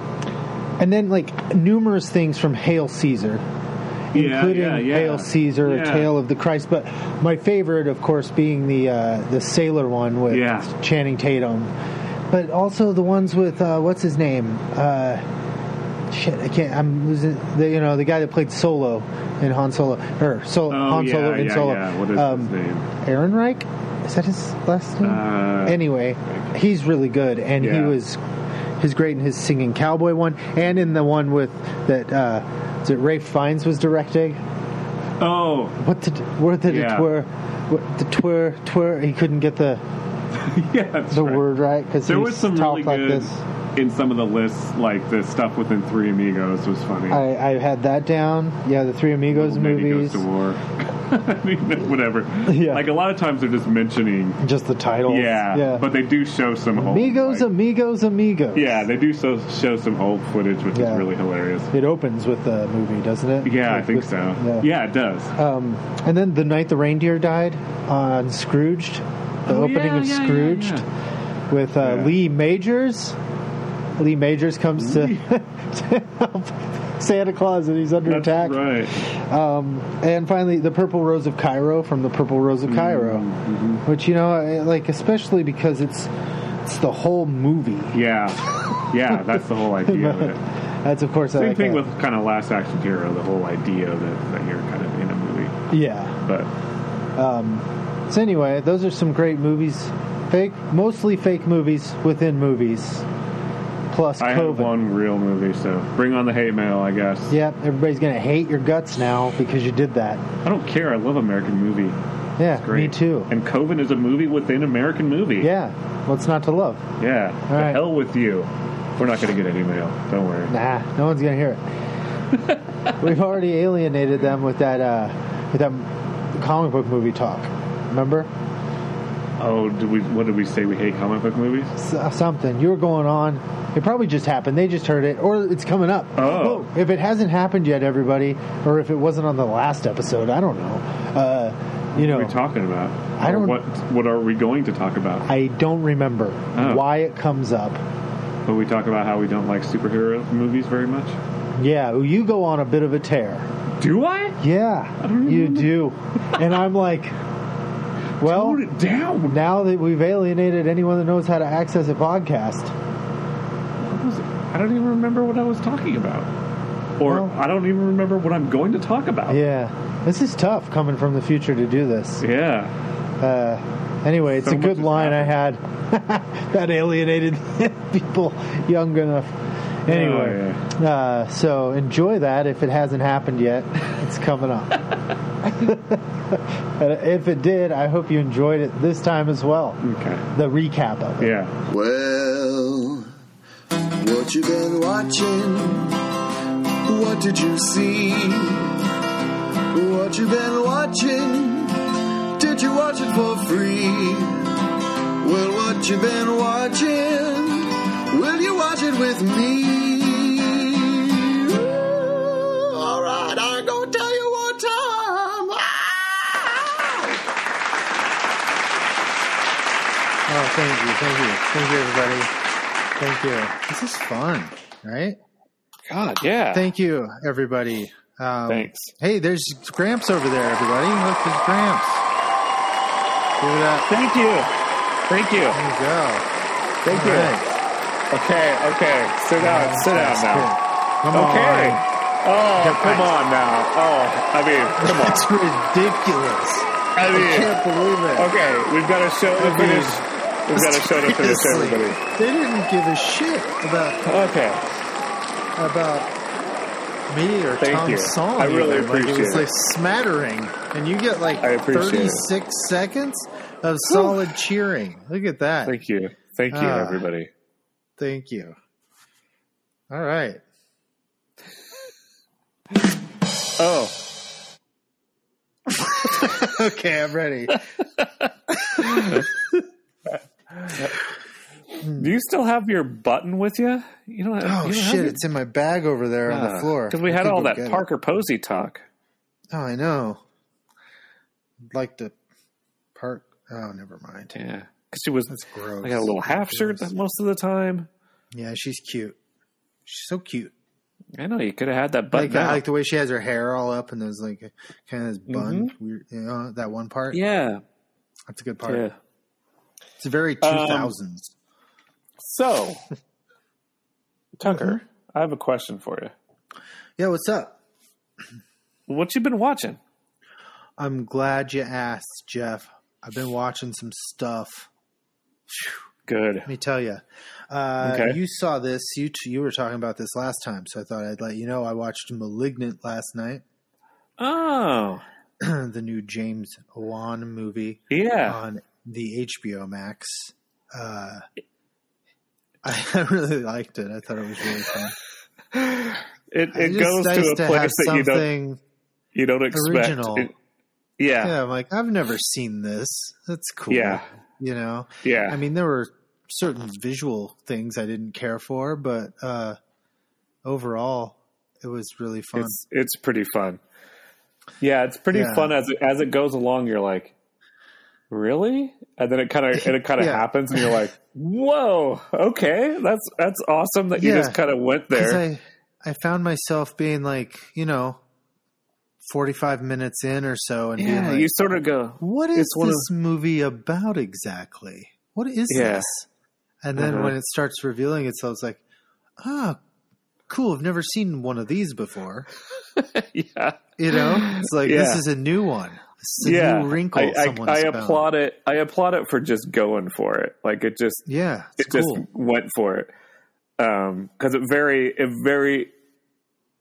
[SPEAKER 4] and then, like, numerous things from Hail Caesar,
[SPEAKER 2] Yeah,
[SPEAKER 4] including
[SPEAKER 2] yeah, yeah.
[SPEAKER 4] Hail Caesar,
[SPEAKER 2] Yeah.
[SPEAKER 4] Tale of the Christ. But my favorite, of course, being the uh, the sailor one with
[SPEAKER 2] Yeah.
[SPEAKER 4] Channing Tatum. But also the ones with uh, what's his name? Uh, shit, I can't. I'm losing. The, you know, the guy that played Solo in Han Solo, or Solo,
[SPEAKER 2] Oh,
[SPEAKER 4] Han
[SPEAKER 2] yeah,
[SPEAKER 4] Solo in
[SPEAKER 2] yeah,
[SPEAKER 4] Solo. Um,
[SPEAKER 2] yeah. What is his name? Uh,
[SPEAKER 4] Aaron Reich. Is that his last name? anyway, he's really good, and he
[SPEAKER 2] Yeah.
[SPEAKER 4] was he's great in his singing cowboy one, and in the one with that uh, is it Rafe Fiennes was directing.
[SPEAKER 2] Oh,
[SPEAKER 4] what the what did
[SPEAKER 2] Yeah.
[SPEAKER 4] it were what the twir twir he couldn't get the the word right because
[SPEAKER 2] There was some really
[SPEAKER 4] like
[SPEAKER 2] good
[SPEAKER 4] this.
[SPEAKER 2] in some of the lists, like the stuff within Three Amigos was funny.
[SPEAKER 4] I, I had that down. Yeah, the Three Amigos
[SPEAKER 2] Maybe he
[SPEAKER 4] movies.
[SPEAKER 2] goes to war. I mean, whatever. Like a lot of times they're just mentioning
[SPEAKER 4] just the titles.
[SPEAKER 2] Yeah,
[SPEAKER 4] Yeah.
[SPEAKER 2] but they do show some old.
[SPEAKER 4] Amigos, amigos, amigos.
[SPEAKER 2] Yeah, they do so, show some old footage, which
[SPEAKER 4] Yeah.
[SPEAKER 2] is really hilarious.
[SPEAKER 4] It opens with the movie, doesn't it?
[SPEAKER 2] Yeah, I
[SPEAKER 4] Like
[SPEAKER 2] think
[SPEAKER 4] with-
[SPEAKER 2] so.
[SPEAKER 4] yeah.
[SPEAKER 2] Yeah. it does.
[SPEAKER 4] Um, and then the night the reindeer died on Scrooged, the
[SPEAKER 2] Oh,
[SPEAKER 4] opening
[SPEAKER 2] yeah,
[SPEAKER 4] of
[SPEAKER 2] yeah, yeah,
[SPEAKER 4] Scrooged with uh, Lee Majors. Lee Majors comes to, to help Santa Claus, and he's under attack.
[SPEAKER 2] Right.
[SPEAKER 4] Um, and finally, the Purple Rose of Cairo from the Purple Rose
[SPEAKER 2] Mm-hmm,
[SPEAKER 4] of Cairo, which you know, I- like especially because it's it's the whole movie.
[SPEAKER 2] Yeah, yeah, that's the whole idea of it.
[SPEAKER 4] That's of course I
[SPEAKER 2] Same
[SPEAKER 4] like
[SPEAKER 2] thing
[SPEAKER 4] that.
[SPEAKER 2] with kind of Last Action Hero, the whole idea of it that you're kind of in a movie.
[SPEAKER 4] yeah.
[SPEAKER 2] But
[SPEAKER 4] Um, so anyway, those are some great movies. Fake, mostly fake movies within movies. Plus
[SPEAKER 2] I have
[SPEAKER 4] COVID.
[SPEAKER 2] one real movie, so bring on the hate mail, I guess.
[SPEAKER 4] Yep, everybody's gonna hate your guts now because you did that.
[SPEAKER 2] I don't care. I love American movie.
[SPEAKER 4] Yeah, me
[SPEAKER 2] Great.
[SPEAKER 4] too.
[SPEAKER 2] And Coven is a movie within American movie.
[SPEAKER 4] Yeah, what's not to love?
[SPEAKER 2] Yeah. the
[SPEAKER 4] right.
[SPEAKER 2] hell with you. We're not going to get any mail. Don't worry.
[SPEAKER 4] Nah, no one's gonna hear it. We've already alienated them with that uh, with that comic book movie talk. Remember
[SPEAKER 2] Oh, did we? What did we say? We hate comic book movies.
[SPEAKER 4] S- uh, something you were going on? It probably just happened. They just heard it, or it's coming up.
[SPEAKER 2] Oh.
[SPEAKER 4] if it hasn't happened yet, everybody, or if it wasn't on the last episode, I don't know. Uh, you know,
[SPEAKER 2] What are we talking about?
[SPEAKER 4] I
[SPEAKER 2] Or
[SPEAKER 4] don't-
[SPEAKER 2] What What are we going to talk about?
[SPEAKER 4] I don't remember
[SPEAKER 2] Oh.
[SPEAKER 4] why it comes up.
[SPEAKER 2] Will we talk about how we don't like superhero movies very much?
[SPEAKER 4] Yeah, you go on a bit of a tear.
[SPEAKER 2] Do I?
[SPEAKER 4] Yeah, you do. and I'm like, well, now that we've alienated anyone that knows how to access a podcast,
[SPEAKER 2] What was it? I don't even remember what I was talking about, or I don't even remember what I'm going to talk about.
[SPEAKER 4] yeah, this is tough coming from the future to do this.
[SPEAKER 2] Yeah.
[SPEAKER 4] Uh, anyway, it's
[SPEAKER 2] So
[SPEAKER 4] a good line I had that alienated people young enough. Anyway, uh, so enjoy that if it hasn't happened yet. It's coming up. And if it did, I hope you enjoyed it this time as well.
[SPEAKER 2] Okay.
[SPEAKER 4] The recap of it.
[SPEAKER 2] Yeah.
[SPEAKER 1] Well, what you been watching? What did you see? What you been watching? Did you watch it for free? Well, what you been watching? Will you watch it with me? Ooh, all right, I'm gonna tell you one time. Ah!
[SPEAKER 4] Oh, thank you, thank you, thank you, everybody. Thank you. This is fun, right?
[SPEAKER 2] God, yeah.
[SPEAKER 4] Thank you, everybody. Um,
[SPEAKER 2] Thanks.
[SPEAKER 4] Hey, there's Gramps over there, everybody. Look, there's Gramps. Give it up.
[SPEAKER 2] Thank you. Thank you.
[SPEAKER 4] There you go.
[SPEAKER 2] Thank you. Okay, okay. Sit down. Sit down
[SPEAKER 4] that's
[SPEAKER 2] now.
[SPEAKER 4] Come
[SPEAKER 2] okay.
[SPEAKER 4] on.
[SPEAKER 2] Oh,
[SPEAKER 4] Come
[SPEAKER 2] come
[SPEAKER 4] on.
[SPEAKER 2] on now. Oh, I mean, come on.
[SPEAKER 4] That's ridiculous.
[SPEAKER 2] I mean,
[SPEAKER 4] can't believe it.
[SPEAKER 2] Okay, we've got a show to
[SPEAKER 4] I mean,
[SPEAKER 2] finish. We've got a show to finish,
[SPEAKER 4] seriously.
[SPEAKER 2] everybody.
[SPEAKER 4] They didn't give a shit about
[SPEAKER 2] Okay.
[SPEAKER 4] about me or
[SPEAKER 2] Thank
[SPEAKER 4] Tom's
[SPEAKER 2] you.
[SPEAKER 4] song.
[SPEAKER 2] I really
[SPEAKER 4] even. Like, it
[SPEAKER 2] appreciate
[SPEAKER 4] was like
[SPEAKER 2] it.
[SPEAKER 4] smattering, and you get like
[SPEAKER 2] I appreciate it.
[SPEAKER 4] thirty-six seconds of solid cheering. Look at that.
[SPEAKER 2] Thank you. Thank you,
[SPEAKER 4] Ah.
[SPEAKER 2] everybody.
[SPEAKER 4] Thank you. All right.
[SPEAKER 2] Oh, Oh,
[SPEAKER 4] okay, I'm ready.
[SPEAKER 2] Do you still have your button with you? You don't.
[SPEAKER 4] Oh
[SPEAKER 2] you don't have
[SPEAKER 4] shit!
[SPEAKER 2] your-
[SPEAKER 4] It's in my bag over there on the floor.
[SPEAKER 2] because Ah, we
[SPEAKER 4] I
[SPEAKER 2] had
[SPEAKER 4] think
[SPEAKER 2] all
[SPEAKER 4] I'll
[SPEAKER 2] that
[SPEAKER 4] get it.
[SPEAKER 2] Parker Posey talk.
[SPEAKER 4] Oh, I know. I'd like to park. Oh, never mind.
[SPEAKER 2] Yeah, because she was
[SPEAKER 4] That's gross.
[SPEAKER 2] I got a little half shirt most of the time.
[SPEAKER 4] Yeah, she's cute. She's so cute.
[SPEAKER 2] I know you could have had that button.
[SPEAKER 4] Like, I
[SPEAKER 2] out.
[SPEAKER 4] like the way she has her hair all up and those like kind of this bun, weird, you know, that one part.
[SPEAKER 2] Mm-hmm. Yeah,
[SPEAKER 4] that's a good part.
[SPEAKER 2] Yeah.
[SPEAKER 4] It's very two
[SPEAKER 2] Um,
[SPEAKER 4] thousands.
[SPEAKER 2] So, Tucker,
[SPEAKER 4] Mm-hmm.
[SPEAKER 2] I have a question for you.
[SPEAKER 4] Yeah, what's up?
[SPEAKER 2] What you been watching?
[SPEAKER 4] I'm glad you asked, Jeff. I've been watching some stuff.
[SPEAKER 2] Good.
[SPEAKER 4] Let me tell you. Uh,
[SPEAKER 2] Okay.
[SPEAKER 4] You saw this. You t- you were talking about this last time, so I thought I'd let you know. I watched *Malignant* last night,
[SPEAKER 2] Oh,
[SPEAKER 4] the new James Wan movie.
[SPEAKER 2] Yeah.
[SPEAKER 4] On the HBO Max. Uh, I, I really liked it. I thought it was really fun.
[SPEAKER 2] it it
[SPEAKER 4] It's
[SPEAKER 2] goes
[SPEAKER 4] nice
[SPEAKER 2] to a place
[SPEAKER 4] have
[SPEAKER 2] that you don't
[SPEAKER 4] something
[SPEAKER 2] you don't expect.
[SPEAKER 4] original.
[SPEAKER 2] It- yeah,
[SPEAKER 4] I'm like, I've never seen this. That's cool.
[SPEAKER 2] Yeah.
[SPEAKER 4] You know?
[SPEAKER 2] Yeah.
[SPEAKER 4] I mean, there were certain visual things I didn't care for, but uh, overall, it was really fun.
[SPEAKER 2] it's it's pretty fun. Yeah, it's pretty
[SPEAKER 4] Yeah.
[SPEAKER 2] fun as it, as it goes along. You're like, really? And then it kind of it kind of
[SPEAKER 4] Yeah.
[SPEAKER 2] happens, and you're like, whoa, okay, that's that's awesome that you
[SPEAKER 4] Yeah.
[SPEAKER 2] just kind of went
[SPEAKER 4] 'Cause
[SPEAKER 2] there.
[SPEAKER 4] I, I found myself being like, you know, 45 minutes in or so and being
[SPEAKER 2] yeah,
[SPEAKER 4] like,
[SPEAKER 2] you sort of go,
[SPEAKER 4] what is
[SPEAKER 2] it's one of-
[SPEAKER 4] this movie about exactly? What is
[SPEAKER 2] Yeah.
[SPEAKER 4] this? And then
[SPEAKER 2] Uh-huh.
[SPEAKER 4] when it starts revealing itself, it's like, ah, cool. I've never seen one of these before.
[SPEAKER 2] yeah.
[SPEAKER 4] You know, it's like this
[SPEAKER 2] Yeah.
[SPEAKER 4] is a new one. This is a
[SPEAKER 2] yeah,
[SPEAKER 4] new wrinkle.
[SPEAKER 2] I, I,
[SPEAKER 4] someone's
[SPEAKER 2] I
[SPEAKER 4] found.
[SPEAKER 2] applaud it. I applaud it for just going for it. Like it just
[SPEAKER 4] Yeah,
[SPEAKER 2] it
[SPEAKER 4] it's
[SPEAKER 2] just
[SPEAKER 4] cool.
[SPEAKER 2] went for it because it very it very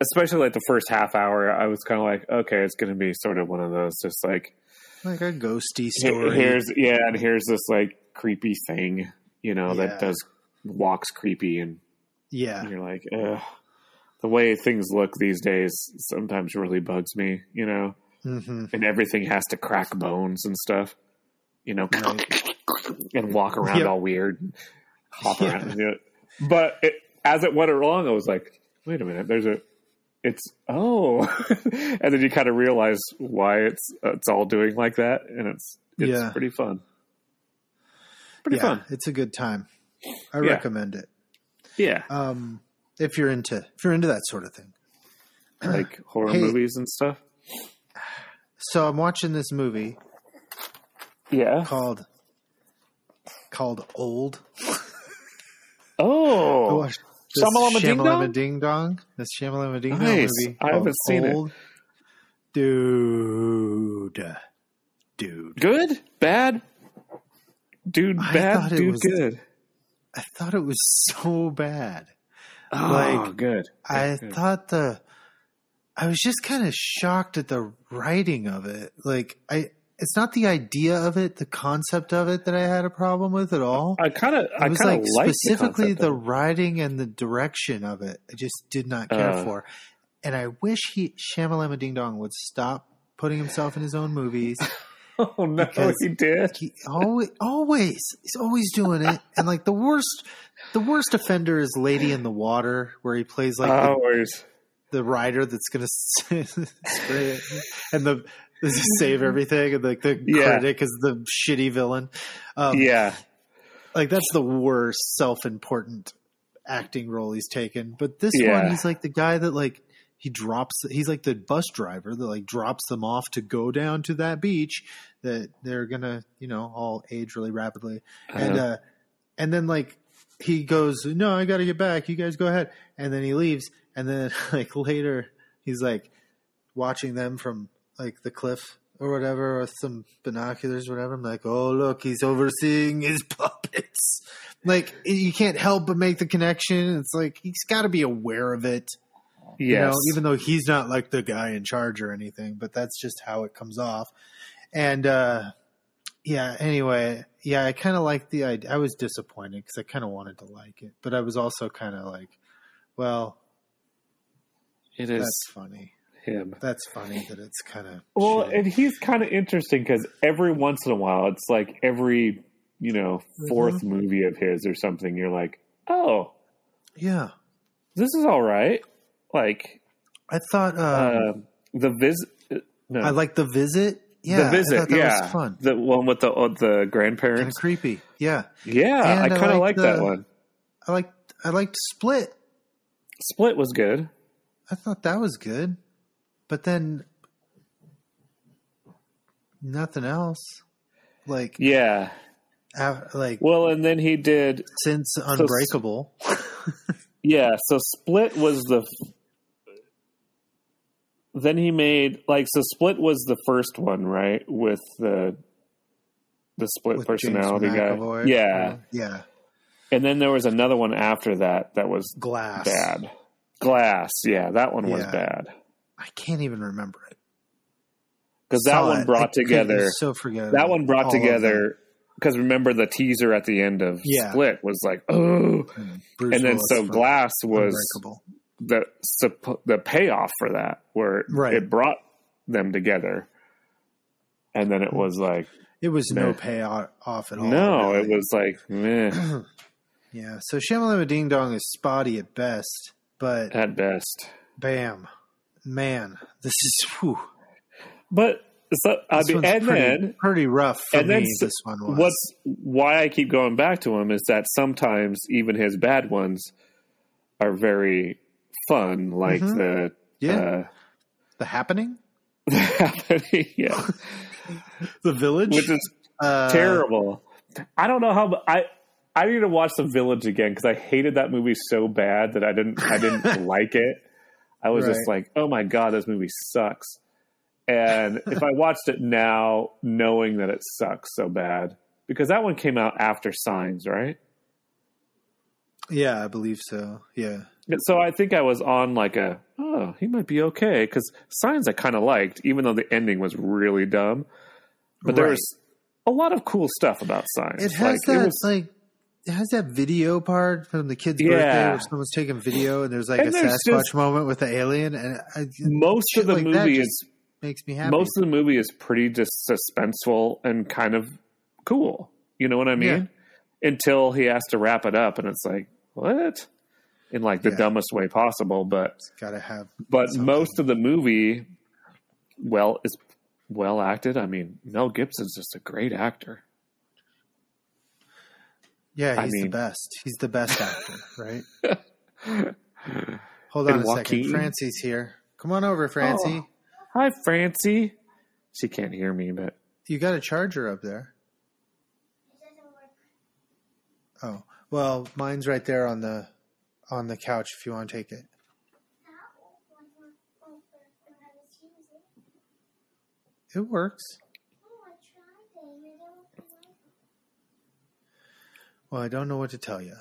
[SPEAKER 2] especially like the first half hour i was kind of like okay it's going to be sort of one of those just like
[SPEAKER 4] like a ghosty
[SPEAKER 2] he-
[SPEAKER 4] story.
[SPEAKER 2] here's yeah and here's this like creepy thing you know that
[SPEAKER 4] Yeah.
[SPEAKER 2] does walks creepy and
[SPEAKER 4] yeah,
[SPEAKER 2] you're like Ugh. the way things look these days sometimes really bugs me you know
[SPEAKER 4] hmm
[SPEAKER 2] and everything has to crack bones and stuff you know and walk around
[SPEAKER 12] Yep.
[SPEAKER 2] all weird and hop
[SPEAKER 12] Yeah.
[SPEAKER 2] around and do it. but it, as it went along i was like wait a minute there's a it's oh and then you kind of realize why it's it's all doing like that and it's it's
[SPEAKER 4] Yeah.
[SPEAKER 2] pretty fun pretty
[SPEAKER 4] yeah,
[SPEAKER 2] fun
[SPEAKER 4] It's a good time. I
[SPEAKER 2] Yeah.
[SPEAKER 4] recommend it.
[SPEAKER 2] yeah
[SPEAKER 4] Um, if you're into if you're into that sort of thing.
[SPEAKER 2] like horror
[SPEAKER 4] Hey.
[SPEAKER 2] movies and stuff
[SPEAKER 4] So I'm watching this movie
[SPEAKER 2] yeah
[SPEAKER 4] called called Old. I
[SPEAKER 2] oh
[SPEAKER 4] watched this
[SPEAKER 2] Shamalama Ding Dong?
[SPEAKER 4] Shamalama Ding Dong. This Shamalama Ding Dong
[SPEAKER 2] Nice.
[SPEAKER 4] movie.
[SPEAKER 2] I
[SPEAKER 4] called
[SPEAKER 2] haven't seen it.
[SPEAKER 4] Old. Dude. Dude.
[SPEAKER 2] good bad dude
[SPEAKER 4] I
[SPEAKER 2] bad
[SPEAKER 4] thought it
[SPEAKER 2] dude
[SPEAKER 4] was-
[SPEAKER 2] good
[SPEAKER 4] I thought it was so bad.
[SPEAKER 2] oh
[SPEAKER 4] like,
[SPEAKER 2] good
[SPEAKER 4] I
[SPEAKER 2] Good.
[SPEAKER 4] thought the I was just kind of shocked at the writing of it. Like I it's not the idea of it, the concept of it that I had a problem with at all.
[SPEAKER 2] i kind of i
[SPEAKER 4] It was
[SPEAKER 2] kind of
[SPEAKER 4] like
[SPEAKER 2] like
[SPEAKER 4] specifically
[SPEAKER 2] concept of
[SPEAKER 4] the,
[SPEAKER 2] it.
[SPEAKER 4] writing and the direction of it. I just did not care
[SPEAKER 2] Uh.
[SPEAKER 4] for. And I wish he Shamalama Ding Dong would stop putting himself in his own movies.
[SPEAKER 2] Oh no,
[SPEAKER 4] because
[SPEAKER 2] he did.
[SPEAKER 4] He always, always, he's always doing it. And like the worst, the worst offender is Lady in the Water, where he plays like the-
[SPEAKER 2] Hours.
[SPEAKER 4] the, rider that's gonna spray it, and the save everything, and like the
[SPEAKER 2] Yeah.
[SPEAKER 4] critic is the shitty villain. Um,
[SPEAKER 2] yeah,
[SPEAKER 4] like that's the worst self-important acting role he's taken but this
[SPEAKER 2] Yeah.
[SPEAKER 4] one he's like the guy that like he drops he's like the bus driver that like drops them off to go down to that beach that they're gonna you know all age really rapidly and
[SPEAKER 2] Uh-huh.
[SPEAKER 4] uh and then like he goes no i gotta get back you guys go ahead and then he leaves and then like later he's like watching them from like the cliff or whatever with some binoculars or whatever i'm like oh look he's overseeing his puppets like you can't help but make the connection it's like he's got to be aware of it
[SPEAKER 2] yes.
[SPEAKER 4] you know, even though he's not like the guy in charge or anything, but that's just how it comes off. And uh, yeah, anyway, yeah, I kind of like the idea. I was disappointed because I kind of wanted to like it, but I was also kind of like, well,
[SPEAKER 2] it is
[SPEAKER 4] that's funny.
[SPEAKER 2] him.
[SPEAKER 4] That's funny that it's kind of
[SPEAKER 2] Well, and he's kind of interesting because every once in a while, it's like every you know
[SPEAKER 4] Mm-hmm.
[SPEAKER 2] 4th movie of his or something, you're like, oh,
[SPEAKER 4] yeah,
[SPEAKER 2] this is all right. Like,
[SPEAKER 4] I thought uh,
[SPEAKER 2] uh, the visit. No.
[SPEAKER 4] I like the visit. Yeah,
[SPEAKER 2] Uh, the
[SPEAKER 4] I
[SPEAKER 2] visit.
[SPEAKER 4] thought that
[SPEAKER 2] yeah,
[SPEAKER 4] was fun.
[SPEAKER 2] the one with the uh, the grandparents.
[SPEAKER 4] creepy. Yeah,
[SPEAKER 2] Yeah,
[SPEAKER 4] And
[SPEAKER 2] I kind of like
[SPEAKER 4] liked
[SPEAKER 2] that
[SPEAKER 4] the-
[SPEAKER 2] one.
[SPEAKER 4] I liked I liked Split.
[SPEAKER 2] Split was good.
[SPEAKER 4] I thought that was good, but then nothing else. Like
[SPEAKER 2] Yeah.
[SPEAKER 4] af- like
[SPEAKER 2] Well, and then he did
[SPEAKER 4] since Unbreakable.
[SPEAKER 2] Yeah, so Split was the. Then he made like so. Split was the first one, right? With the the split
[SPEAKER 4] with James
[SPEAKER 2] personality guy,
[SPEAKER 4] McAvoy.
[SPEAKER 2] yeah.
[SPEAKER 4] yeah.
[SPEAKER 2] And then there was another one after that that was
[SPEAKER 4] Glass.
[SPEAKER 2] bad. Glass, yeah, that one was
[SPEAKER 4] Yeah.
[SPEAKER 2] bad
[SPEAKER 4] I can't even remember it
[SPEAKER 2] because that
[SPEAKER 4] Saw
[SPEAKER 2] one
[SPEAKER 4] it. I
[SPEAKER 2] brought
[SPEAKER 4] couldn't-
[SPEAKER 2] together
[SPEAKER 4] it's so forgettable.
[SPEAKER 2] that one brought
[SPEAKER 4] All of them.
[SPEAKER 2] together because remember the teaser at the end of
[SPEAKER 4] Yeah.
[SPEAKER 2] Split was like oh,
[SPEAKER 4] Hmm. Bruce
[SPEAKER 2] and then
[SPEAKER 4] Willis
[SPEAKER 2] so
[SPEAKER 4] from
[SPEAKER 2] Glass was
[SPEAKER 4] Unbreakable.
[SPEAKER 2] the supp- the payoff for that where
[SPEAKER 4] Right.
[SPEAKER 2] it brought them together, and then it was like
[SPEAKER 4] It was no
[SPEAKER 2] Meh.
[SPEAKER 4] payoff off at all.
[SPEAKER 2] no,
[SPEAKER 4] Oh, really.
[SPEAKER 2] it was like meh
[SPEAKER 4] yeah. So Shamalama Ding Dong is spotty at best, but
[SPEAKER 2] at best.
[SPEAKER 4] bam, man, this is whew,
[SPEAKER 2] But so I
[SPEAKER 4] this
[SPEAKER 2] mean,
[SPEAKER 4] one's
[SPEAKER 2] and
[SPEAKER 4] pretty,
[SPEAKER 2] then
[SPEAKER 4] pretty rough for
[SPEAKER 2] and then
[SPEAKER 4] me.
[SPEAKER 2] s-
[SPEAKER 4] This one was
[SPEAKER 2] what's why I keep going back to him is that sometimes even his bad ones are very fun, like
[SPEAKER 4] Mhm.
[SPEAKER 2] the
[SPEAKER 4] Yeah. the happening,
[SPEAKER 2] uh, yeah,
[SPEAKER 4] the village,
[SPEAKER 2] which is
[SPEAKER 4] Uh,
[SPEAKER 2] terrible. I don't know how I. I need to watch The Village again because I hated that movie so bad that I didn't I didn't like it. I was just
[SPEAKER 12] Right.
[SPEAKER 2] like, oh my god, this movie sucks. And if I watched it now, knowing that it sucks so bad, because that one came out after Signs, right?
[SPEAKER 4] Yeah, I believe so. Yeah,
[SPEAKER 2] And so I think I was on like a oh he might be okay because Signs I kind of liked even though the ending was really dumb, but there
[SPEAKER 4] Right.
[SPEAKER 2] was a lot of cool stuff about Signs.
[SPEAKER 4] it has
[SPEAKER 2] Like,
[SPEAKER 4] that
[SPEAKER 2] was-
[SPEAKER 4] like. It has that video part from the kid's birthday
[SPEAKER 2] Yeah.
[SPEAKER 4] where someone's taking video and there's like
[SPEAKER 2] And
[SPEAKER 4] a
[SPEAKER 2] there's
[SPEAKER 4] Sasquatch
[SPEAKER 2] just-
[SPEAKER 4] moment with the alien and I,
[SPEAKER 2] most of
[SPEAKER 4] shit
[SPEAKER 2] the
[SPEAKER 4] like that
[SPEAKER 2] movie is
[SPEAKER 4] just makes me happy.
[SPEAKER 2] most of the movie is pretty just suspenseful and kind of cool. You know what I mean? Until he has to wrap it up, and it's like what in like the
[SPEAKER 4] Yeah.
[SPEAKER 2] dumbest way possible. But
[SPEAKER 4] Gotta have
[SPEAKER 2] but
[SPEAKER 4] something.
[SPEAKER 2] most of the movie, well, is well acted. I mean, Mel Gibson's just a great actor.
[SPEAKER 4] Yeah,
[SPEAKER 2] I
[SPEAKER 4] he's
[SPEAKER 2] mean-
[SPEAKER 4] the best. He's the best actor, right? Hold
[SPEAKER 2] And
[SPEAKER 4] on
[SPEAKER 2] Joaquin?
[SPEAKER 4] a
[SPEAKER 2] Oh.
[SPEAKER 4] second. Francie's here. Come on over, Francie.
[SPEAKER 2] Hi, Francie. She can't hear me, but
[SPEAKER 4] You got a charger up there. Oh. Well, mine's right there on the on the couch if you want to take it. It works. Well, I don't know what to tell you.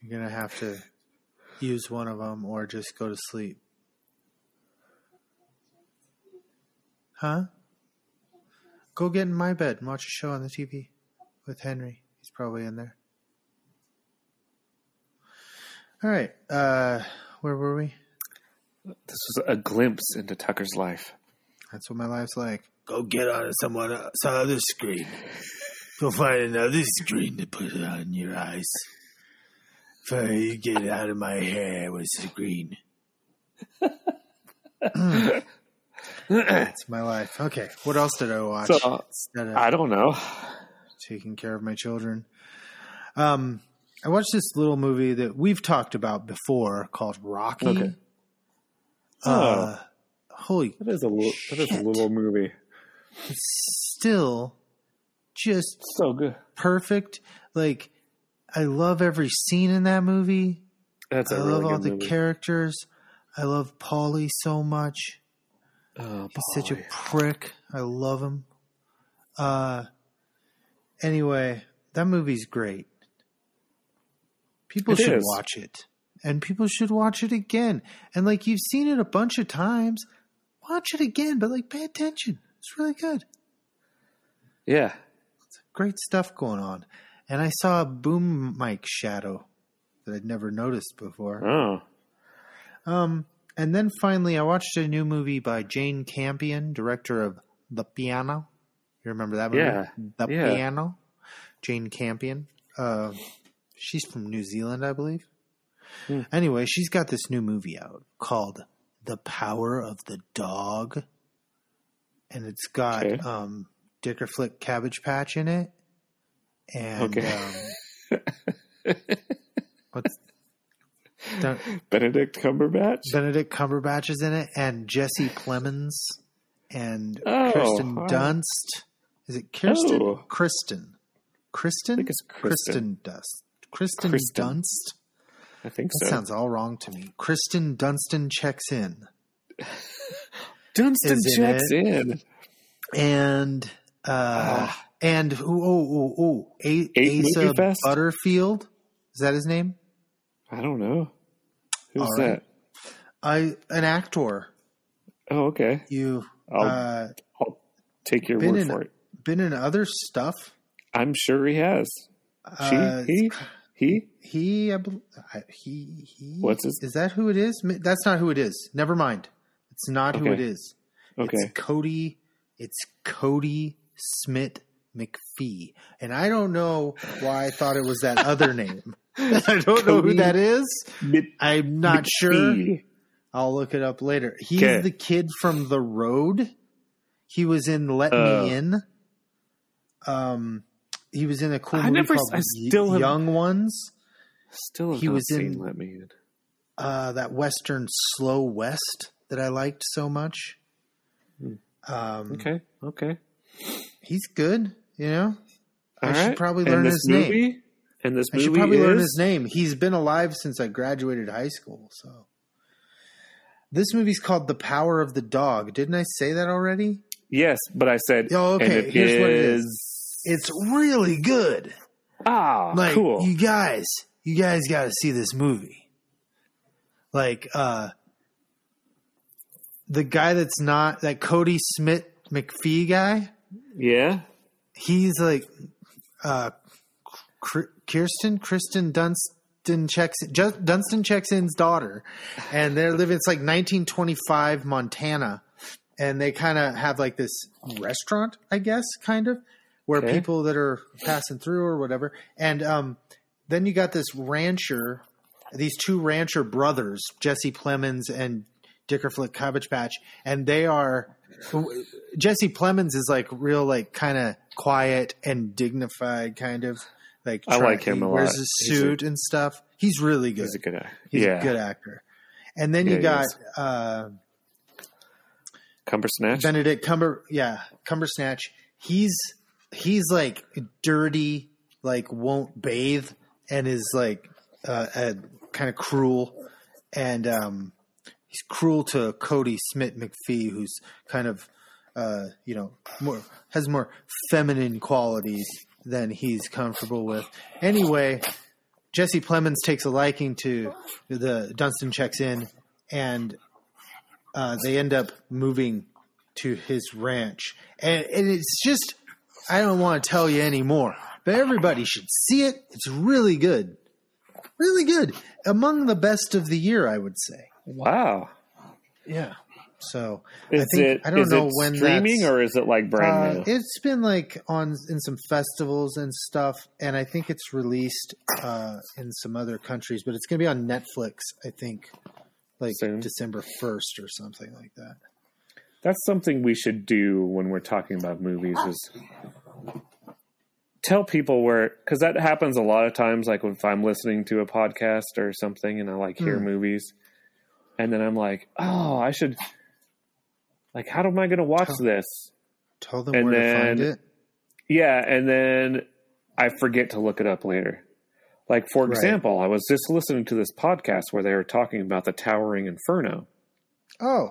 [SPEAKER 4] You're going to have to use one of them or just go to sleep. Huh? Go get in my bed and watch a show on the TV with Henry. He's probably in there. All right. Uh, where were we?
[SPEAKER 2] this was a glimpse into Tucker's life.
[SPEAKER 4] That's what my life's like.
[SPEAKER 8] Go get on someone else, some other screen. Go find another screen to put it on your eyes. Fine, you get it out of my hair with screen.
[SPEAKER 4] That's my life. Okay. What else did I watch?
[SPEAKER 2] So,
[SPEAKER 4] instead of
[SPEAKER 2] I don't know.
[SPEAKER 4] taking care of my children. Um, I watched this little movie that we've talked about before called Rocky.
[SPEAKER 2] Okay.
[SPEAKER 4] Uh, holy
[SPEAKER 2] That is a little, that is a little movie.
[SPEAKER 4] still just
[SPEAKER 2] So good.
[SPEAKER 4] perfect. Like I love every scene in that movie.
[SPEAKER 2] That's a
[SPEAKER 4] I
[SPEAKER 2] really
[SPEAKER 4] love all
[SPEAKER 2] good
[SPEAKER 4] the
[SPEAKER 2] movie.
[SPEAKER 4] characters. I love Paulie so much.
[SPEAKER 2] Oh,
[SPEAKER 4] He's such a prick. I love him. Uh anyway, that movie's great. People
[SPEAKER 2] It
[SPEAKER 4] should
[SPEAKER 2] is.
[SPEAKER 4] watch it. And people should watch it again. And like you've seen it a bunch of times, watch it again, but like pay attention. It's really good.
[SPEAKER 2] yeah.
[SPEAKER 4] great stuff going on. And I saw a boom mic shadow that I'd never noticed before.
[SPEAKER 2] Oh,
[SPEAKER 4] Um, and then finally, I watched a new movie by Jane Campion, director of The Piano. You remember that movie?
[SPEAKER 2] Yeah.
[SPEAKER 4] The
[SPEAKER 2] Yeah.
[SPEAKER 4] Piano. Jane Campion. Uh, she's from New Zealand, I believe.
[SPEAKER 2] Hmm.
[SPEAKER 4] Anyway, she's got this new movie out called The Power of the Dog. And it's got
[SPEAKER 2] Okay.
[SPEAKER 4] um, Dicker Flick Cabbage Patch in it. And
[SPEAKER 2] Okay.
[SPEAKER 4] um, what's, don't-
[SPEAKER 2] Benedict Cumberbatch.
[SPEAKER 4] Benedict Cumberbatch is in it, and Jesse Plemons and
[SPEAKER 2] Oh,
[SPEAKER 4] Kirsten
[SPEAKER 2] all right.
[SPEAKER 4] Dunst. Is it Kirsten?
[SPEAKER 2] Oh.
[SPEAKER 4] Kristen. Kristen? I think it's
[SPEAKER 2] Kristen.
[SPEAKER 4] Dust. Kristen,
[SPEAKER 2] Kristen.
[SPEAKER 4] Dunst.
[SPEAKER 2] I think
[SPEAKER 4] that
[SPEAKER 2] so.
[SPEAKER 4] sounds all wrong to me. Kristen Dunstan checks in.
[SPEAKER 2] Dunstan
[SPEAKER 4] is in
[SPEAKER 2] checks
[SPEAKER 4] it.
[SPEAKER 2] in.
[SPEAKER 4] and uh, and ooh, ooh, ooh, ooh, A-
[SPEAKER 2] Ah. Eight Movie
[SPEAKER 4] Asa
[SPEAKER 2] Fest?
[SPEAKER 4] Butterfield is that his name?
[SPEAKER 2] I don't know. Who's
[SPEAKER 4] All
[SPEAKER 2] that?
[SPEAKER 4] right. I an actor.
[SPEAKER 2] Oh, okay.
[SPEAKER 4] You
[SPEAKER 2] I'll,
[SPEAKER 4] uh,
[SPEAKER 2] I'll take your
[SPEAKER 4] been
[SPEAKER 2] word
[SPEAKER 4] in
[SPEAKER 2] for it.
[SPEAKER 4] been in other stuff.
[SPEAKER 2] I'm sure he has. She,
[SPEAKER 4] Uh,
[SPEAKER 2] he, he.
[SPEAKER 4] He I bel- I- he he.
[SPEAKER 2] What's his-
[SPEAKER 4] Is that who it is? Ma- That's not who it is. Never mind. It's not who
[SPEAKER 2] Okay.
[SPEAKER 4] it is.
[SPEAKER 2] Okay.
[SPEAKER 4] It's Cody. It's Cody Smith McPhee, and I don't know why I thought it was that other name. I don't know who
[SPEAKER 2] Cody
[SPEAKER 4] that is. I'm not sure.
[SPEAKER 2] McPhee.
[SPEAKER 4] I'll look it up later. He's
[SPEAKER 2] 'Kay.
[SPEAKER 4] the kid from The Road. He was in Let
[SPEAKER 2] Oh.
[SPEAKER 4] Me In. Um, he was in a cool
[SPEAKER 2] I
[SPEAKER 4] movie
[SPEAKER 2] never-
[SPEAKER 4] called
[SPEAKER 2] I still
[SPEAKER 4] Y-
[SPEAKER 2] have-
[SPEAKER 4] Young Ones.
[SPEAKER 2] Still, have
[SPEAKER 4] He
[SPEAKER 2] not
[SPEAKER 4] was
[SPEAKER 2] seen
[SPEAKER 4] in-
[SPEAKER 2] Let Me In.
[SPEAKER 4] Uh, that western Slow West that I liked so much. Um,
[SPEAKER 2] Hmm. Okay. Okay.
[SPEAKER 4] he's good. You know, I
[SPEAKER 2] All
[SPEAKER 4] should
[SPEAKER 2] right.
[SPEAKER 4] probably
[SPEAKER 2] And
[SPEAKER 4] learn
[SPEAKER 2] this
[SPEAKER 4] his
[SPEAKER 2] movie?
[SPEAKER 4] name.
[SPEAKER 2] And this
[SPEAKER 4] I
[SPEAKER 2] movie
[SPEAKER 4] should probably
[SPEAKER 2] is
[SPEAKER 4] learn his name. He's been alive since I graduated high school. So this movie's called The Power of the Dog. Didn't I say that already?
[SPEAKER 2] yes, but I said.
[SPEAKER 4] Oh,
[SPEAKER 2] And
[SPEAKER 4] okay.
[SPEAKER 2] it
[SPEAKER 4] Here's what it
[SPEAKER 2] is.
[SPEAKER 4] is. It's really good.
[SPEAKER 2] Ah,
[SPEAKER 4] like
[SPEAKER 2] cool.
[SPEAKER 4] you guys, you guys got to see this movie. Like uh the guy that's not that Cody Smith McPhee guy,
[SPEAKER 2] yeah.
[SPEAKER 4] he's like uh Kr- Kirsten Kristen Dunstan checks Ju- Dunstan checks in's daughter, and they're living. It's like 1925 Montana, and they kind of have like this restaurant, I guess, kind of where
[SPEAKER 2] Okay.
[SPEAKER 4] people that are passing through or whatever. And um, then you got this rancher, these two rancher brothers, Jesse Plemons and Dicker Flick Cabbage Patch, and they are Jesse Plemons is like real, like kind of quiet and dignified, kind of like
[SPEAKER 2] I like
[SPEAKER 4] trying-
[SPEAKER 2] him a
[SPEAKER 4] He wears
[SPEAKER 2] lot.
[SPEAKER 4] his
[SPEAKER 2] He's a-
[SPEAKER 4] suit and stuff. He's really good.
[SPEAKER 2] He's a good actor.
[SPEAKER 4] He's
[SPEAKER 2] yeah.
[SPEAKER 4] a good actor. And then
[SPEAKER 2] Yeah,
[SPEAKER 4] you
[SPEAKER 2] he
[SPEAKER 4] got
[SPEAKER 2] is.
[SPEAKER 4] uh,
[SPEAKER 2] Cumber Snatch.
[SPEAKER 4] Benedict Cumber, yeah, Cumbersnatch. He's he's like dirty, like won't bathe, and is like uh, uh, kind of cruel, and um, he's cruel to Cody Smith McPhee, who's kind of uh, you know more has more feminine qualities than he's comfortable with. Anyway, Jesse Plemons takes a liking to the Dunstan checks in, and uh, they end up moving to his ranch, and, and it's just I don't want to tell you anymore, but everybody should see it. It's really good, really good, among the best of the year, I would say.
[SPEAKER 2] Wow.
[SPEAKER 4] Yeah. So
[SPEAKER 2] Is
[SPEAKER 4] I think
[SPEAKER 2] it?
[SPEAKER 4] I don't
[SPEAKER 2] is
[SPEAKER 4] know
[SPEAKER 2] it
[SPEAKER 4] when
[SPEAKER 2] streaming
[SPEAKER 4] that's,
[SPEAKER 2] or is it like brand
[SPEAKER 4] uh,
[SPEAKER 2] new?
[SPEAKER 4] It's been like on in some festivals and stuff, and I think it's released uh, in some other countries, but it's going to be on Netflix. I think like December first or something like that.
[SPEAKER 2] That's something we should do when we're talking about movies. Is tell people where because that happens a lot of times. Like if I'm listening to a podcast or something, and I like hear
[SPEAKER 12] Hmm.
[SPEAKER 2] movies, and then I'm like, oh, I should. Like, how am I going to watch this?
[SPEAKER 4] Tell them
[SPEAKER 2] And
[SPEAKER 4] where to
[SPEAKER 2] then-
[SPEAKER 4] find it.
[SPEAKER 2] Yeah, and then I forget to look it up later. Like for
[SPEAKER 4] Right.
[SPEAKER 2] example, I was just listening to this podcast where they were talking about the Towering Inferno.
[SPEAKER 4] Oh,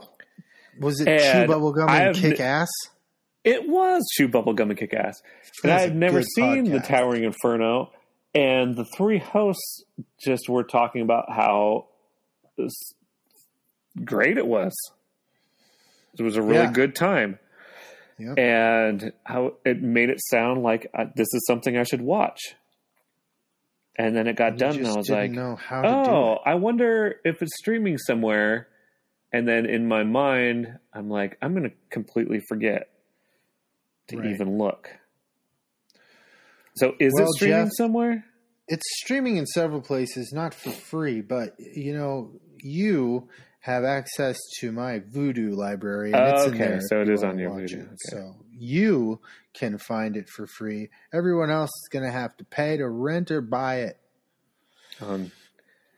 [SPEAKER 4] was it chew
[SPEAKER 2] And
[SPEAKER 4] bubblegum
[SPEAKER 2] I have
[SPEAKER 4] and kick
[SPEAKER 2] n-
[SPEAKER 4] ass?
[SPEAKER 2] It was Chew Bubblegum and Kick Ass. And
[SPEAKER 4] That's
[SPEAKER 2] I
[SPEAKER 4] a
[SPEAKER 2] had never
[SPEAKER 4] good
[SPEAKER 2] seen The
[SPEAKER 4] podcast.
[SPEAKER 2] Towering Inferno. And the three hosts just were talking about how s- great it was. It was a really
[SPEAKER 12] Yeah.
[SPEAKER 2] good time.
[SPEAKER 4] Yep.
[SPEAKER 2] And how it made it sound like uh, this is something I should watch. And then it got
[SPEAKER 4] You
[SPEAKER 2] done, and
[SPEAKER 4] just
[SPEAKER 2] I was
[SPEAKER 4] didn't
[SPEAKER 2] like,
[SPEAKER 4] know how to do
[SPEAKER 2] oh,
[SPEAKER 4] it.
[SPEAKER 2] I wonder if it's streaming somewhere. And then in my mind, I'm like, I'm going to completely forget to
[SPEAKER 4] Right.
[SPEAKER 2] even look. So is
[SPEAKER 4] Well,
[SPEAKER 2] it streaming
[SPEAKER 4] Jeff-
[SPEAKER 2] somewhere?
[SPEAKER 4] It's streaming in several places, not for free, but you know, you have access to my Voodoo library. And it's
[SPEAKER 2] Oh,
[SPEAKER 4] in there
[SPEAKER 2] okay,
[SPEAKER 4] if
[SPEAKER 2] so it
[SPEAKER 4] you
[SPEAKER 2] is
[SPEAKER 4] wanna
[SPEAKER 2] on your
[SPEAKER 4] watch
[SPEAKER 2] Voodoo.
[SPEAKER 4] it.
[SPEAKER 2] Okay.
[SPEAKER 4] So you can find it for free. Everyone else is going to have to pay to rent or buy it.
[SPEAKER 2] Um,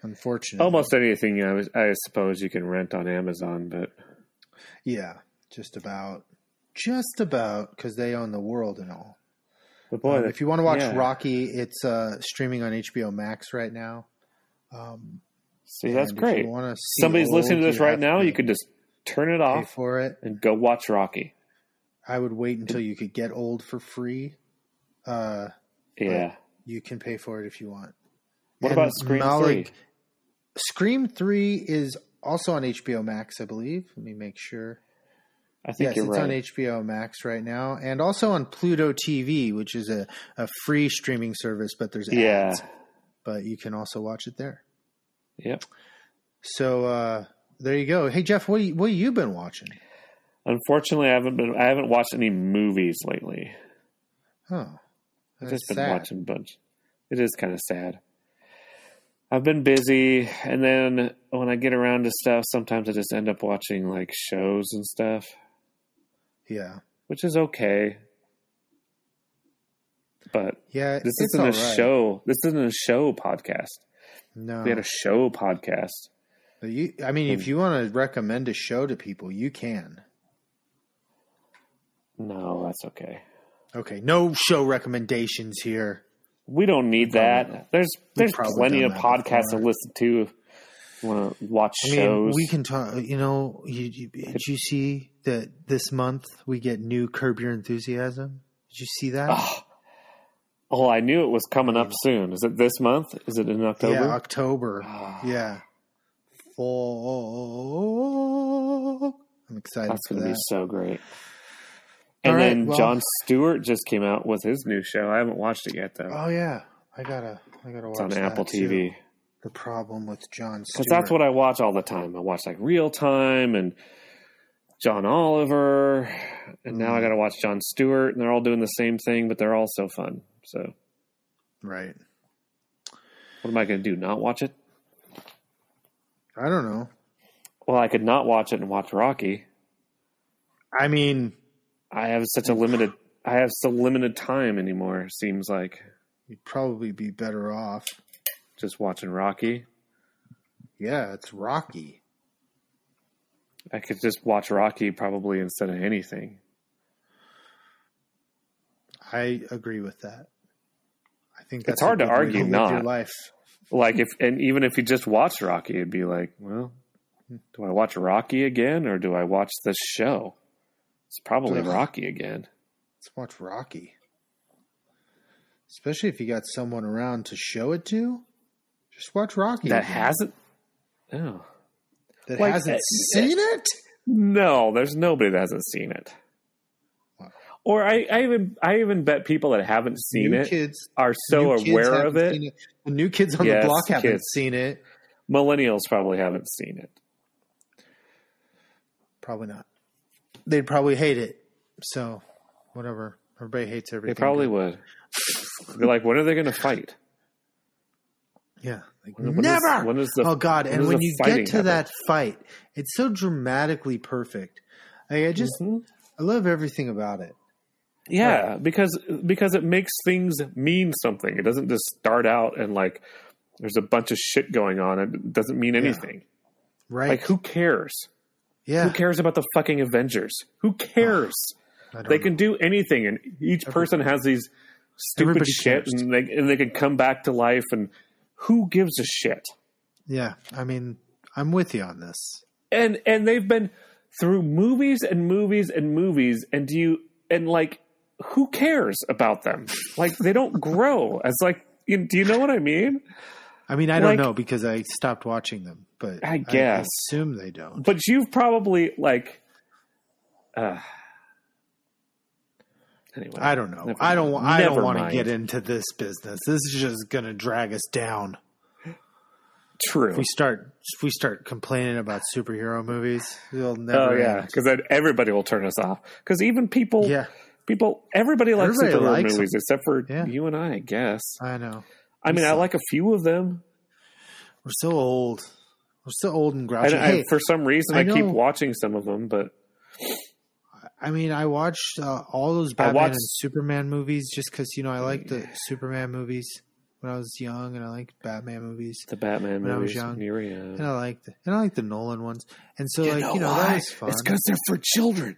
[SPEAKER 4] Unfortunately,
[SPEAKER 2] almost anything I, was, I suppose you can rent on Amazon, but
[SPEAKER 4] yeah, just about, just about, because they own the world and all.
[SPEAKER 2] but boy,
[SPEAKER 4] Um,
[SPEAKER 2] that-
[SPEAKER 4] if you want to watch
[SPEAKER 2] yeah.
[SPEAKER 4] Rocky, it's uh, streaming on HBO Max right now. Um,
[SPEAKER 2] see that's
[SPEAKER 4] and if
[SPEAKER 2] great.
[SPEAKER 4] you wanna see
[SPEAKER 2] Somebody's
[SPEAKER 4] old,
[SPEAKER 2] listening to this
[SPEAKER 4] you
[SPEAKER 2] right
[SPEAKER 4] have
[SPEAKER 2] now.
[SPEAKER 4] to
[SPEAKER 2] You could just turn it off
[SPEAKER 4] for it
[SPEAKER 2] and go watch Rocky.
[SPEAKER 4] I would wait until you could get old for free. Uh,
[SPEAKER 2] Yeah.
[SPEAKER 4] you can pay for it if you want.
[SPEAKER 2] What
[SPEAKER 4] And
[SPEAKER 2] about Scream
[SPEAKER 4] Malik-
[SPEAKER 2] Three?
[SPEAKER 4] Scream Three is also on HBO Max, I believe. Let me make sure.
[SPEAKER 2] I think
[SPEAKER 4] yes,
[SPEAKER 2] you're
[SPEAKER 4] it's
[SPEAKER 2] right.
[SPEAKER 4] on HBO Max right now, and also on Pluto TV, which is a, a free streaming service, but there's
[SPEAKER 2] Yeah.
[SPEAKER 4] ads. But you can also watch it there.
[SPEAKER 2] Yep.
[SPEAKER 4] So uh, there you go. Hey Jeff, what you, what you been watching?
[SPEAKER 2] Unfortunately, I haven't been. I haven't watched any movies lately.
[SPEAKER 4] Oh,
[SPEAKER 2] I've
[SPEAKER 4] that's
[SPEAKER 2] just been
[SPEAKER 4] sad.
[SPEAKER 2] watching a bunch. It is kind of sad. I've been busy, and then when I get around to stuff, sometimes I just end up watching like shows and stuff,
[SPEAKER 4] Yeah,
[SPEAKER 2] which is okay. But
[SPEAKER 4] yeah.
[SPEAKER 2] this
[SPEAKER 4] it's
[SPEAKER 2] isn't a
[SPEAKER 4] all right.
[SPEAKER 2] show. This isn't a show podcast.
[SPEAKER 4] No,
[SPEAKER 2] We had a Hmm. show podcast.
[SPEAKER 4] But you, I mean, if
[SPEAKER 2] And-
[SPEAKER 4] you want to recommend a show to people, you can.
[SPEAKER 2] No, that's okay.
[SPEAKER 4] Okay, no show recommendations here.
[SPEAKER 2] We don't need that. There's there's
[SPEAKER 4] probably
[SPEAKER 2] plenty
[SPEAKER 4] done
[SPEAKER 2] of
[SPEAKER 4] that
[SPEAKER 2] podcasts to
[SPEAKER 4] before.
[SPEAKER 2] listen to. Want to watch
[SPEAKER 4] I mean,
[SPEAKER 2] shows?
[SPEAKER 4] we can talk. You know, you, you, did you see that this month we get new Curb Your Enthusiasm? Did you see that?
[SPEAKER 2] Oh, I knew it was coming up soon. Is it this month? Is it in October?
[SPEAKER 4] Yeah, October.
[SPEAKER 2] Ah.
[SPEAKER 4] yeah, fall. I'm excited
[SPEAKER 2] That's
[SPEAKER 4] for
[SPEAKER 2] going to
[SPEAKER 4] that.
[SPEAKER 2] be so great.
[SPEAKER 4] All
[SPEAKER 2] And
[SPEAKER 4] right,
[SPEAKER 2] then
[SPEAKER 4] well-
[SPEAKER 2] John Stewart just came out with his new show. I haven't watched it yet though.
[SPEAKER 4] oh yeah, I gotta, I gotta watch
[SPEAKER 2] it's on Apple
[SPEAKER 4] that, too.
[SPEAKER 2] TV
[SPEAKER 4] The problem with John
[SPEAKER 2] because
[SPEAKER 4] Stewart.
[SPEAKER 2] that's what I watch all the time. I watch like Real Time and John Oliver, and now
[SPEAKER 4] Mm.
[SPEAKER 2] I got to watch John Stewart, and they're all doing the same thing, but they're all so fun. So
[SPEAKER 4] right.
[SPEAKER 2] what am I going to do? Not watch it?
[SPEAKER 4] I don't know.
[SPEAKER 2] Well, I could not watch it and watch Rocky.
[SPEAKER 4] I mean,
[SPEAKER 2] I have such a limited. I have so limited time anymore. it Seems like
[SPEAKER 4] You'd probably be better off.
[SPEAKER 2] just watching Rocky.
[SPEAKER 4] Yeah, it's Rocky.
[SPEAKER 2] I could just watch Rocky probably instead of anything.
[SPEAKER 4] I agree with that. I think that's
[SPEAKER 2] It's hard to
[SPEAKER 4] a good way
[SPEAKER 2] argue
[SPEAKER 4] live
[SPEAKER 2] not.
[SPEAKER 4] your life.
[SPEAKER 2] Like if and even if you just watch Rocky, it'd be like, well, do I watch Rocky again or do I watch this show? It's probably
[SPEAKER 4] Ugh.
[SPEAKER 2] Rocky again.
[SPEAKER 4] Let's watch Rocky. Especially if you got someone around to show it to. Just watch Rocky.
[SPEAKER 2] That
[SPEAKER 4] again.
[SPEAKER 2] hasn't. No,
[SPEAKER 4] that
[SPEAKER 2] like,
[SPEAKER 4] hasn't
[SPEAKER 2] uh,
[SPEAKER 4] seen it?
[SPEAKER 2] no. There's nobody that hasn't seen it. Or I, I even I even bet people that haven't seen
[SPEAKER 4] New
[SPEAKER 2] it
[SPEAKER 4] kids-
[SPEAKER 2] are so
[SPEAKER 4] new kids
[SPEAKER 2] aware of
[SPEAKER 4] haven't
[SPEAKER 2] it.
[SPEAKER 4] seen The new kids on
[SPEAKER 2] Yes,
[SPEAKER 4] the block haven't
[SPEAKER 2] kids.
[SPEAKER 4] seen it.
[SPEAKER 2] Millennials probably haven't seen it.
[SPEAKER 4] Probably not. They'd probably hate it. So, whatever. Everybody hates
[SPEAKER 2] They
[SPEAKER 4] everything.
[SPEAKER 2] probably would. They're like, when are they going to fight?
[SPEAKER 4] Yeah. Like,
[SPEAKER 2] When- when is-
[SPEAKER 4] never.
[SPEAKER 2] when is the-
[SPEAKER 4] oh God!
[SPEAKER 2] when
[SPEAKER 4] and
[SPEAKER 2] does
[SPEAKER 4] when
[SPEAKER 2] the
[SPEAKER 4] you
[SPEAKER 2] fighting
[SPEAKER 4] get to
[SPEAKER 2] happen?
[SPEAKER 4] that fight, it's so dramatically perfect. Like, I just,
[SPEAKER 2] Mm-hmm.
[SPEAKER 4] I love everything about it.
[SPEAKER 2] Yeah, because because it makes things mean something. It doesn't just start out and like there's a bunch of shit going on. It doesn't mean anything.
[SPEAKER 4] Right.
[SPEAKER 2] Like who cares?
[SPEAKER 4] Yeah.
[SPEAKER 2] Who cares about the fucking Avengers? Who cares?
[SPEAKER 4] I don't
[SPEAKER 2] they can do anything, and each person has these stupid
[SPEAKER 4] Everybody
[SPEAKER 2] shit,
[SPEAKER 4] cares.
[SPEAKER 2] and they and they can come back to life. And who gives a shit?
[SPEAKER 4] Yeah. I mean, I'm with you on this.
[SPEAKER 2] and and they've been through movies and movies and movies and do you and like who cares about them like they don't grow as like you, do you know what i mean
[SPEAKER 4] I mean, I don't
[SPEAKER 2] Like-
[SPEAKER 4] know because I stopped watching them, but
[SPEAKER 2] I guess.
[SPEAKER 4] assume they don't.
[SPEAKER 2] but you've probably like uh anyway
[SPEAKER 4] I don't know.
[SPEAKER 2] Never
[SPEAKER 4] I don't.
[SPEAKER 2] mind.
[SPEAKER 4] wa- I don't
[SPEAKER 2] Never
[SPEAKER 4] want to
[SPEAKER 2] mind.
[SPEAKER 4] get into this business. This is just going to drag us down.
[SPEAKER 2] True.
[SPEAKER 4] If we start, if we start complaining about superhero movies, we'll never.
[SPEAKER 2] oh yeah
[SPEAKER 4] end.
[SPEAKER 2] because then everybody will turn us off because even people
[SPEAKER 4] Yeah.
[SPEAKER 2] People, everybody likes
[SPEAKER 4] Everybody
[SPEAKER 2] superhero
[SPEAKER 4] likes 'em.
[SPEAKER 2] movies except for
[SPEAKER 4] Yeah.
[SPEAKER 2] you and I, I guess.
[SPEAKER 4] I know.
[SPEAKER 2] I mean, I
[SPEAKER 4] Listen.
[SPEAKER 2] like a few of them.
[SPEAKER 4] We're so old. We're so old and
[SPEAKER 2] I,
[SPEAKER 4] grouchy.
[SPEAKER 2] I-
[SPEAKER 4] hey,
[SPEAKER 2] for some reason,
[SPEAKER 4] I
[SPEAKER 2] I, keep
[SPEAKER 4] know-
[SPEAKER 2] watching some of them, but
[SPEAKER 4] I mean, I watched uh, all those
[SPEAKER 2] I
[SPEAKER 4] Batman
[SPEAKER 2] watched-
[SPEAKER 4] and Superman movies just because you know I liked the Superman movies when I was young, and I liked Batman movies.
[SPEAKER 2] the Batman
[SPEAKER 4] When I was
[SPEAKER 2] movies.
[SPEAKER 4] young,
[SPEAKER 2] here we go.
[SPEAKER 4] and I liked and I liked the Nolan ones, and so like you know that was fun.
[SPEAKER 2] It's because they're for children.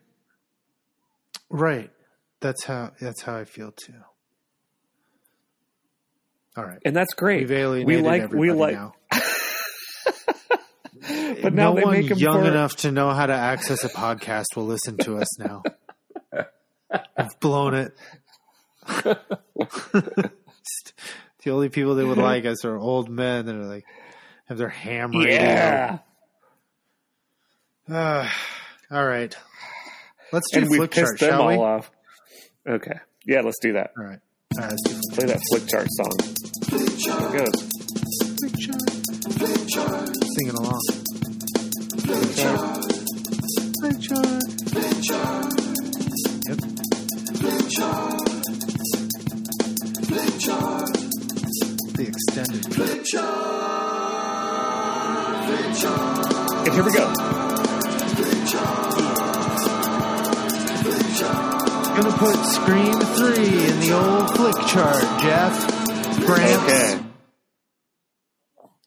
[SPEAKER 4] right. That's how that's how I feel too. All right,
[SPEAKER 2] and that's great.
[SPEAKER 4] We've alienated
[SPEAKER 2] we like
[SPEAKER 4] everybody
[SPEAKER 2] we like,
[SPEAKER 4] now.
[SPEAKER 2] but now
[SPEAKER 4] no
[SPEAKER 2] they
[SPEAKER 4] one
[SPEAKER 2] make them
[SPEAKER 4] young
[SPEAKER 2] for
[SPEAKER 4] enough to know how to access a podcast will listen to us now. I've blown it. the only people that would like us are old men that are like have their ham radio.
[SPEAKER 2] yeah.
[SPEAKER 4] Ah, all right. Let's do
[SPEAKER 2] And we
[SPEAKER 4] flick chart,
[SPEAKER 2] pissed them
[SPEAKER 4] shall we?
[SPEAKER 2] all off. Okay, yeah, let's do that.
[SPEAKER 4] All right,
[SPEAKER 2] play that flick chart song. It goes.
[SPEAKER 4] Singing along. Yep. The extended.
[SPEAKER 2] And here we go.
[SPEAKER 4] Gonna put Scream 3 in the old flick chart, Jeff. Gramps.
[SPEAKER 2] Okay.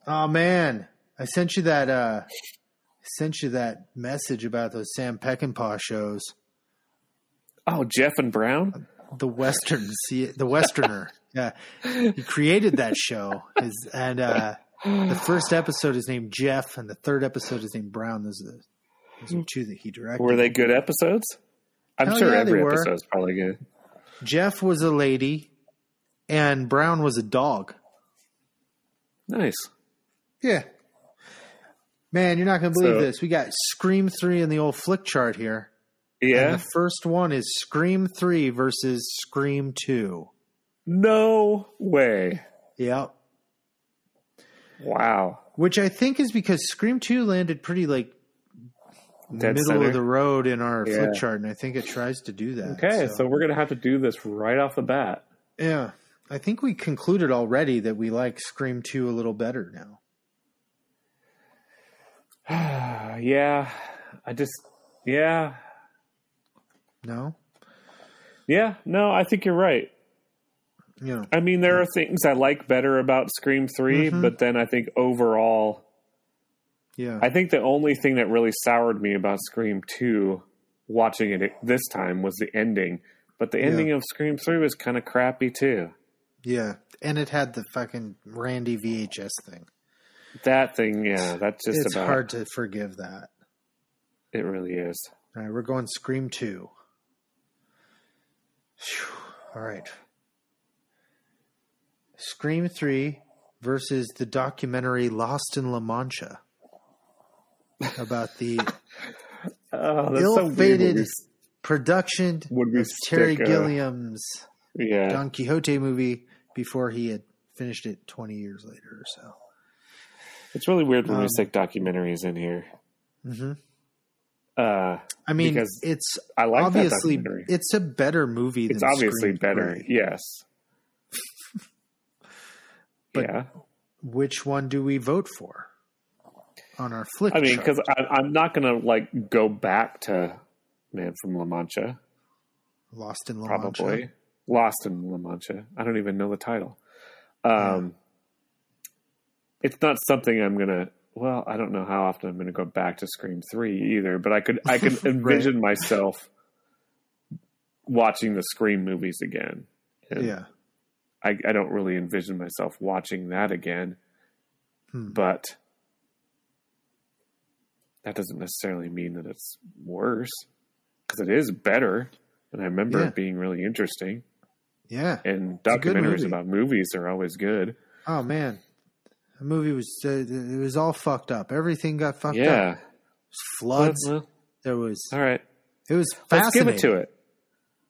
[SPEAKER 4] Oh man, I sent you that. uh Sent you that message about those Sam Peckinpah shows.
[SPEAKER 2] Oh, Jeff and Brown.
[SPEAKER 4] The Western, see, the Westerner. yeah, he created that show. His, and uh the first episode is named Jeff, and the third episode is named Brown. Those are the, those are two that he directed.
[SPEAKER 2] Mm. Were they good episodes? I'm
[SPEAKER 4] Hell
[SPEAKER 2] sure
[SPEAKER 4] yeah, they
[SPEAKER 2] every
[SPEAKER 4] were.
[SPEAKER 2] episode's probably good.
[SPEAKER 4] Jeff was a lady, and Brown was a dog.
[SPEAKER 2] Nice.
[SPEAKER 4] Yeah. Man, you're not going to believe
[SPEAKER 2] So-
[SPEAKER 4] this. We got Scream 3 in the old flick chart here.
[SPEAKER 2] Yeah.
[SPEAKER 4] And the first one is Scream 3 versus Scream 2.
[SPEAKER 2] No way.
[SPEAKER 4] Yep.
[SPEAKER 2] Wow.
[SPEAKER 4] Which I think is because Scream 2 landed pretty like
[SPEAKER 2] Dead
[SPEAKER 4] middle
[SPEAKER 2] center.
[SPEAKER 4] of the road in our
[SPEAKER 2] Yeah.
[SPEAKER 4] flick chart and I think it tries to do that.
[SPEAKER 2] Okay, so. we're gonna have to do this right off the bat.
[SPEAKER 4] Yeah. I think we concluded already that we like Scream 2 a little better now.
[SPEAKER 2] yeah. I just. Yeah.
[SPEAKER 4] No?
[SPEAKER 2] Yeah. No, I think you're right.
[SPEAKER 4] Yeah.
[SPEAKER 2] I mean, there are things I like better about Scream 3,
[SPEAKER 4] Mhm.
[SPEAKER 2] but then I think overall,
[SPEAKER 4] Yeah.
[SPEAKER 2] I think the only thing that really soured me about Scream 2 watching it this time was the ending. But the
[SPEAKER 4] Yeah.
[SPEAKER 2] ending of Scream 3 was kind of crappy too.
[SPEAKER 4] Yeah. And it had the fucking Randy VHS thing.
[SPEAKER 2] That thing, yeah, that's just
[SPEAKER 4] it's
[SPEAKER 2] about
[SPEAKER 4] hard to forgive that.
[SPEAKER 2] it really is.
[SPEAKER 4] All right, we're going Scream 2. Phew, All right. Scream 3 versus the documentary Lost in La Mancha about the
[SPEAKER 2] Oh, that's so weird when
[SPEAKER 4] ill-fated
[SPEAKER 2] we-
[SPEAKER 4] production
[SPEAKER 2] when we
[SPEAKER 4] of Terry
[SPEAKER 2] stick, uh,
[SPEAKER 4] Gilliam's
[SPEAKER 2] Yeah.
[SPEAKER 4] Don Quixote movie before he had finished it 20 years later or so.
[SPEAKER 2] It's really weird when we
[SPEAKER 4] Um,
[SPEAKER 2] stick documentaries in here.
[SPEAKER 4] hmm
[SPEAKER 2] Uh,
[SPEAKER 4] I mean,
[SPEAKER 2] because
[SPEAKER 4] it's
[SPEAKER 2] I like that
[SPEAKER 4] obviously
[SPEAKER 2] documentary.
[SPEAKER 4] it's a better movie
[SPEAKER 2] it's
[SPEAKER 4] than
[SPEAKER 2] obviously
[SPEAKER 4] Scream
[SPEAKER 2] better.
[SPEAKER 4] 3.
[SPEAKER 2] Yes.
[SPEAKER 4] But
[SPEAKER 2] yeah.
[SPEAKER 4] which one do we vote for on our flick?
[SPEAKER 2] I mean,
[SPEAKER 4] chart?
[SPEAKER 2] because I'm not gonna like go back to Man from La Mancha.
[SPEAKER 4] Lost in La Mancha.
[SPEAKER 2] probably Lost in La Mancha. I don't even know the title. Um, It's not something I'm gonna. Well, I don't know how often I'm gonna go back to Scream Three either, but I could I could
[SPEAKER 4] Right.
[SPEAKER 2] envision myself watching the Scream movies again. And
[SPEAKER 4] Yeah.
[SPEAKER 2] I, I don't really envision myself watching that again,
[SPEAKER 4] Hmm.
[SPEAKER 2] but that doesn't necessarily mean that it's worse because it is better. And I remember
[SPEAKER 4] Yeah.
[SPEAKER 2] it being really interesting.
[SPEAKER 4] Yeah.
[SPEAKER 2] And
[SPEAKER 4] It's a good
[SPEAKER 2] documentaries
[SPEAKER 4] movie.
[SPEAKER 2] about movies are always good.
[SPEAKER 4] Oh man, the movie was uh, it was all fucked up. Everything got fucked up.
[SPEAKER 2] yeah.
[SPEAKER 4] Floods.
[SPEAKER 2] Well, well,
[SPEAKER 4] there was.
[SPEAKER 2] all right.
[SPEAKER 4] It was
[SPEAKER 2] Let's give
[SPEAKER 4] fascinating.
[SPEAKER 2] it to it.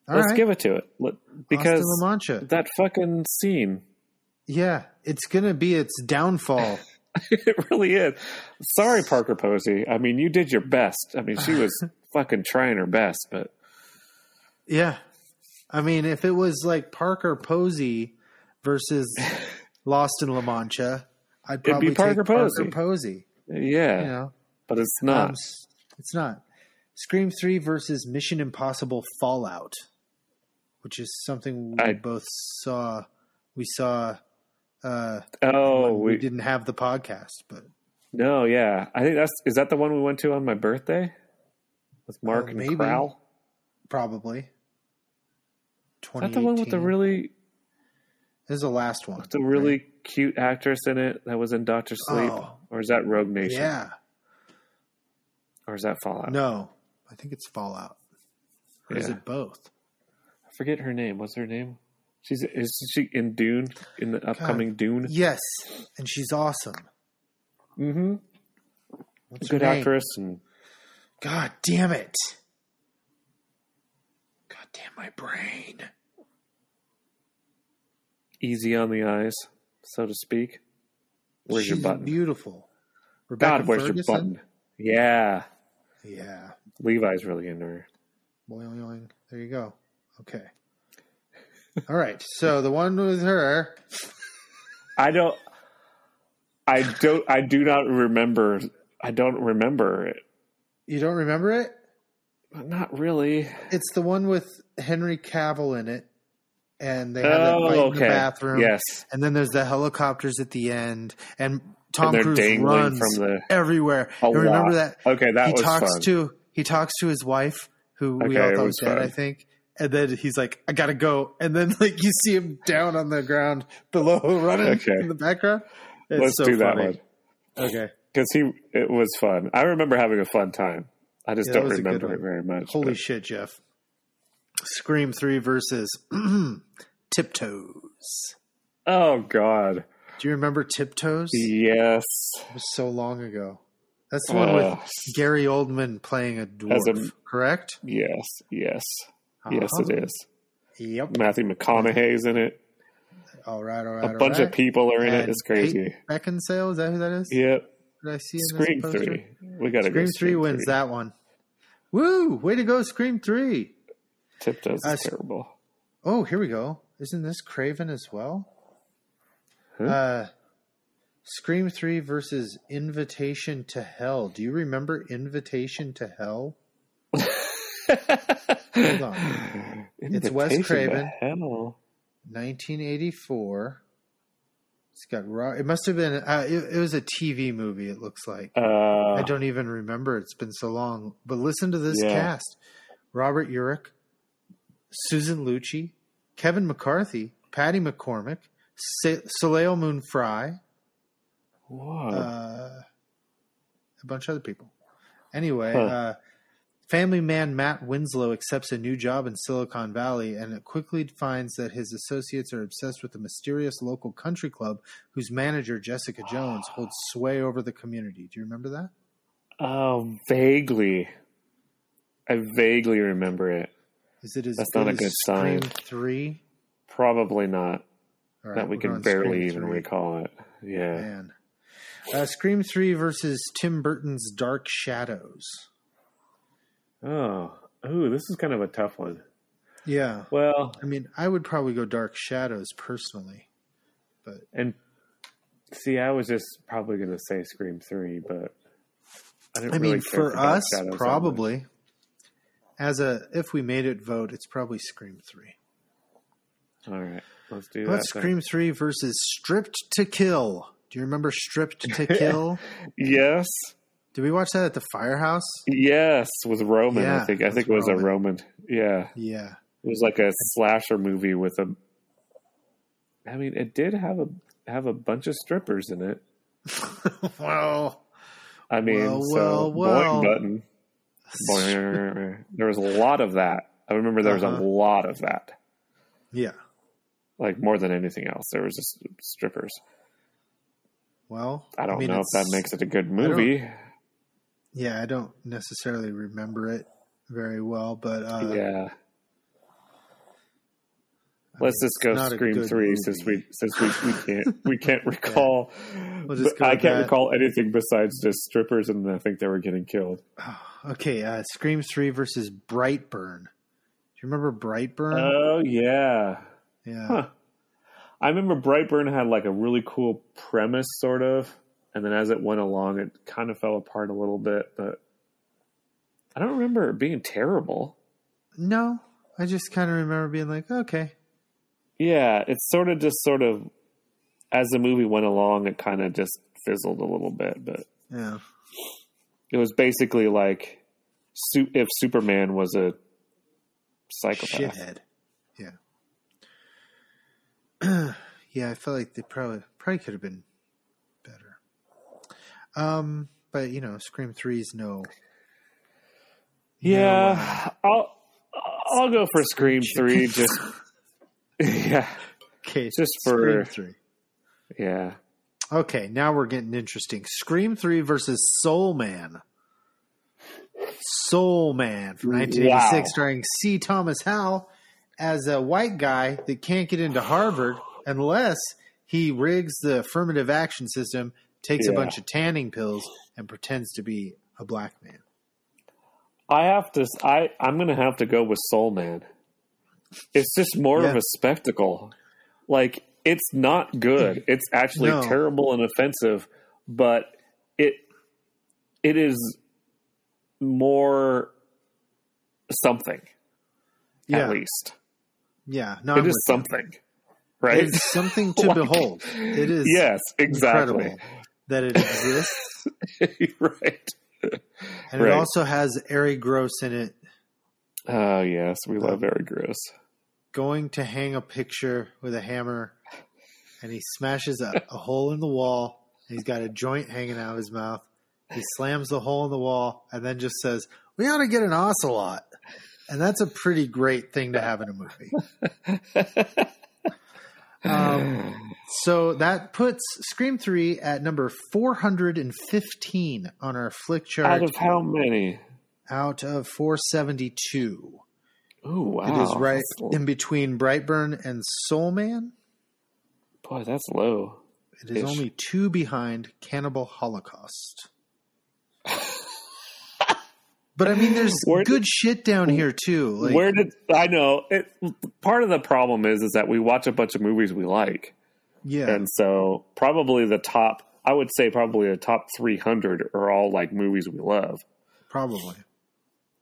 [SPEAKER 4] All
[SPEAKER 2] Let's
[SPEAKER 4] right.
[SPEAKER 2] give it to it. Let- Because
[SPEAKER 4] Lost in La Mancha.
[SPEAKER 2] that fucking scene,
[SPEAKER 4] Yeah, it's gonna be its downfall.
[SPEAKER 2] it really is. Sorry, Parker Posey. I mean, you did your best. I mean, she was fucking trying her best, but
[SPEAKER 4] yeah, I mean, if it was like Parker Posey versus Lost in La Mancha, I'd probably It'd be Parker Posey. Parker Posey.
[SPEAKER 2] Yeah, you know? but it's not. Um,
[SPEAKER 4] it's not. Scream Three versus Mission Impossible Fallout, which is something we I, both saw. We saw. Uh,
[SPEAKER 2] oh,
[SPEAKER 4] we, we didn't have the podcast, but
[SPEAKER 2] no, yeah, I think that's is that the one we went to on my birthday with Mark oh, and maybe. Crowell?
[SPEAKER 4] Probably.
[SPEAKER 2] Is that the one with the really?
[SPEAKER 4] This is the last one.
[SPEAKER 2] With the really right? cute actress in it that was in Doctor Sleep, oh, or is that Rogue Nation?
[SPEAKER 4] Yeah.
[SPEAKER 2] Or is that Fallout?
[SPEAKER 4] No, I think it's Fallout. Or yeah. is it both?
[SPEAKER 2] I forget her name. What's her name? She's is she in Dune in the upcoming God. Dune?
[SPEAKER 4] Yes, and she's awesome.
[SPEAKER 2] Mm-hmm. What's Good actress and.
[SPEAKER 4] God damn it! God damn my brain
[SPEAKER 2] easy on the eyes, so to speak. Where's
[SPEAKER 4] She's
[SPEAKER 2] your button?
[SPEAKER 4] Beautiful.
[SPEAKER 2] Rebecca God, where's Ferguson? your button? Yeah.
[SPEAKER 4] Yeah.
[SPEAKER 2] Levi's really into her.
[SPEAKER 4] Boing, boing. There you go. Okay. All right. So the one with her.
[SPEAKER 2] I don't. I don't. I do not remember. I don't remember it.
[SPEAKER 4] You don't remember it?
[SPEAKER 2] Not really.
[SPEAKER 4] It's the one with Henry Cavill in it and they have oh, that fight okay. in the bathroom.
[SPEAKER 2] Yes,
[SPEAKER 4] and then there's the helicopters at the end, and Tom and Cruise runs from the, everywhere. And remember lot. that?
[SPEAKER 2] Okay, that he was
[SPEAKER 4] talks
[SPEAKER 2] fun.
[SPEAKER 4] to he talks to his wife, who okay, we all thought was dead, fun. I think. And then he's like, "I gotta go," and then like you see him down on the ground below, running okay. in the background. It's
[SPEAKER 2] Let's
[SPEAKER 4] so
[SPEAKER 2] do that
[SPEAKER 4] funny.
[SPEAKER 2] one,
[SPEAKER 4] okay?
[SPEAKER 2] Because he, it was fun. I remember having a fun time. I just yeah, don't remember it very much.
[SPEAKER 4] Holy but. shit, Jeff! Scream 3 versus Tiptoes.
[SPEAKER 2] Oh, God.
[SPEAKER 4] Do you remember Tiptoes?
[SPEAKER 2] Yes.
[SPEAKER 4] It was so long ago. That's the one uh, with Gary Oldman playing a dwarf, a, correct?
[SPEAKER 2] Yes, yes. Uh-huh. Yes, it is.
[SPEAKER 4] Yep.
[SPEAKER 2] Matthew McConaughey's in it.
[SPEAKER 4] All right, all right.
[SPEAKER 2] A bunch
[SPEAKER 4] right.
[SPEAKER 2] of people are in and it. It's crazy.
[SPEAKER 4] Pete Beckinsale, is that who that is?
[SPEAKER 2] Yep.
[SPEAKER 4] Did I see
[SPEAKER 2] Scream 3. We got to
[SPEAKER 4] Scream 3 wins 3. that one. Woo! Way to go, Scream 3.
[SPEAKER 2] Tiptoes uh, is terrible.
[SPEAKER 4] Oh, here we go. Isn't this Craven as well? Huh? Uh, Scream 3 versus Invitation to Hell. Do you remember Invitation to Hell? Hold on. Invitation it's Wes Craven. 1984. It's got raw. It must have been. Uh, it, it, was a TV movie. It looks like.
[SPEAKER 2] Uh,
[SPEAKER 4] I don't even remember. It's been so long. But listen to this yeah. cast: Robert Urich, Susan Lucci, Kevin McCarthy, Patty McCormick, Se- Soleil Moon Fry, uh, a bunch of other people. Anyway, huh. uh, family man Matt Winslow accepts a new job in Silicon Valley and quickly finds that his associates are obsessed with a mysterious local country club whose manager, Jessica Jones, holds sway over the community. Do you remember that?
[SPEAKER 2] Oh, vaguely. I vaguely remember it.
[SPEAKER 4] Is it as That's not a good sign. Three?
[SPEAKER 2] Probably not. Right, that we can barely even recall it. Yeah. Man.
[SPEAKER 4] Uh, Scream three versus Tim Burton's Dark Shadows.
[SPEAKER 2] Oh, ooh, this is kind of a tough one.
[SPEAKER 4] Yeah.
[SPEAKER 2] Well,
[SPEAKER 4] I mean, I would probably go Dark Shadows personally, but
[SPEAKER 2] and see, I was just probably going to say Scream three, but I didn't. I really mean,
[SPEAKER 4] for,
[SPEAKER 2] for
[SPEAKER 4] us, probably as a if we made it vote, it's probably Scream Three.
[SPEAKER 2] All right, let's do
[SPEAKER 4] Let's
[SPEAKER 2] that,
[SPEAKER 4] Scream then. Three versus Stripped to Kill. Do you remember Stripped to Kill?
[SPEAKER 2] yes.
[SPEAKER 4] Did we watch that at the firehouse?
[SPEAKER 2] Yes, with Roman. Yeah, I think I think it was Roman. a Roman. Yeah.
[SPEAKER 4] Yeah.
[SPEAKER 2] It was like a slasher movie with a. I mean, it did have a have a bunch of strippers in it.
[SPEAKER 4] well,
[SPEAKER 2] I mean, well, so well, well. button there was a lot of that. I remember there was uh-huh. a lot of that.
[SPEAKER 4] Yeah.
[SPEAKER 2] Like more than anything else, there was just strippers.
[SPEAKER 4] Well,
[SPEAKER 2] I don't I mean, know if that makes it a good movie.
[SPEAKER 4] I yeah, I don't necessarily remember it very well, but uh,
[SPEAKER 2] yeah. I Let's mean, just go Scream Three movie. since we since we, we can't we can't recall. yeah. we'll I can't that. recall anything besides just strippers, and I think they were getting killed.
[SPEAKER 4] Okay, uh, Scream Three versus Brightburn. you remember Brightburn?
[SPEAKER 2] Oh yeah,
[SPEAKER 4] yeah. Huh.
[SPEAKER 2] I remember Brightburn had like a really cool premise, sort of, and then as it went along, it kind of fell apart a little bit. But I don't remember it being terrible.
[SPEAKER 4] No, I just kind of remember being like, okay.
[SPEAKER 2] Yeah, it's sort of just sort of as the movie went along, it kind of just fizzled a little bit, but
[SPEAKER 4] yeah,
[SPEAKER 2] it was basically like if Superman was a psychopath,
[SPEAKER 4] shithead. Yeah, yeah, I felt like they probably probably could have been better. Um, but you know, Scream Three's no.
[SPEAKER 2] Yeah, no, uh, I'll I'll go for Scream Three. Just yeah,
[SPEAKER 4] okay,
[SPEAKER 2] just for
[SPEAKER 4] Scream Three.
[SPEAKER 2] Yeah.
[SPEAKER 4] Okay, now we're getting interesting. Scream 3 versus Soul Man. Soul Man from 1986, wow. starring C. Thomas Howell as a white guy that can't get into Harvard unless he rigs the affirmative action system, takes yeah. a bunch of tanning pills, and pretends to be a black man.
[SPEAKER 2] I have to. I I'm gonna have to go with Soul Man. It's just more yeah. of a spectacle. Like it's not good. It's actually no. terrible and offensive, but it it is more something.
[SPEAKER 4] Yeah.
[SPEAKER 2] At least.
[SPEAKER 4] Yeah. No,
[SPEAKER 2] it I'm is something. You. Right?
[SPEAKER 4] It's something to like, behold. It is
[SPEAKER 2] Yes, exactly.
[SPEAKER 4] That it exists.
[SPEAKER 2] right.
[SPEAKER 4] And right. it also has Ari Gross in it.
[SPEAKER 2] Oh yes, we love Ari Gross
[SPEAKER 4] going to hang a picture with a hammer and he smashes a, a hole in the wall he's got a joint hanging out of his mouth he slams the hole in the wall and then just says we ought to get an ocelot and that's a pretty great thing to have in a movie um, so that puts scream 3 at number 415 on our flick chart
[SPEAKER 2] out of how many
[SPEAKER 4] out of 472
[SPEAKER 2] Oh wow!
[SPEAKER 4] It is right in between Brightburn and Soul Man.
[SPEAKER 2] Boy, that's low.
[SPEAKER 4] It is only two behind Cannibal Holocaust. but I mean, there's where good did, shit down here too.
[SPEAKER 2] Like, where did I know? It, part of the problem is is that we watch a bunch of movies we like.
[SPEAKER 4] Yeah,
[SPEAKER 2] and so probably the top, I would say probably the top three hundred are all like movies we love.
[SPEAKER 4] Probably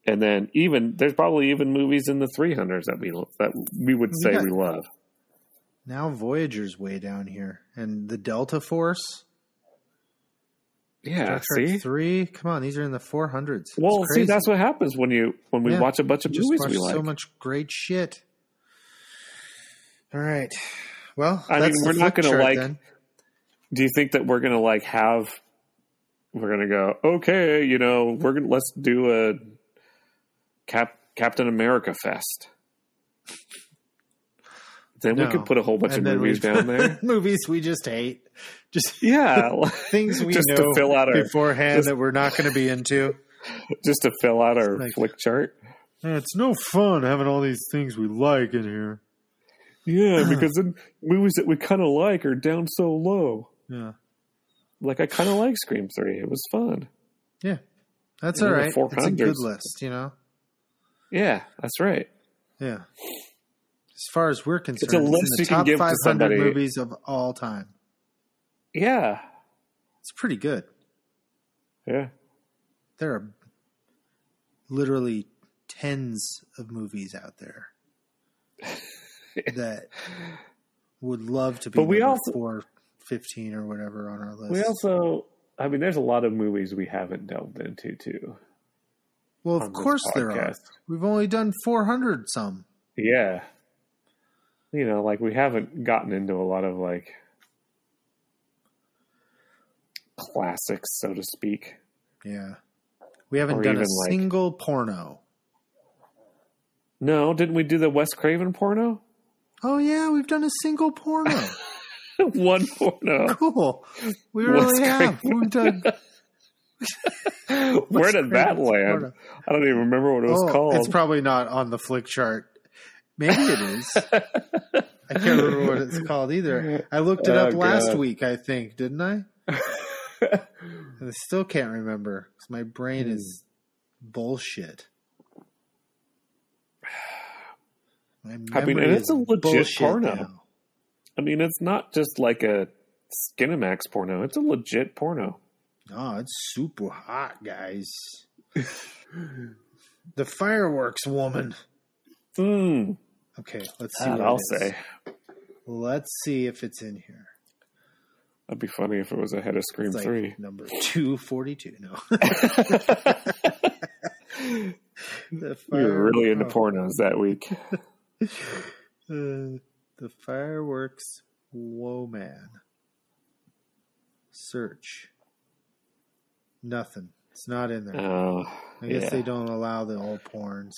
[SPEAKER 2] and then even there's probably even movies in the 300s that we that we would say we, we love.
[SPEAKER 4] Now Voyager's way down here, and the Delta Force.
[SPEAKER 2] Yeah, see
[SPEAKER 4] three. Come on, these are in the 400s.
[SPEAKER 2] Well, see, that's what happens when you when we yeah, watch a bunch of movies we like.
[SPEAKER 4] So much great shit. All right. Well,
[SPEAKER 2] I mean, we're not going to like. Then. Do you think that we're going to like have? We're going to go okay. You know, we're going to let's do a Cap, Captain America Fest. Then no. we could put a whole bunch and of movies down there.
[SPEAKER 4] movies we just hate. Just
[SPEAKER 2] yeah,
[SPEAKER 4] things we just know to fill out our, beforehand just, that we're not going to be into.
[SPEAKER 2] Just to fill out our like, flick chart.
[SPEAKER 4] Yeah, it's no fun having all these things we like in here.
[SPEAKER 2] Yeah, because then movies that we kind of like are down so low.
[SPEAKER 4] Yeah.
[SPEAKER 2] Like I kind of like Scream Three. It was fun.
[SPEAKER 4] Yeah, that's and all right. It's a good list, you know.
[SPEAKER 2] Yeah, that's right.
[SPEAKER 4] Yeah. As far as we're concerned, it's, a list it's in the top you top can 500 somebody. movies of all time.
[SPEAKER 2] Yeah.
[SPEAKER 4] It's pretty good.
[SPEAKER 2] Yeah.
[SPEAKER 4] There are literally tens of movies out there that would love to be
[SPEAKER 2] but we also,
[SPEAKER 4] 4, 15 or whatever on our list.
[SPEAKER 2] We also, I mean, there's a lot of movies we haven't delved into, too.
[SPEAKER 4] Well, of course there are. We've only done 400 some.
[SPEAKER 2] Yeah. You know, like we haven't gotten into a lot of like classics, so to speak.
[SPEAKER 4] Yeah. We haven't or done a single like, porno.
[SPEAKER 2] No, didn't we do the Wes Craven porno?
[SPEAKER 4] Oh yeah, we've done a single porno.
[SPEAKER 2] One porno.
[SPEAKER 4] Cool. We really Wes have. Craven. We've done
[SPEAKER 2] Where did that land? Florida. I don't even remember what it was oh, called.
[SPEAKER 4] It's probably not on the flick chart. Maybe it is. I can't remember what it's called either. I looked it oh, up God. last week, I think, didn't I? I still can't remember
[SPEAKER 2] Hmm.
[SPEAKER 4] because my brain mm. is bullshit.
[SPEAKER 2] I mean, and it's a legit porno. Now. I mean, it's not just like a Skinamax porno. It's a legit porno.
[SPEAKER 4] Oh, it's super hot, guys. the fireworks woman.
[SPEAKER 2] Mm.
[SPEAKER 4] Okay, let's see.
[SPEAKER 2] I'll say.
[SPEAKER 4] Let's see if it's in here.
[SPEAKER 2] That'd be funny if it was ahead of Scream
[SPEAKER 4] It's like
[SPEAKER 2] Three.
[SPEAKER 4] number two forty two. No. the
[SPEAKER 2] We were really into
[SPEAKER 4] oh,
[SPEAKER 2] pornos that week.
[SPEAKER 4] uh, the fireworks woman. Search. Nothing. It's not in there.
[SPEAKER 2] Oh,
[SPEAKER 4] I guess
[SPEAKER 2] yeah.
[SPEAKER 4] they don't allow the old porns.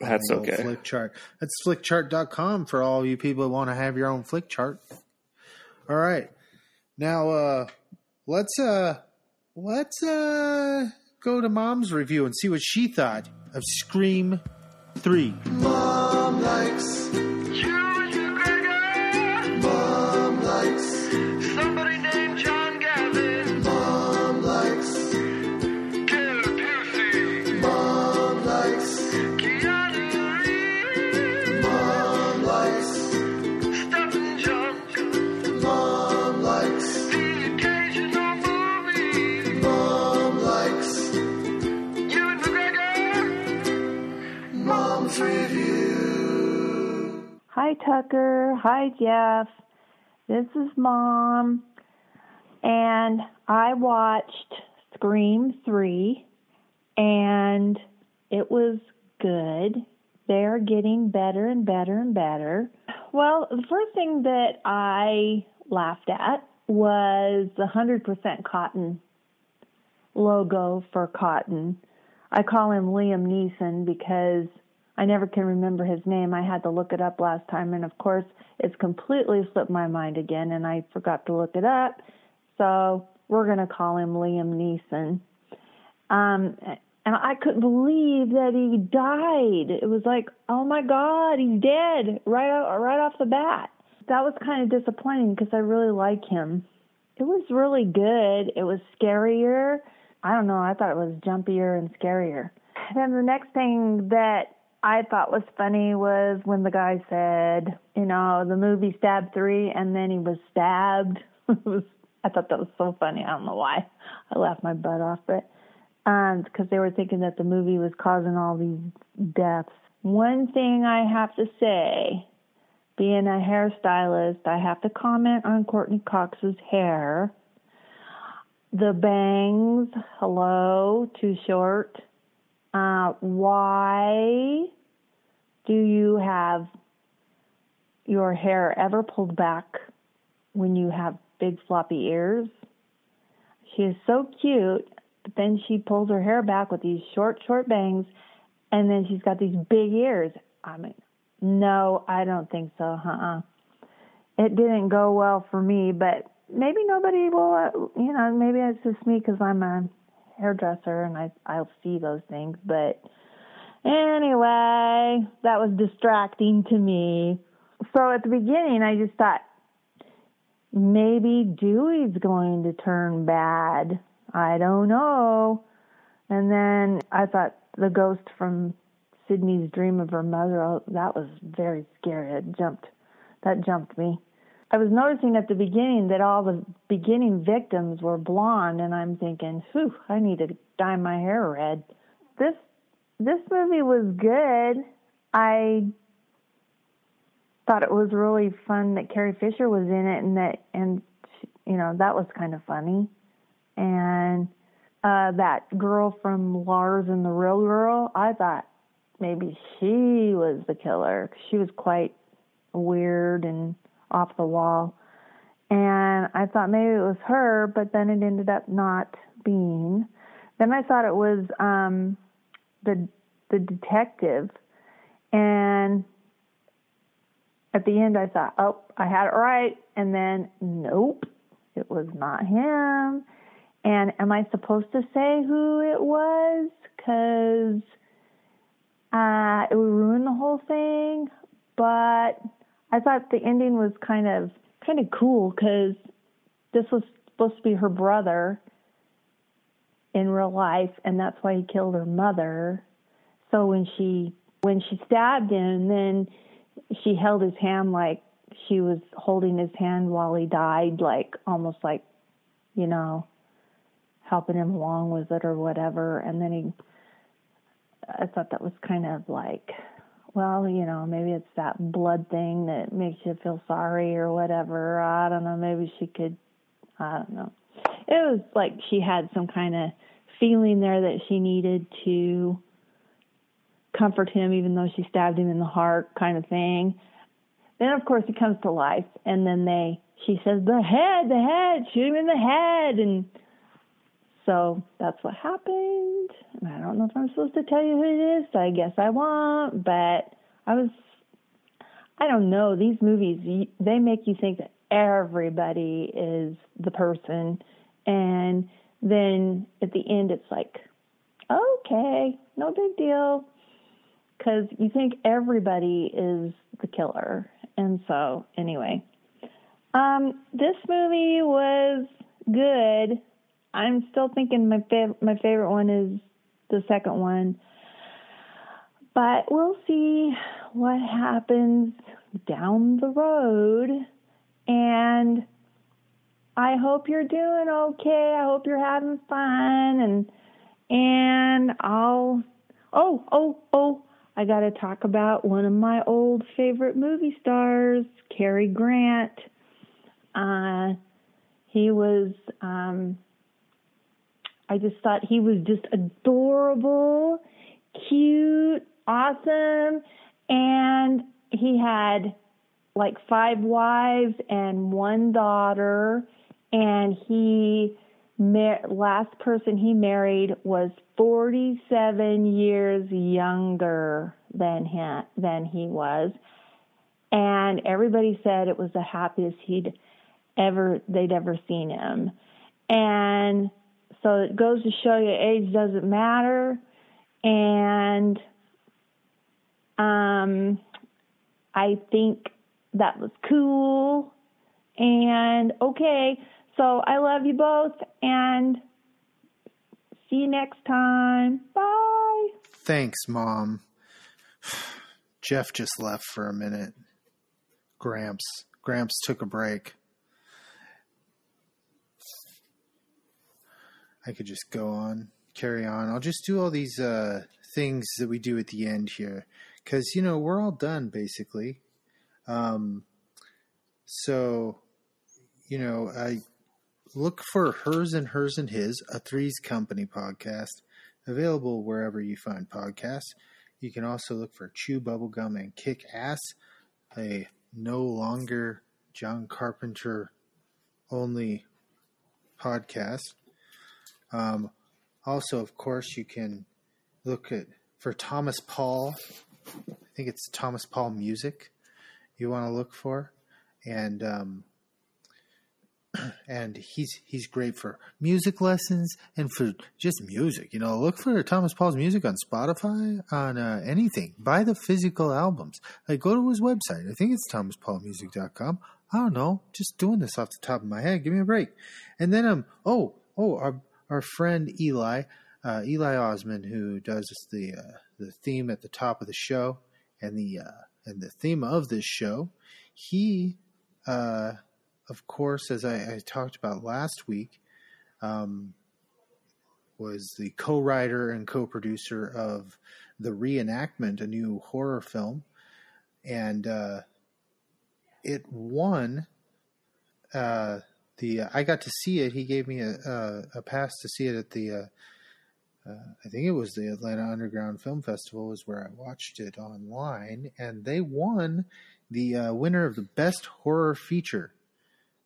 [SPEAKER 2] That's
[SPEAKER 4] The old
[SPEAKER 2] okay.
[SPEAKER 4] Flick chart. That's flickchart.com for all you people that want to have your own flick chart. All right. Now uh let's uh let's uh go to mom's review and see what she thought of Scream 3.
[SPEAKER 14] Mom likes. Mom likes. Somebody named John Gavin. Mom likes. Killer Pussy. Mom likes. Keanu Reeves. Mom likes. Stuffing junk. Mom likes. The occasional movie. Mom likes. Ewan McGregor. Mom's review.
[SPEAKER 9] Hi, Tucker. Hi, Jeff. This is Mom. And I watched Scream 3, and it was good. They're getting better and better and better. Well, the first thing that I laughed at was the 100% cotton logo for cotton. I call him Liam Neeson because I never can remember his name. I had to look it up last time, and of course, it's completely slipped my mind again, and I forgot to look it up. So we're going to call him Liam Neeson. Um, and I couldn't believe that he died. It was like, oh my God, he's dead right out, right off the bat. That was kind of disappointing because I really like him. It was really good. It was scarier. I don't know. I thought it was jumpier and scarier. Then the next thing that I thought was funny was when the guy said, you know, the movie Stab 3 and then he was stabbed. It was- I thought that was so funny. I don't know why. I laughed my butt off, but um, because they were thinking that the movie was causing all these deaths. One thing I have to say, being a hairstylist, I have to comment on Courtney Cox's hair. The bangs, hello, too short. Uh, why do you have your hair ever pulled back when you have big floppy ears? She is so cute, but then she pulls her hair back with these short, short bangs, and then she's got these big ears. I mean, no, I don't think so, huh? It didn't go well for me, but maybe nobody will, uh, you know, maybe it's just me because I'm a hairdresser and I, I'll see those things, but anyway, that was distracting to me. So at the beginning, I just thought, maybe Dewey's going to turn bad. I don't know. And then I thought the ghost from Sydney's dream of her mother, oh, that was very scary. It jumped, that jumped me. I was noticing at the beginning that all the beginning victims were blonde, and I'm thinking, whew, I need to dye my hair red. This this movie was good. I thought it was really fun that Carrie Fisher was in it, and that and she, you know that was kind of funny. And uh that girl from Lars and the Real Girl, I thought maybe she was the killer. She was quite weird and off the wall. And I thought maybe it was her, but then it ended up not being. Then I thought it was um the the detective and at the end I thought, "Oh, I had it right." And then nope, it was not him. And am I supposed to say who it was? Cuz uh it would ruin the whole thing, but I thought the ending was kind of kind of cool because this was supposed to be her brother in real life, and that's why he killed her mother. So when she when she stabbed him, then she held his hand like she was holding his hand while he died, like almost like, you know, helping him along with it or whatever. And then he, I thought that was kind of like, well, you know, maybe it's that blood thing that makes you feel sorry or whatever. I don't know. Maybe she could, I don't know. It was like she had some kind of feeling there that she needed to comfort him, even though she stabbed him in the heart, kind of thing. Then of course he comes to life, and then they she says the head, the head, shoot him in the head, and so that's what happened. And I don't know if I'm supposed to tell you who it is, so I guess I won't. But I was, I don't know. These movies they make you think that everybody is the person, and then at the end it's like, okay, no big deal, because you think everybody is the killer. And so, anyway, um, this movie was good. I'm still thinking my fav- my favorite one is the second one, but we'll see what happens down the road. And I hope you're doing okay. I hope you're having fun, and and I'll. Oh, oh, oh! I got to talk about one of my old favorite movie stars, Cary Grant. Uh, he was, um, I just thought he was just adorable, cute, awesome, and he had like five wives and one daughter, and he mar- last person he married was 47 years younger than him, than he was and everybody said it was the happiest he'd ever they'd ever seen him and so it goes to show you age doesn't matter and um i think that was cool and okay so I love you both and see you next time. Bye.
[SPEAKER 4] Thanks, Mom. Jeff just left for a minute. Gramps. Gramps took a break. I could just go on, carry on. I'll just do all these uh, things that we do at the end here. Because, you know, we're all done basically. Um, so, you know, I look for Hers and Hers and His, a Threes Company podcast, available wherever you find podcasts. You can also look for Chew Bubblegum and Kick Ass, a no longer John Carpenter only podcast. Um, also, of course, you can look at for Thomas Paul. I think it's Thomas Paul Music you want to look for. And, um, and he's he's great for music lessons and for just music. You know, look for Thomas Paul's music on Spotify, on uh, anything. Buy the physical albums. Like, go to his website. I think it's thomaspaulmusic.com. I don't know. Just doing this off the top of my head. Give me a break. And then um, oh oh, our our friend Eli, uh, Eli Osman, who does the uh, the theme at the top of the show and the uh, and the theme of this show, he uh, of course, as I, I, talked about last week, um, was the co-writer and co-producer of the reenactment, a new horror film, and uh, it won. Uh, the uh, I got to see it. He gave me a, a, a pass to see it at the. uh, I think it was the Atlanta Underground Film Festival is where I watched it online, and they won the uh, winner of the best horror feature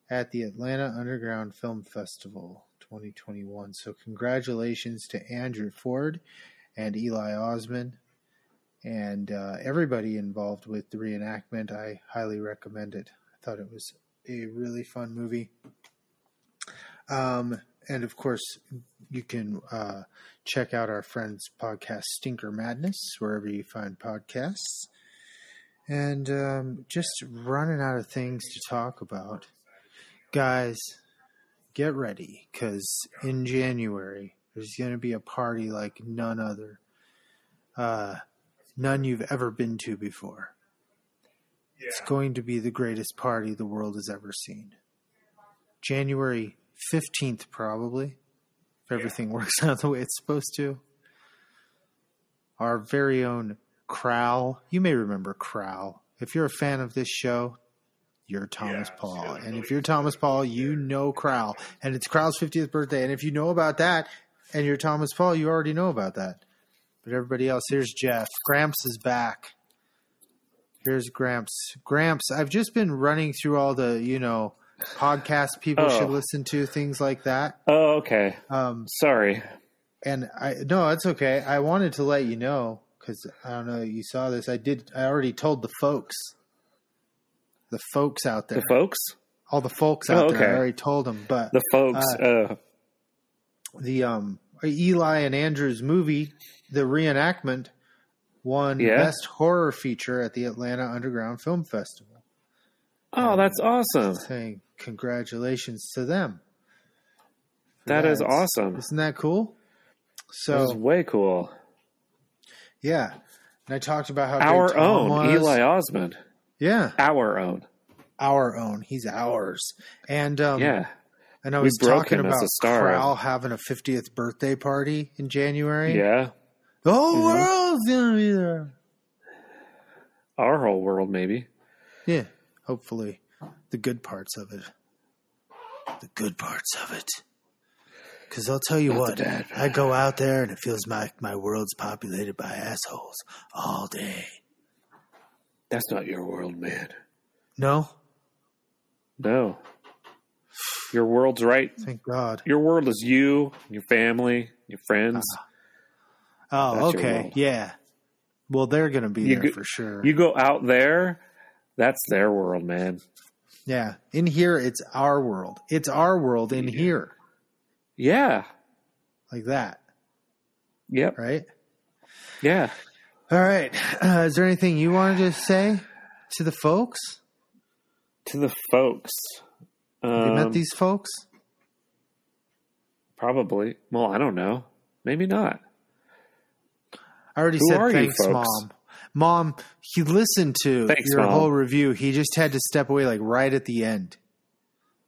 [SPEAKER 4] at the Atlanta Underground Film Festival 2021. So, congratulations to Andrew Ford and Eli Osman and uh, everybody involved with the reenactment. I highly recommend it. I thought it was a really fun movie. Um, and of course, you can uh, check out our friend's podcast, Stinker Madness, wherever you find podcasts. And um, just running out of things to talk about guys, get ready because in January there's going to be a party like none other, uh, none you've ever been to before. It's going to be the greatest party the world has ever seen. January 15th, probably, if everything works out the way it's supposed to. Our very own Crowl. You may remember Crowl. If you're a fan of this show, you're Thomas Paul. and if you're Thomas Paul, you know Crowl. And it's Crowl's 50th birthday. And if you know about that and you're Thomas Paul, you already know about that. But everybody else, here's Jeff. Gramps is back. Here's Gramps. Gramps, I've just been running through all the, you know, podcasts people
[SPEAKER 2] Oh.
[SPEAKER 4] should listen to, things like that.
[SPEAKER 2] Oh, okay.
[SPEAKER 4] Um,
[SPEAKER 2] Sorry.
[SPEAKER 4] And I, no, it's okay. I wanted to let you know because I don't know that you saw this. I did, I already told the folks, the folks out there,
[SPEAKER 2] The folks?
[SPEAKER 4] all the folks
[SPEAKER 2] Oh,
[SPEAKER 4] out there.
[SPEAKER 2] okay.
[SPEAKER 4] I already told them, but
[SPEAKER 2] The folks.
[SPEAKER 4] uh,
[SPEAKER 2] Uh,
[SPEAKER 4] the um Eli and Andrew's movie, the reenactment, won
[SPEAKER 2] Yeah.
[SPEAKER 4] best horror feature at the Atlanta Underground Film Festival.
[SPEAKER 2] oh, that's awesome.
[SPEAKER 4] Saying congratulations to them.
[SPEAKER 2] That is
[SPEAKER 4] That's-
[SPEAKER 2] awesome.
[SPEAKER 4] Isn't that cool? So
[SPEAKER 2] That is way cool.
[SPEAKER 4] yeah, and I talked about how big
[SPEAKER 2] Our
[SPEAKER 4] Tom
[SPEAKER 2] own
[SPEAKER 4] was.
[SPEAKER 2] Eli Osmond.
[SPEAKER 4] Yeah.
[SPEAKER 2] Our own.
[SPEAKER 4] our own. He's ours. And um,
[SPEAKER 2] Yeah.
[SPEAKER 4] and I
[SPEAKER 2] We
[SPEAKER 4] was
[SPEAKER 2] broke
[SPEAKER 4] talking
[SPEAKER 2] him as
[SPEAKER 4] about
[SPEAKER 2] a star.
[SPEAKER 4] Crowl having a 50th birthday party in January.
[SPEAKER 2] Yeah.
[SPEAKER 4] the whole
[SPEAKER 2] Mhm.
[SPEAKER 4] world's gonna be there.
[SPEAKER 2] Our whole world, maybe.
[SPEAKER 4] Yeah, hopefully, the good parts of it. The good parts of it. Because I'll tell you
[SPEAKER 15] Not
[SPEAKER 4] what,
[SPEAKER 15] the bad
[SPEAKER 4] I go out there and it feels like my world's populated by assholes all day.
[SPEAKER 2] That's not your world, man.
[SPEAKER 4] No,
[SPEAKER 2] No. Your world's right.
[SPEAKER 4] thank God.
[SPEAKER 2] Your world is you, your family, your friends.
[SPEAKER 4] Uh-huh. Oh,
[SPEAKER 2] That's your
[SPEAKER 4] okay,
[SPEAKER 2] world.
[SPEAKER 4] yeah. Well, they're gonna be
[SPEAKER 2] You
[SPEAKER 4] there
[SPEAKER 2] go-
[SPEAKER 4] for sure.
[SPEAKER 2] You go out there, that's their world, man.
[SPEAKER 4] Yeah. In here, it's our world. It's our world in here.
[SPEAKER 2] Yeah.
[SPEAKER 4] Like that,
[SPEAKER 2] Yep.
[SPEAKER 4] right?
[SPEAKER 2] Yeah.
[SPEAKER 4] All right. Uh, is there anything you wanted to say to the folks?
[SPEAKER 2] To the folks.
[SPEAKER 4] Have you
[SPEAKER 2] Um,
[SPEAKER 4] met these folks?
[SPEAKER 2] Probably. Well, I don't know. Maybe not.
[SPEAKER 4] I already
[SPEAKER 2] who
[SPEAKER 4] said
[SPEAKER 2] are you,
[SPEAKER 4] thanks,
[SPEAKER 2] folks?"
[SPEAKER 4] Mom. Mom, he listened to
[SPEAKER 2] Thanks,
[SPEAKER 4] your
[SPEAKER 2] Mom.
[SPEAKER 4] whole review. He just had to step away like right at the end.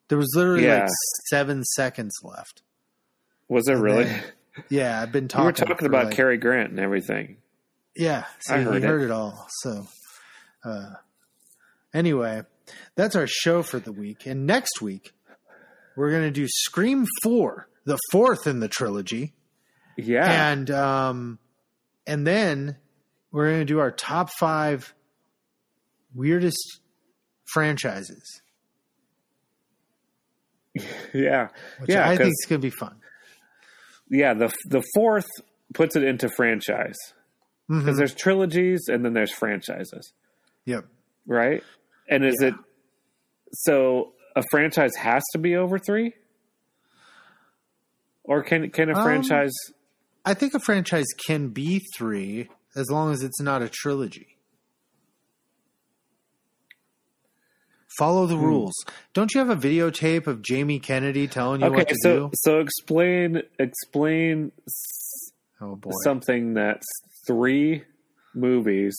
[SPEAKER 4] There was literally
[SPEAKER 2] Yeah.
[SPEAKER 4] like seven seconds left.
[SPEAKER 2] Was there really?
[SPEAKER 4] then Yeah, I've been talking.
[SPEAKER 2] we were talking
[SPEAKER 4] for,
[SPEAKER 2] about
[SPEAKER 4] like-
[SPEAKER 2] Cary Grant and everything.
[SPEAKER 4] Yeah, so
[SPEAKER 2] I
[SPEAKER 4] he
[SPEAKER 2] heard it.
[SPEAKER 4] heard it all. So, uh, anyway, that's our show for the week. And next week, we're going to do Scream 4, the fourth in the trilogy.
[SPEAKER 2] Yeah.
[SPEAKER 4] And, um, and then we're going to do our top five weirdest franchises,
[SPEAKER 2] yeah.
[SPEAKER 4] which
[SPEAKER 2] Yeah. 'cause-
[SPEAKER 4] I think is going to be fun.
[SPEAKER 2] yeah. The, the fourth puts it into franchise because
[SPEAKER 4] Mhm.
[SPEAKER 2] there's trilogies and then there's franchises,
[SPEAKER 4] Yep.
[SPEAKER 2] right? And is it so a franchise has to be over three? Or can can a
[SPEAKER 4] Um,
[SPEAKER 2] franchise
[SPEAKER 4] I think a franchise can be three as long as it's not a trilogy. Follow
[SPEAKER 2] Hmm.
[SPEAKER 4] the rules. Don't you have a videotape of Jamie Kennedy telling you
[SPEAKER 2] okay?
[SPEAKER 4] what to
[SPEAKER 2] So
[SPEAKER 4] do?
[SPEAKER 2] so explain explain
[SPEAKER 4] Oh boy.
[SPEAKER 2] something that's three movies.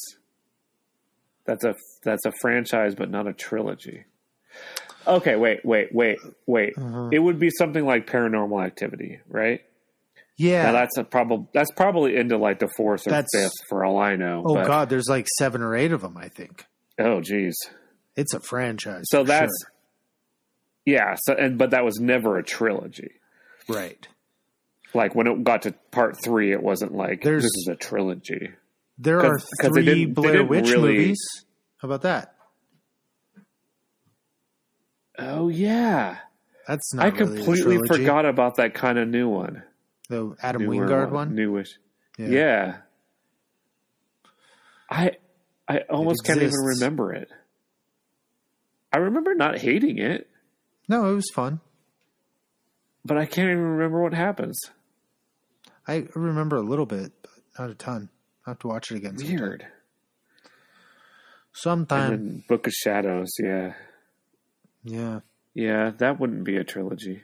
[SPEAKER 2] That's a that's a franchise, but not a trilogy. Okay, wait, wait, wait, wait.
[SPEAKER 4] Mm-hmm.
[SPEAKER 2] It would be something like Paranormal Activity, right?
[SPEAKER 4] yeah.
[SPEAKER 2] Now that's a probably that's probably into like the fourth or
[SPEAKER 4] That's-
[SPEAKER 2] fifth, for all I know.
[SPEAKER 4] oh
[SPEAKER 2] but-
[SPEAKER 4] god, there's like seven or eight of them. I think
[SPEAKER 2] Oh, geez.
[SPEAKER 4] it's a franchise.
[SPEAKER 2] So
[SPEAKER 4] for
[SPEAKER 2] that's yeah. So and but that was never a trilogy.
[SPEAKER 4] sure. right.
[SPEAKER 2] Like when it got to part three, it wasn't like
[SPEAKER 4] There's-
[SPEAKER 2] this is a trilogy.
[SPEAKER 4] There
[SPEAKER 2] 'Cause-
[SPEAKER 4] are
[SPEAKER 2] 'cause they
[SPEAKER 4] three
[SPEAKER 2] didn't- they
[SPEAKER 4] Blair
[SPEAKER 2] didn't
[SPEAKER 4] Witch
[SPEAKER 2] really-
[SPEAKER 4] movies. How about that?
[SPEAKER 2] Oh yeah,
[SPEAKER 4] That's not.
[SPEAKER 2] I
[SPEAKER 4] really a
[SPEAKER 2] completely
[SPEAKER 4] trilogy.
[SPEAKER 2] forgot about that kind of new one.
[SPEAKER 4] the Adam
[SPEAKER 2] Newer
[SPEAKER 4] Wingard one.
[SPEAKER 2] newish.
[SPEAKER 4] Yeah.
[SPEAKER 2] Yeah. I I almost can't even
[SPEAKER 4] exists.
[SPEAKER 2] remember it. I remember not hating it,
[SPEAKER 4] No, it was fun.
[SPEAKER 2] but I can't even remember what happens.
[SPEAKER 4] I remember a little bit, but not a ton. I have to watch it again. sometime.
[SPEAKER 2] Weird.
[SPEAKER 4] Sometime.
[SPEAKER 2] And then Book of Shadows, yeah.
[SPEAKER 4] yeah.
[SPEAKER 2] Yeah, that wouldn't be a trilogy.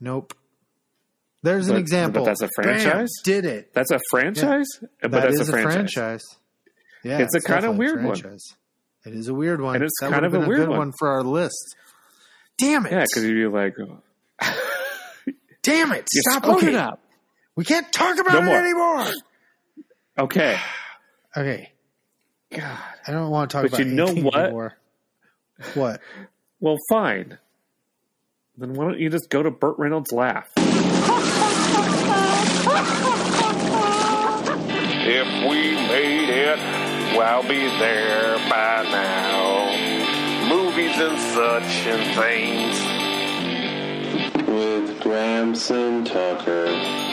[SPEAKER 4] Nope. There's an
[SPEAKER 2] But-
[SPEAKER 4] example.
[SPEAKER 2] but that's a
[SPEAKER 4] Bam!
[SPEAKER 2] franchise?
[SPEAKER 4] did it.
[SPEAKER 2] That's a franchise? But
[SPEAKER 4] That
[SPEAKER 2] that's
[SPEAKER 4] is
[SPEAKER 2] a franchise.
[SPEAKER 4] Yeah.
[SPEAKER 2] It's a kinda
[SPEAKER 4] definitely
[SPEAKER 2] weird one.
[SPEAKER 4] franchise. It is a weird one.
[SPEAKER 2] And it's
[SPEAKER 4] that
[SPEAKER 2] kind
[SPEAKER 4] would've
[SPEAKER 2] of a
[SPEAKER 4] been
[SPEAKER 2] weird
[SPEAKER 4] good
[SPEAKER 2] one.
[SPEAKER 4] for our list. Damn it!
[SPEAKER 2] Yeah, because you'd be like, oh,
[SPEAKER 4] Damn it!
[SPEAKER 2] You
[SPEAKER 4] Stop
[SPEAKER 2] screwed
[SPEAKER 4] okay.
[SPEAKER 2] it up.
[SPEAKER 4] We can't talk
[SPEAKER 2] No
[SPEAKER 4] about it
[SPEAKER 2] more.
[SPEAKER 4] anymore.
[SPEAKER 2] okay.
[SPEAKER 4] Okay.
[SPEAKER 2] God.
[SPEAKER 4] I don't want to talk
[SPEAKER 2] But
[SPEAKER 4] about
[SPEAKER 2] you know
[SPEAKER 4] anything
[SPEAKER 2] what?
[SPEAKER 4] anymore. What?
[SPEAKER 2] Well, fine. Then why don't you just go to Burt Reynolds' laugh?
[SPEAKER 16] If we made it, well, I'll be there by now. Movies and such and things.
[SPEAKER 1] With Gramson Tucker.